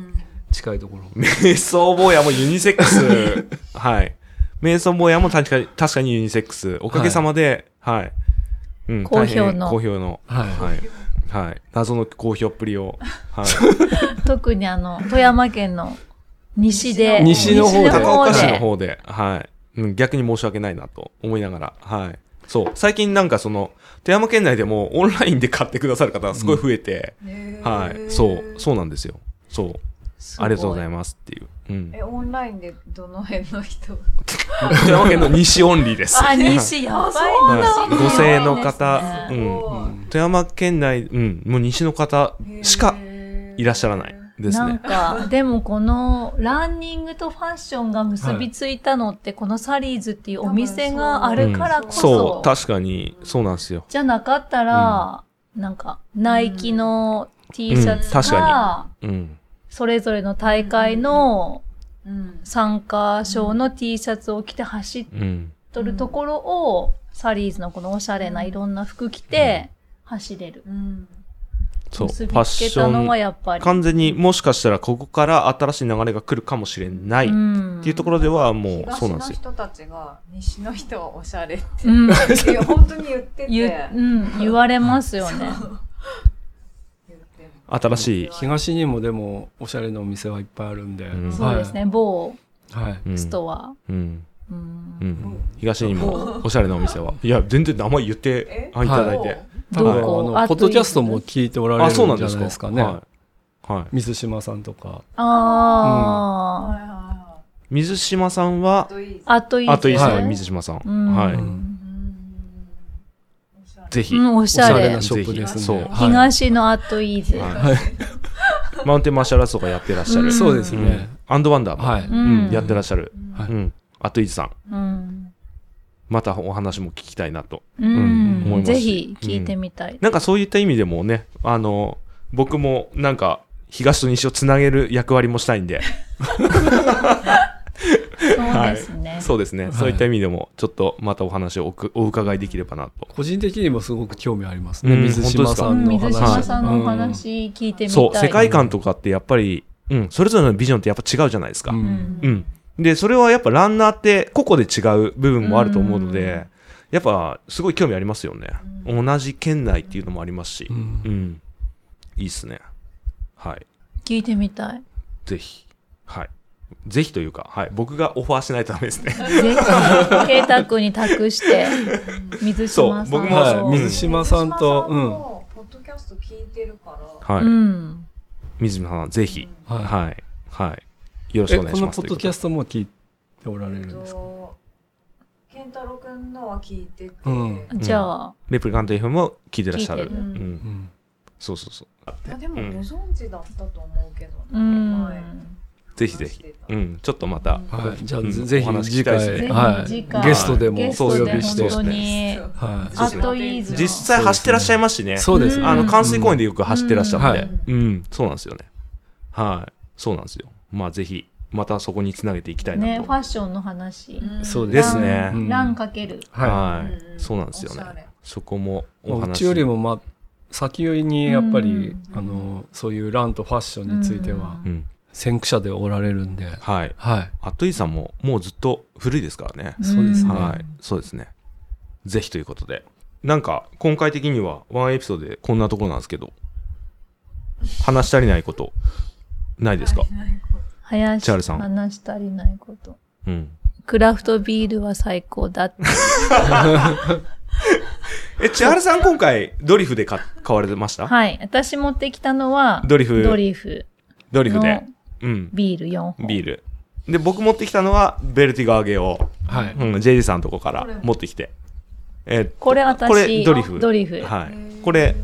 [SPEAKER 6] 近いところ。
[SPEAKER 4] 瞑想坊やもユニセック
[SPEAKER 6] *laughs*
[SPEAKER 4] ス。はい。瞑想坊やも確かに、確かにユニセックス。おかげさまで、はい。うん、
[SPEAKER 2] 好評の
[SPEAKER 4] 大変好評の。
[SPEAKER 6] はい
[SPEAKER 4] はい。はい。謎の好評っぷりを。はい。
[SPEAKER 6] *laughs*
[SPEAKER 2] 特にあの、富山県の西で。
[SPEAKER 6] 西の方で
[SPEAKER 4] 高岡市の
[SPEAKER 2] で
[SPEAKER 4] 方で、はい、うん。逆に申し訳ないなと思いながら、はい。そう。最近なんかその、富山県内でもオンラインで買ってくださる方がすごい増えて、はい。そう。そうなんですよ。そう。ありがとうございますっていう。うん。
[SPEAKER 1] え、オンラインでどの辺の人
[SPEAKER 4] 富山県の西オンリーです。 *laughs*
[SPEAKER 2] あ、西、やばい。
[SPEAKER 4] はい、ご声の方、
[SPEAKER 1] す
[SPEAKER 4] う
[SPEAKER 1] ごい
[SPEAKER 4] ん。富山県内、うん、もう西の方しかいらっしゃらないです
[SPEAKER 2] なん
[SPEAKER 4] ね。
[SPEAKER 2] か、でもこのランニングとファッションが結びついたのって、このサリーズっていうお店があ
[SPEAKER 1] な
[SPEAKER 2] るからこ
[SPEAKER 4] そ
[SPEAKER 2] そ、
[SPEAKER 4] う、確かに、そうなんですよ。
[SPEAKER 2] じゃなかったら、なんか、ナイキの T シャツ
[SPEAKER 4] うん確
[SPEAKER 2] が
[SPEAKER 4] か、うん。
[SPEAKER 2] それぞれの大会の
[SPEAKER 1] うん。
[SPEAKER 2] 参加賞の T シャツを着て走っ
[SPEAKER 4] うん。
[SPEAKER 2] とるところを、サリーズのこのおしゃれないろんな服着て、走れる。
[SPEAKER 1] うん。
[SPEAKER 4] そう、フ
[SPEAKER 2] 結
[SPEAKER 4] ァ
[SPEAKER 2] び
[SPEAKER 4] ッ
[SPEAKER 2] つけ
[SPEAKER 4] シ
[SPEAKER 2] たのは
[SPEAKER 4] ョン。
[SPEAKER 2] やっぱり。
[SPEAKER 4] 完全にもしかしたらここから新しい流れが来るかもしれないっ
[SPEAKER 2] ん
[SPEAKER 4] ていうところではもうそ
[SPEAKER 1] 東
[SPEAKER 4] うなん
[SPEAKER 1] の
[SPEAKER 4] ですよ。
[SPEAKER 1] 人たちが西の人はおしゃれって
[SPEAKER 2] うん
[SPEAKER 1] い
[SPEAKER 6] *laughs*
[SPEAKER 1] や本当に言ってて
[SPEAKER 2] 言ううん、言われますよね。
[SPEAKER 1] 言ってる
[SPEAKER 4] 新しい。
[SPEAKER 6] 東にもでも、おしゃれなお店はいっぱいあるんで。
[SPEAKER 2] *laughs*
[SPEAKER 4] うん
[SPEAKER 2] そうですね、某
[SPEAKER 6] はい。はい。
[SPEAKER 4] うん
[SPEAKER 2] ストア。
[SPEAKER 4] うん。
[SPEAKER 2] うん
[SPEAKER 4] うん。東にもおしゃれなお店は。いや、全然名前言って
[SPEAKER 1] え
[SPEAKER 4] あいただいて。
[SPEAKER 6] 多分、あの、ポッドキャストも聞いておられる
[SPEAKER 4] あ、
[SPEAKER 6] んじ
[SPEAKER 4] そう
[SPEAKER 6] ゃ
[SPEAKER 4] な
[SPEAKER 6] なんい
[SPEAKER 4] ですか。
[SPEAKER 6] ですかね。
[SPEAKER 4] はい。はい。
[SPEAKER 6] 水島さんとか。
[SPEAKER 2] ああ、
[SPEAKER 1] はいはいは。
[SPEAKER 4] 水島さんはい
[SPEAKER 1] といい
[SPEAKER 2] あといい
[SPEAKER 4] あといいですね、
[SPEAKER 6] はい
[SPEAKER 4] 水島さん。
[SPEAKER 2] うん
[SPEAKER 4] は
[SPEAKER 6] う
[SPEAKER 4] い。
[SPEAKER 6] ん
[SPEAKER 1] うんおしゃれ
[SPEAKER 4] ぜひ。
[SPEAKER 2] うん、おしゃ
[SPEAKER 6] おしゃ
[SPEAKER 2] れ
[SPEAKER 6] れ。なショップですね。
[SPEAKER 4] そう
[SPEAKER 6] はい
[SPEAKER 2] 東のアットイーズ。
[SPEAKER 4] はい。マウンテンマーシャルアーツとかやってらっしゃ
[SPEAKER 2] う
[SPEAKER 4] る。
[SPEAKER 2] ん
[SPEAKER 6] そうですね。
[SPEAKER 4] アンドワンダーも、
[SPEAKER 6] はい。
[SPEAKER 4] うんやってらっしゃる。
[SPEAKER 6] はい
[SPEAKER 4] うん。あと、イズさん。
[SPEAKER 2] うん。
[SPEAKER 4] またお話も聞きたいなと。
[SPEAKER 2] う
[SPEAKER 4] うん思
[SPEAKER 2] ん。
[SPEAKER 4] います
[SPEAKER 2] ぜひ聞いてみたい。
[SPEAKER 4] なんかそういった意味でもね、あの、僕もなんか、東と西をつなげる役割もしたいんで、
[SPEAKER 2] そうですね。
[SPEAKER 4] そうですね。そういった意味でも、ちょっとまたお話をおくお伺いできればなと。
[SPEAKER 6] 個人的にもすごく興味ありますね。
[SPEAKER 4] うん
[SPEAKER 6] 水島さ
[SPEAKER 2] うんん
[SPEAKER 6] の
[SPEAKER 2] 水
[SPEAKER 6] 話。
[SPEAKER 2] 島さんのお
[SPEAKER 6] うん
[SPEAKER 2] 話聞いてみたい。
[SPEAKER 4] そう、世界観とかってやっぱり、うん、それぞれのビジョンってやっぱ違うじゃないですか。
[SPEAKER 6] う
[SPEAKER 2] うんん
[SPEAKER 4] うん。で、それはやっぱランナーって個々で違う部分もあると思うので、やっぱすごい興味ありますよね。同じ県内っていうのもありますし、
[SPEAKER 6] う
[SPEAKER 4] うんん。いいっすね。はい。
[SPEAKER 2] 聞いてみたい。
[SPEAKER 4] ぜひ。はい。ぜひというか、はい。僕がオファーしないとダメですね。
[SPEAKER 2] ぜひ、ケイタ君に託して、水島さんを。
[SPEAKER 4] そう僕も
[SPEAKER 6] はい水島さんと、
[SPEAKER 1] う。
[SPEAKER 6] うんん。
[SPEAKER 1] ポッドキャスト聞いてるから。
[SPEAKER 4] はい。
[SPEAKER 2] うん。
[SPEAKER 4] 水野さん、ぜひ。
[SPEAKER 6] はい
[SPEAKER 4] はい。はい。よろし
[SPEAKER 6] え、
[SPEAKER 4] くお
[SPEAKER 6] こ
[SPEAKER 4] 願いし
[SPEAKER 6] の
[SPEAKER 4] ます。
[SPEAKER 6] ポッドキャストも聞いておられ
[SPEAKER 1] え
[SPEAKER 6] る
[SPEAKER 1] っ
[SPEAKER 6] んですか
[SPEAKER 1] と、健太郎くんのは聞いてて、
[SPEAKER 6] うん
[SPEAKER 2] じゃあ、
[SPEAKER 4] レプリカント FM も聞いてらっしゃる。
[SPEAKER 2] 聞いて
[SPEAKER 4] う。
[SPEAKER 2] る
[SPEAKER 6] うんん
[SPEAKER 4] そうそうそう。
[SPEAKER 1] あでもご存知だったと思うけど、
[SPEAKER 2] う
[SPEAKER 1] はい
[SPEAKER 2] ん。
[SPEAKER 4] ぜひぜひ。うん、ちょっとまた。
[SPEAKER 6] はい、じゃあ、
[SPEAKER 4] うん
[SPEAKER 6] ぜひ
[SPEAKER 4] お話聞き
[SPEAKER 6] 次
[SPEAKER 4] たい
[SPEAKER 6] 回
[SPEAKER 4] ですね
[SPEAKER 6] は
[SPEAKER 2] ぜひ次
[SPEAKER 6] い、
[SPEAKER 2] 回
[SPEAKER 6] ゲストでも
[SPEAKER 2] ゲ
[SPEAKER 6] お
[SPEAKER 2] スト
[SPEAKER 6] 呼
[SPEAKER 2] で
[SPEAKER 6] びして
[SPEAKER 2] 本当に。
[SPEAKER 6] は
[SPEAKER 2] アットイーズの。
[SPEAKER 4] 実際走ってらっしゃいますしね。
[SPEAKER 6] い、そうですね
[SPEAKER 4] あの、冠水公園でよく走ってらっしゃって。
[SPEAKER 1] う
[SPEAKER 4] うん、そうなんですよね。はい。そうなんですよ。まあ、ぜひ、またそこにつなげていきたい
[SPEAKER 2] ね、
[SPEAKER 4] な
[SPEAKER 2] フ
[SPEAKER 4] と。
[SPEAKER 2] ァッションの話。
[SPEAKER 6] そう
[SPEAKER 4] で
[SPEAKER 6] ですす
[SPEAKER 4] ね
[SPEAKER 6] うん
[SPEAKER 2] ランかける。
[SPEAKER 6] は
[SPEAKER 4] はい、
[SPEAKER 1] うん
[SPEAKER 4] そうなんですよ
[SPEAKER 1] おしゃれ
[SPEAKER 4] ね。そこも
[SPEAKER 6] い、まあ
[SPEAKER 4] お
[SPEAKER 6] う
[SPEAKER 4] 話。
[SPEAKER 6] ちよりも、まあ、先よりにやっぱり、
[SPEAKER 2] うん
[SPEAKER 6] あのそういうランとファッションについては
[SPEAKER 4] うん。
[SPEAKER 6] 先駆者でおられるんで、
[SPEAKER 4] はい。
[SPEAKER 6] はい、
[SPEAKER 4] アットイーさんも、もうずっと古いですからね。
[SPEAKER 6] そうですね
[SPEAKER 2] ん
[SPEAKER 4] はい。そうですね。ぜひということで。なんか、今回的には、ワンエピソードでこんなところなんですけど、話し足りないこと、ないですか
[SPEAKER 2] 林
[SPEAKER 4] チャールさん
[SPEAKER 2] 話足りないこと。
[SPEAKER 4] うん。
[SPEAKER 2] クラフトビールは最高だって。
[SPEAKER 4] え、千春さん今回、ドリフで買買われてました
[SPEAKER 2] はい。私持ってきたのは、
[SPEAKER 4] ドリフ
[SPEAKER 2] ドリフ
[SPEAKER 4] ドリフで
[SPEAKER 2] の。
[SPEAKER 4] うん。
[SPEAKER 2] ビール4本。
[SPEAKER 4] ビール。で、僕持ってきたのは、ベルティガーゲを、
[SPEAKER 6] はい
[SPEAKER 4] うん、JD さんのとこから持ってきて。えーっと
[SPEAKER 2] これ私
[SPEAKER 4] これドリフ。
[SPEAKER 2] ドリフ
[SPEAKER 4] はい。これ、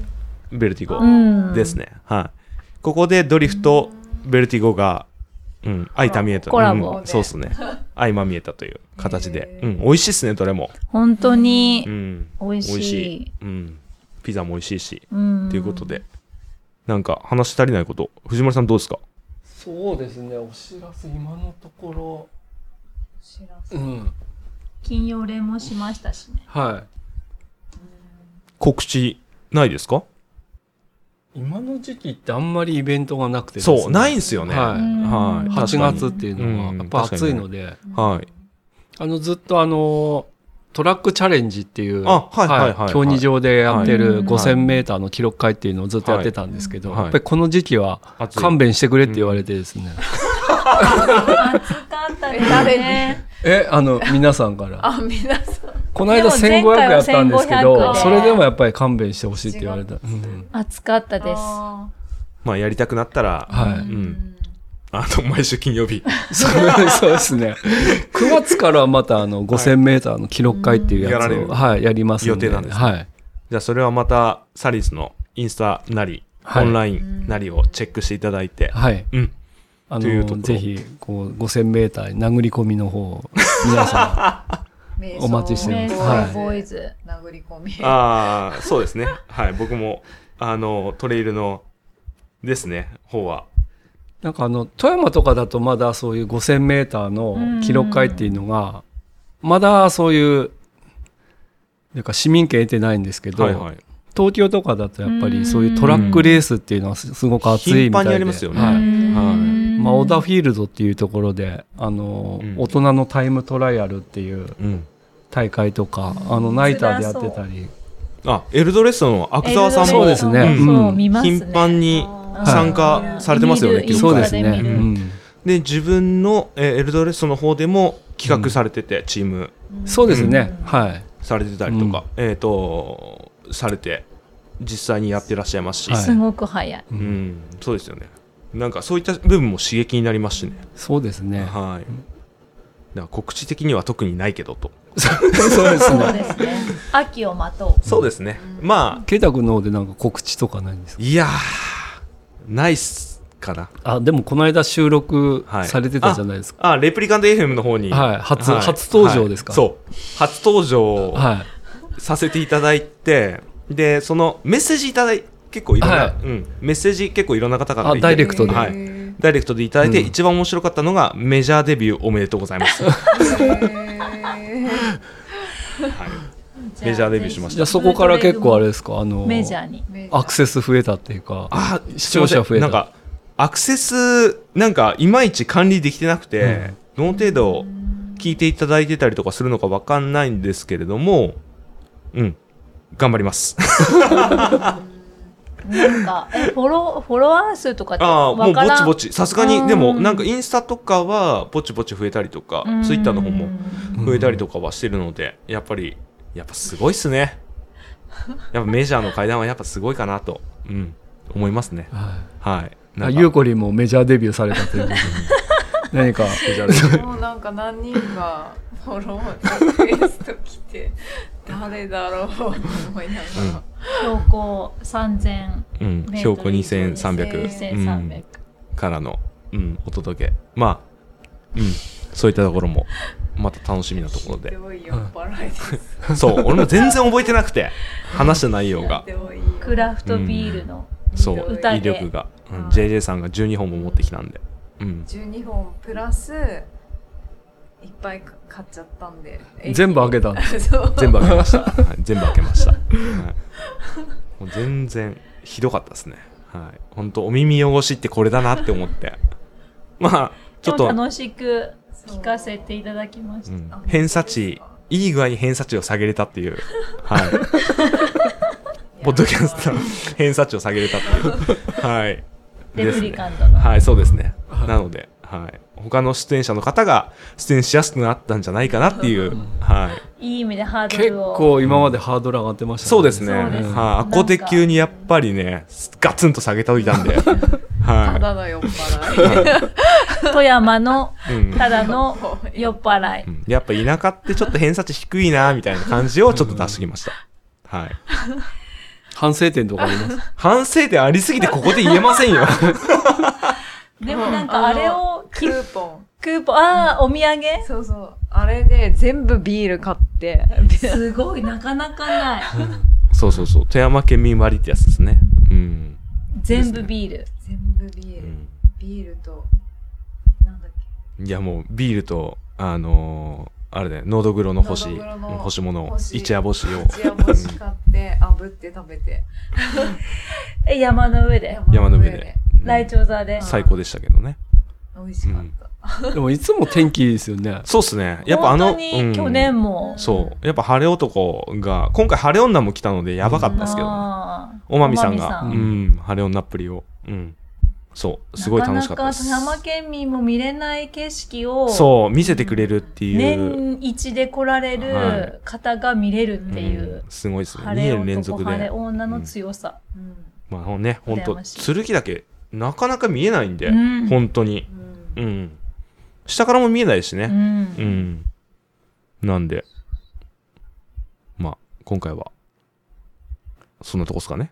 [SPEAKER 4] ベルティ
[SPEAKER 2] う
[SPEAKER 4] ゴ
[SPEAKER 2] ん。
[SPEAKER 4] ですね。はい。ここでドリフとベルティゴが、うん、相まみえた。
[SPEAKER 2] コラボ
[SPEAKER 4] うんそうっすね。相まみえたという形で。うん、美味しいっすね、どれも。
[SPEAKER 2] 本当に
[SPEAKER 4] う、ん。
[SPEAKER 2] 美味しい
[SPEAKER 4] うん。ピザも美味しいし。
[SPEAKER 2] うん。
[SPEAKER 4] ということで、なんか話し足りないこと、藤森さんどうですか
[SPEAKER 6] そうですねお知らせ今のところうん
[SPEAKER 2] 金曜礼もしましたしね。
[SPEAKER 6] は
[SPEAKER 4] 告知ないですか
[SPEAKER 6] い今の時期ってあんまりイベントがなくてですね、
[SPEAKER 4] そう、ないんですよね。
[SPEAKER 6] は
[SPEAKER 4] はい。
[SPEAKER 6] 8
[SPEAKER 4] 確かに
[SPEAKER 6] 月っ。ていうのは
[SPEAKER 4] うん
[SPEAKER 6] やっぱ暑いので、
[SPEAKER 4] はい。
[SPEAKER 6] あのずっとあのトラックチャレンジっていう
[SPEAKER 4] あはいはいはいはい
[SPEAKER 6] 競技場でやって
[SPEAKER 2] はい
[SPEAKER 6] る 5000m の記録会っていうのをずっとやってたんですけど、
[SPEAKER 4] はいはい
[SPEAKER 6] やっぱりこの時期は
[SPEAKER 4] 暑い
[SPEAKER 6] 勘弁してくれって言われてですね、
[SPEAKER 2] 暑かったですね。
[SPEAKER 6] えあの皆さんから
[SPEAKER 1] あ、皆さん。
[SPEAKER 6] この間
[SPEAKER 2] でも
[SPEAKER 6] 1500
[SPEAKER 2] 前回は
[SPEAKER 6] やったんですけど
[SPEAKER 2] 1500で
[SPEAKER 6] それでもやっぱり勘弁してほしいって言われた、うん *laughs*
[SPEAKER 2] 暑かったです。
[SPEAKER 4] まあ、やりたくなったら、
[SPEAKER 6] は
[SPEAKER 4] う
[SPEAKER 6] い
[SPEAKER 4] ん。あの、毎週金曜日。 *laughs*
[SPEAKER 6] そうそうですね9月からはまたあの 5000m の記録会っていうや
[SPEAKER 4] やら
[SPEAKER 6] つ
[SPEAKER 4] れ
[SPEAKER 6] を、
[SPEAKER 4] る
[SPEAKER 6] はい、やりますので
[SPEAKER 4] 予定なんですね
[SPEAKER 6] はい
[SPEAKER 4] じゃあ、それはまた、サリーズのインスタなり、
[SPEAKER 6] は
[SPEAKER 4] オ
[SPEAKER 6] い
[SPEAKER 4] ンラインなりをチェックしていただいて、
[SPEAKER 6] はい
[SPEAKER 4] うん。
[SPEAKER 6] あ
[SPEAKER 4] というところ
[SPEAKER 6] のぜひこう 5000m に殴り込みの方を皆さお待ちして
[SPEAKER 2] メ
[SPEAKER 6] ま
[SPEAKER 2] イ
[SPEAKER 6] す
[SPEAKER 2] ソ
[SPEAKER 6] は
[SPEAKER 2] ー
[SPEAKER 6] い
[SPEAKER 2] ボーイズ。
[SPEAKER 1] 殴り込み。
[SPEAKER 4] ああ、そうですね。はい。僕も、あの、トレイルの、ですね、方は。
[SPEAKER 6] んなんかあの富山とかだとまだそういう 5000m の記録会っていうのがまだそういうなんか市民権得てないんですけど、
[SPEAKER 4] はいはい。
[SPEAKER 6] 東京とかだとやっぱりそういうトラックレースっていうのはすすごく熱いみたいで
[SPEAKER 4] 頻繁にありますよね。
[SPEAKER 6] はい
[SPEAKER 4] は
[SPEAKER 6] まあ、オダフィールドっていうところであの、
[SPEAKER 4] うん
[SPEAKER 6] 大人のタイムトライアルっていう
[SPEAKER 4] い。うん。
[SPEAKER 6] 大会とかあのナイターでやってたり
[SPEAKER 4] あ、エルドレッドの阿久澤さんも
[SPEAKER 6] そうですね
[SPEAKER 2] うん
[SPEAKER 6] うん
[SPEAKER 2] そう、見ますね。
[SPEAKER 4] 頻繁に参加されてますよね、
[SPEAKER 2] 見る
[SPEAKER 4] 記
[SPEAKER 6] そう
[SPEAKER 4] 録
[SPEAKER 6] で
[SPEAKER 4] 会
[SPEAKER 6] す
[SPEAKER 4] で。
[SPEAKER 6] ね、
[SPEAKER 2] 見る
[SPEAKER 6] うん
[SPEAKER 4] 自分のえーエルドレッドの方でも企画されてて、チーム
[SPEAKER 6] そうですね、はい
[SPEAKER 4] されてたりとか、えっ、と、されて、実際にやってらっしゃいますし、
[SPEAKER 6] はい
[SPEAKER 2] すごく早い。
[SPEAKER 4] うん、そうですよね。なんかそういった部分も刺激になりますしね。
[SPEAKER 6] そうですね、
[SPEAKER 4] はい。だから告知的には特にないけどと。
[SPEAKER 6] そうです
[SPEAKER 2] そう
[SPEAKER 6] ね
[SPEAKER 2] ですね。秋を待とう。
[SPEAKER 4] そうですね。まあ、
[SPEAKER 6] 慶太君の方でなんか告知とかないんですか
[SPEAKER 4] いやー、ないっすかな。
[SPEAKER 6] あでもこの間収録されてたじゃないですか、
[SPEAKER 4] あ、レプリカント FM の方に。
[SPEAKER 6] はい初初登場ですか
[SPEAKER 4] そう。初登場
[SPEAKER 6] はい
[SPEAKER 4] させていただいて、で、そのメッセージいただい結構いろんな、
[SPEAKER 6] はい
[SPEAKER 4] うん、メッセージ結構いろんな方からいて
[SPEAKER 6] あダイレクトで
[SPEAKER 4] はいダイレクトでいただいて、
[SPEAKER 6] うん
[SPEAKER 4] 一番面白かったのがメジャーデビューおめでとうござ
[SPEAKER 6] *laughs*
[SPEAKER 4] います、はい、
[SPEAKER 2] じゃあ
[SPEAKER 4] メジャーデビューしまし
[SPEAKER 6] じゃ
[SPEAKER 4] た
[SPEAKER 6] あそこから結構あれですかあの
[SPEAKER 2] メジャーに。
[SPEAKER 6] アクセス増えたっていうか
[SPEAKER 4] あ
[SPEAKER 6] 視聴者増えた
[SPEAKER 4] なんかアクセスなんかいまいち管理できてなくて、どの程度聞いていただいてたりとかするのかわかんないんですけれどもうん頑張ります
[SPEAKER 2] なんか、え、フォロー、フォロワー数とかって
[SPEAKER 4] ああも
[SPEAKER 2] わ
[SPEAKER 4] うぼ
[SPEAKER 2] からん。
[SPEAKER 4] ちぼちさすがにで
[SPEAKER 2] う
[SPEAKER 4] も
[SPEAKER 2] ん
[SPEAKER 4] なんかインスタとかはぼちぼち増えたりとか
[SPEAKER 2] うん
[SPEAKER 4] ツイッターの方も増えたりとかはしてるので、やっぱりやっぱすごいっす
[SPEAKER 2] *laughs*
[SPEAKER 4] ねやっぱメジャーの階段はやっぱすごいかなと、うん、思いますね
[SPEAKER 6] はい
[SPEAKER 4] はい
[SPEAKER 6] あゆう
[SPEAKER 4] こ
[SPEAKER 6] こりんもメジャーデビューされたということ
[SPEAKER 4] *laughs*
[SPEAKER 6] で何か
[SPEAKER 1] もうなんか何人がフォローリクエスト来て、誰だろうと思いなが
[SPEAKER 2] 標高3000
[SPEAKER 4] う
[SPEAKER 2] メー
[SPEAKER 4] ん、
[SPEAKER 2] トル以上
[SPEAKER 4] 標高
[SPEAKER 2] です
[SPEAKER 4] 2300、
[SPEAKER 1] 2300
[SPEAKER 2] 2300
[SPEAKER 4] からのうん、お届け。まあ、うん、そういったところも、また楽しみなところ
[SPEAKER 1] *laughs* ひ
[SPEAKER 4] で。
[SPEAKER 1] どい酔っ払いです。
[SPEAKER 4] そう、俺も全然覚えてなくて、話した内容が
[SPEAKER 1] ひ。どい
[SPEAKER 2] クラフトビールの、
[SPEAKER 4] そう、
[SPEAKER 2] 歌で
[SPEAKER 4] 威力が。うん
[SPEAKER 1] はい
[SPEAKER 4] JJ さんが12本も持ってきたんで。うん。
[SPEAKER 1] 12本プラス、いっぱい買っちゃったんで。
[SPEAKER 6] 全部あげたんで
[SPEAKER 1] た。そう。
[SPEAKER 4] 全部開け
[SPEAKER 2] *laughs*
[SPEAKER 4] ました。はい、全部開けました。はい、もう全然ひどかったですね。はい、本当お耳汚しってこれだなって思って。まあち
[SPEAKER 2] ち
[SPEAKER 4] ょ
[SPEAKER 2] ょ
[SPEAKER 4] っ
[SPEAKER 2] っ
[SPEAKER 4] と
[SPEAKER 2] と、楽しく聞かせていただきまし
[SPEAKER 4] う
[SPEAKER 2] た。
[SPEAKER 4] ん、偏差値いい具合に偏差値を下げれたっていう、は
[SPEAKER 2] *laughs*
[SPEAKER 4] い、ポッドキャストの偏差値を下げれたっていう、はい、
[SPEAKER 2] *laughs* レ
[SPEAKER 4] です
[SPEAKER 2] プ
[SPEAKER 4] ね
[SPEAKER 2] リカントの。
[SPEAKER 4] はい、そうですね。なので、はい、他の出演者の方が出演しやすくなったんじゃないかなっていう、はい。
[SPEAKER 2] いい意味でハード
[SPEAKER 6] 結
[SPEAKER 2] ルを。
[SPEAKER 6] 構今までハードル上がってました
[SPEAKER 4] そうですね。
[SPEAKER 2] そうですね
[SPEAKER 4] はい。アコテ級にやっぱりね、ガツンと下げておい
[SPEAKER 2] *laughs*
[SPEAKER 4] たんで。
[SPEAKER 1] た
[SPEAKER 4] は
[SPEAKER 1] だの酔
[SPEAKER 6] *laughs*
[SPEAKER 1] っ払い。
[SPEAKER 2] 富山の、
[SPEAKER 4] い。うん
[SPEAKER 2] ただの酔っ払い。
[SPEAKER 4] うんやっぱ田舎ってちょっと偏差値低いな、みたいな感じをちょっと出してきました。はい。
[SPEAKER 6] 反省点とかあります
[SPEAKER 2] *laughs*
[SPEAKER 4] 反省点ありすぎてここで言えませんよ。
[SPEAKER 2] でもなんかあれを、
[SPEAKER 1] クーポン。
[SPEAKER 2] クーポン、ああ、お土産
[SPEAKER 1] そうそう。あれで全部ビール買って。
[SPEAKER 2] すごい、なかなかない。
[SPEAKER 4] *laughs* そうそうそう。富山県民割ってやつですね。うん。
[SPEAKER 2] 全部ビール。
[SPEAKER 1] 全部ビー
[SPEAKER 4] う
[SPEAKER 1] ル。
[SPEAKER 4] ん
[SPEAKER 1] ビールと、なんだっ
[SPEAKER 4] いやもう、ビールと、あのーあれだよ、ノードグロの干し、うん
[SPEAKER 1] ノドグロの
[SPEAKER 4] 干し物を
[SPEAKER 1] 干、し
[SPEAKER 4] 一夜干しを、
[SPEAKER 1] け。一夜干し買って、炙って食べて。
[SPEAKER 2] え、山の上で。
[SPEAKER 4] 山の上で。うん
[SPEAKER 2] ライチョウ座で。
[SPEAKER 4] 最高でしたけどね。
[SPEAKER 1] 美味しかった。
[SPEAKER 6] でもいつも天気いいですよね
[SPEAKER 4] そうっすね。やっぱあ
[SPEAKER 2] 本
[SPEAKER 4] の、
[SPEAKER 2] 当に
[SPEAKER 4] うん
[SPEAKER 2] 去年も。
[SPEAKER 4] そう。やっぱ晴れ男が、今回晴れ女も来たのでやばかったですけどね。
[SPEAKER 2] あー
[SPEAKER 4] おまみさんが、
[SPEAKER 2] おまみさ
[SPEAKER 4] う
[SPEAKER 2] ん
[SPEAKER 4] ん、晴れ女っぷりを。うん。そう。すごい楽しかったです。
[SPEAKER 2] なかなか富山県民も見れない景色を、
[SPEAKER 4] そう、見せてくれるっていう。
[SPEAKER 2] 年一で来られ
[SPEAKER 4] はい
[SPEAKER 2] る方が見れるっていう。
[SPEAKER 4] うんすごいですね。2
[SPEAKER 2] 晴れ
[SPEAKER 4] 年連
[SPEAKER 2] 男、
[SPEAKER 4] 続
[SPEAKER 2] 晴れ
[SPEAKER 4] で。
[SPEAKER 2] 女の強さ。
[SPEAKER 1] うん。
[SPEAKER 4] まあね、ほん
[SPEAKER 2] 羨
[SPEAKER 4] と、
[SPEAKER 2] ましい
[SPEAKER 4] 剣岳、なかなか見えないんで、
[SPEAKER 2] うん
[SPEAKER 4] 本当に。
[SPEAKER 1] うん
[SPEAKER 4] うん。下からも見えないし
[SPEAKER 2] う
[SPEAKER 4] ね。
[SPEAKER 2] ん。
[SPEAKER 4] うん。なんで、まあ、今回は、そんなとこっすかね。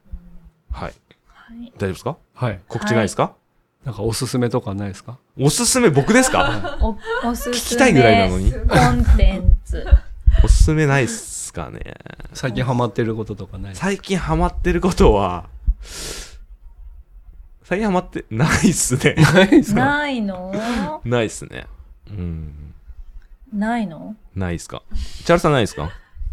[SPEAKER 4] はい。
[SPEAKER 2] はい
[SPEAKER 4] 大丈夫ですか
[SPEAKER 6] はい
[SPEAKER 4] 告知ないですか、
[SPEAKER 6] なんかおすすめとかないですか
[SPEAKER 4] おすすめ僕ですか
[SPEAKER 2] *laughs* おおすすめ
[SPEAKER 4] 聞きたいぐらいなのに。
[SPEAKER 2] コンテンツ。
[SPEAKER 4] *laughs* おすすめないっすかね。
[SPEAKER 6] 最近ハマってることとかないですか
[SPEAKER 4] 最近ハマってることは、最近ハマってないっすね。
[SPEAKER 6] ないですか
[SPEAKER 2] ないの
[SPEAKER 4] ないっすね。うん。
[SPEAKER 2] ないの
[SPEAKER 4] ないっすか。チャルさんないっすか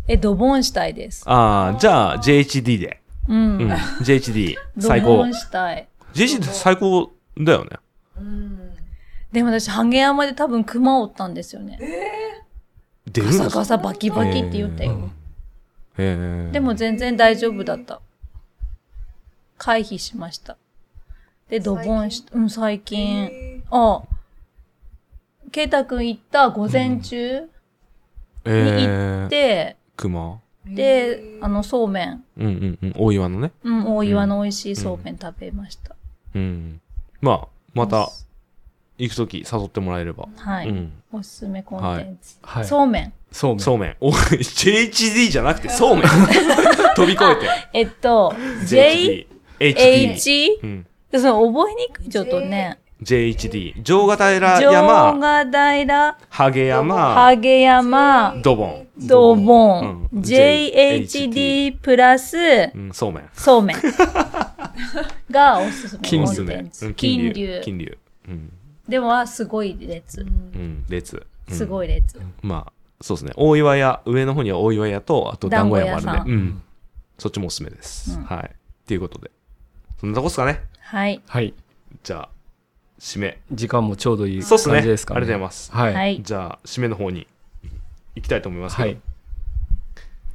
[SPEAKER 2] え、ドボンしたいです。
[SPEAKER 4] ああ、じゃあ JHD で。
[SPEAKER 2] うん。
[SPEAKER 4] うん。JHD
[SPEAKER 2] ド
[SPEAKER 4] 最
[SPEAKER 2] ボ
[SPEAKER 4] 高
[SPEAKER 2] ン。したい。
[SPEAKER 4] JHD って最高だよね。
[SPEAKER 1] うん。
[SPEAKER 2] でも私、ハゲ山で多分熊を追ったんですよね。
[SPEAKER 4] 出る
[SPEAKER 2] ガ
[SPEAKER 4] ん
[SPEAKER 2] サ
[SPEAKER 4] です
[SPEAKER 2] ガ
[SPEAKER 4] か
[SPEAKER 2] サバキバキって言ったよ。
[SPEAKER 4] へえ。
[SPEAKER 2] でも全然大丈夫だった。回避しました。で、ドボンした。うん、最近。ああ。ケイタくん行った午前中
[SPEAKER 4] えー、
[SPEAKER 2] で、
[SPEAKER 4] 熊。
[SPEAKER 2] で、あの、そうめん。
[SPEAKER 4] うんうんうん。大岩のね。
[SPEAKER 2] うん、大岩の美味しいそうめん食べました。
[SPEAKER 4] うん。まあ、また、行くとき誘ってもらえれば。
[SPEAKER 2] はい、
[SPEAKER 4] うん。
[SPEAKER 2] おすすめコンテンツ。
[SPEAKER 6] はい
[SPEAKER 2] そうめん。
[SPEAKER 6] そうめん
[SPEAKER 4] そうめん。お JHD じゃなくてそう
[SPEAKER 2] *laughs*
[SPEAKER 4] めん。飛び越えて。
[SPEAKER 2] えっと、
[SPEAKER 4] JHD
[SPEAKER 2] J、。
[SPEAKER 4] HD。
[SPEAKER 2] H?
[SPEAKER 4] うん。
[SPEAKER 2] そう、覚えにくい、ちょっとね。
[SPEAKER 4] JHD。城ヶ平
[SPEAKER 2] 城
[SPEAKER 4] 山、
[SPEAKER 2] ヶ平、
[SPEAKER 4] 萩山、
[SPEAKER 2] ハゲ山、
[SPEAKER 4] ドボン。
[SPEAKER 2] ドボン、
[SPEAKER 4] うん
[SPEAKER 2] JHD プラス、
[SPEAKER 4] うん、そうめん。
[SPEAKER 2] そうめん。がおすすめ
[SPEAKER 6] 金
[SPEAKER 2] コ
[SPEAKER 6] 龍
[SPEAKER 2] ンテン
[SPEAKER 4] う
[SPEAKER 2] ツ。
[SPEAKER 4] ん
[SPEAKER 2] 金
[SPEAKER 4] 金
[SPEAKER 2] 流
[SPEAKER 4] 龍。。金龍。うん。
[SPEAKER 2] でもは、すごい列。
[SPEAKER 4] うん。列。うん
[SPEAKER 2] すごい列。
[SPEAKER 4] まあ、そうですね。大岩屋、上の方には大岩屋と、あと団子屋もあ
[SPEAKER 2] 団
[SPEAKER 4] るん
[SPEAKER 2] 子
[SPEAKER 4] で。うん。そっちもおすすめです。
[SPEAKER 2] うん
[SPEAKER 4] はい。っていうことで。そんなとこっすかね。
[SPEAKER 2] はい。
[SPEAKER 6] はい
[SPEAKER 4] じゃあ、締め。
[SPEAKER 6] 時間もちょうどいい
[SPEAKER 4] そ
[SPEAKER 6] 感
[SPEAKER 4] うっすね。あ
[SPEAKER 6] じ
[SPEAKER 4] りが
[SPEAKER 6] です
[SPEAKER 4] と
[SPEAKER 6] か
[SPEAKER 4] う
[SPEAKER 6] ね
[SPEAKER 4] ございます。
[SPEAKER 6] はい
[SPEAKER 2] はい。
[SPEAKER 4] じゃあ、締めの方に行きたいと思いますけど、
[SPEAKER 6] はい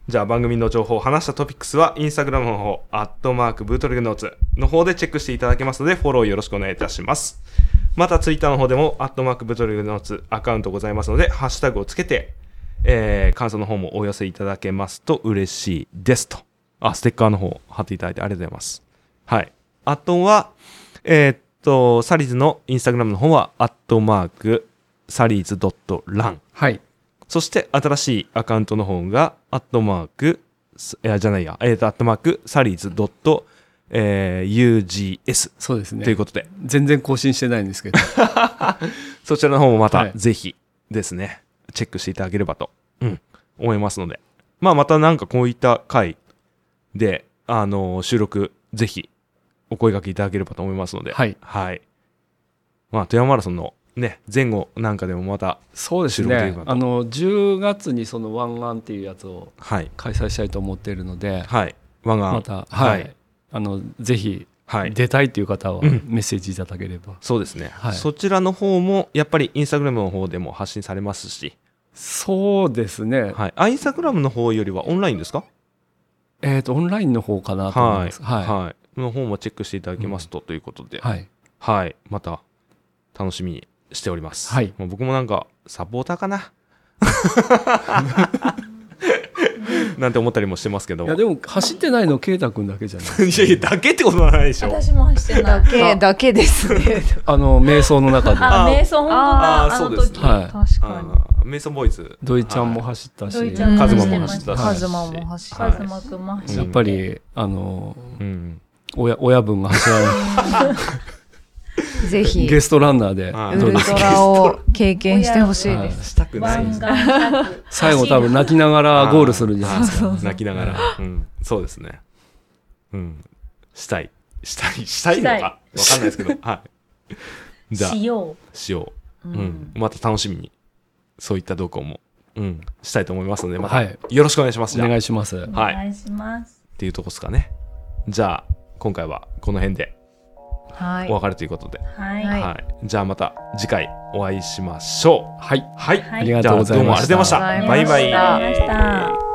[SPEAKER 4] じゃあ番組の情報を話したトピックスは、インスタグラムの方、アットマークブートレグノーツの方でチェックしていただけますので、フォローよろしくお願いいたします。また、ツイッターの方でも、アットマークブートレグノーツアカウントございますので、ハッシュタグをつけて、えー、感想の方もお寄せいただけますと嬉しいですと。あ、ステッカーの方貼っていただいてありがとうございます。はい。あとは、えーっと、サリーズのインスタグラムの方は、アットマーク、サリーズ .run。
[SPEAKER 6] はい
[SPEAKER 4] そして、新しいアカウントの方が、アットマーク、すいや、じゃないや、えーっと、アットマーク、サリーズえー UGS
[SPEAKER 6] そうですね
[SPEAKER 4] ということで、
[SPEAKER 6] 全然更新してないんですけど
[SPEAKER 4] そちらの方もま
[SPEAKER 6] は
[SPEAKER 4] た
[SPEAKER 6] い
[SPEAKER 4] ぜひですね、チェックしていただければと、うん、思いますので、まあまたなんかこういった回で、あのー収録ぜひお声掛けいただければと思いますの
[SPEAKER 6] *laughs*
[SPEAKER 4] で、
[SPEAKER 6] はい
[SPEAKER 4] まあ富山マラソンのね、前後なんかでもまた、
[SPEAKER 6] そうです
[SPEAKER 4] 白とい
[SPEAKER 6] ね
[SPEAKER 4] うか
[SPEAKER 6] あの10月にその湾岸っていうやつを
[SPEAKER 4] はい、
[SPEAKER 6] 開催したいと思っているので
[SPEAKER 4] はい、湾岸、
[SPEAKER 6] またはい、
[SPEAKER 4] はい
[SPEAKER 6] あのぜひ
[SPEAKER 4] はい、
[SPEAKER 6] 出たいという方は
[SPEAKER 4] うん
[SPEAKER 6] メッセージいただければ、
[SPEAKER 4] そうですね、
[SPEAKER 6] はい
[SPEAKER 4] そちらの方もやっぱりインスタグラムの方でも発信されますし、
[SPEAKER 6] そうですね、
[SPEAKER 4] はい、あインスタグラムの方よりはオンラインですか
[SPEAKER 6] えっ、とオンラインの方かなと思います
[SPEAKER 4] はい、
[SPEAKER 6] は
[SPEAKER 4] はい、の方もチェックしていただけますと、ということで
[SPEAKER 6] い、はい
[SPEAKER 4] はい、また楽しみにしております。
[SPEAKER 6] はい
[SPEAKER 4] もう僕もなんかサポーター
[SPEAKER 6] *laughs*
[SPEAKER 4] かな。なんて思ったりもしてますけど。
[SPEAKER 6] いやでも走ってないの圭太君だけじゃない *laughs*
[SPEAKER 4] *laughs* いやいやだけってことはないでしょ。
[SPEAKER 2] 私もしてない。
[SPEAKER 5] けだけですね。
[SPEAKER 6] あの瞑想の中で
[SPEAKER 2] あ、瞑想本当だ。
[SPEAKER 4] あー
[SPEAKER 2] あの
[SPEAKER 4] そうです
[SPEAKER 2] 時。
[SPEAKER 4] ね
[SPEAKER 6] は
[SPEAKER 5] 確
[SPEAKER 4] あ。ーメイソンボーイズ。
[SPEAKER 6] い土井ちゃんも走ったし、
[SPEAKER 2] 土井ちゃ
[SPEAKER 5] ん
[SPEAKER 4] はいカズマ
[SPEAKER 5] 走って
[SPEAKER 4] も
[SPEAKER 5] ま
[SPEAKER 4] 走っ
[SPEAKER 5] したた
[SPEAKER 4] し。
[SPEAKER 5] カズマも走った
[SPEAKER 2] カズ
[SPEAKER 4] はい
[SPEAKER 2] マくんも走
[SPEAKER 4] うん
[SPEAKER 6] やっぱりあの
[SPEAKER 4] うん。
[SPEAKER 6] 親親分が走らな
[SPEAKER 5] ぜ
[SPEAKER 6] い
[SPEAKER 5] ひ
[SPEAKER 6] ゲストランナーで
[SPEAKER 4] はい
[SPEAKER 5] ウルトラを経験してほしい
[SPEAKER 6] は
[SPEAKER 5] で
[SPEAKER 6] い
[SPEAKER 5] す。
[SPEAKER 4] したくな
[SPEAKER 2] 湾
[SPEAKER 4] いで
[SPEAKER 2] 岸
[SPEAKER 4] すね。
[SPEAKER 2] 着
[SPEAKER 6] 最後多分泣きながらゴールするんじゃないですか
[SPEAKER 4] あー *laughs* 泣きながら。うん。そうですね。うん。したい。したい。 *laughs* したいのか。
[SPEAKER 2] したい
[SPEAKER 4] わか
[SPEAKER 2] *laughs*
[SPEAKER 4] んないですけど。はい。じゃあ。
[SPEAKER 2] しよ
[SPEAKER 4] しよう。うん。また楽しみに、そういった動向も、うん、したいと思いますので、また、
[SPEAKER 6] はい
[SPEAKER 4] よろしくお願いします。じゃ
[SPEAKER 6] お
[SPEAKER 4] あ
[SPEAKER 6] 願
[SPEAKER 4] っ
[SPEAKER 6] いします。
[SPEAKER 2] う。お
[SPEAKER 4] はい
[SPEAKER 2] 願いします。
[SPEAKER 4] ていうとこですかね。じゃあ、今回はこの辺で
[SPEAKER 5] は
[SPEAKER 4] お
[SPEAKER 5] い。
[SPEAKER 4] 別れということで、
[SPEAKER 2] はい。
[SPEAKER 5] は
[SPEAKER 2] はいい。
[SPEAKER 4] はい。じゃあまた次回お会いしましょう。
[SPEAKER 6] はい、
[SPEAKER 4] はい。
[SPEAKER 6] ありがとうございました
[SPEAKER 4] じゃあどうもありがとうございました。
[SPEAKER 5] ありがとう
[SPEAKER 4] バイ
[SPEAKER 5] ございま
[SPEAKER 4] バ
[SPEAKER 5] し
[SPEAKER 4] イ
[SPEAKER 5] た。
[SPEAKER 2] ありがとうございました。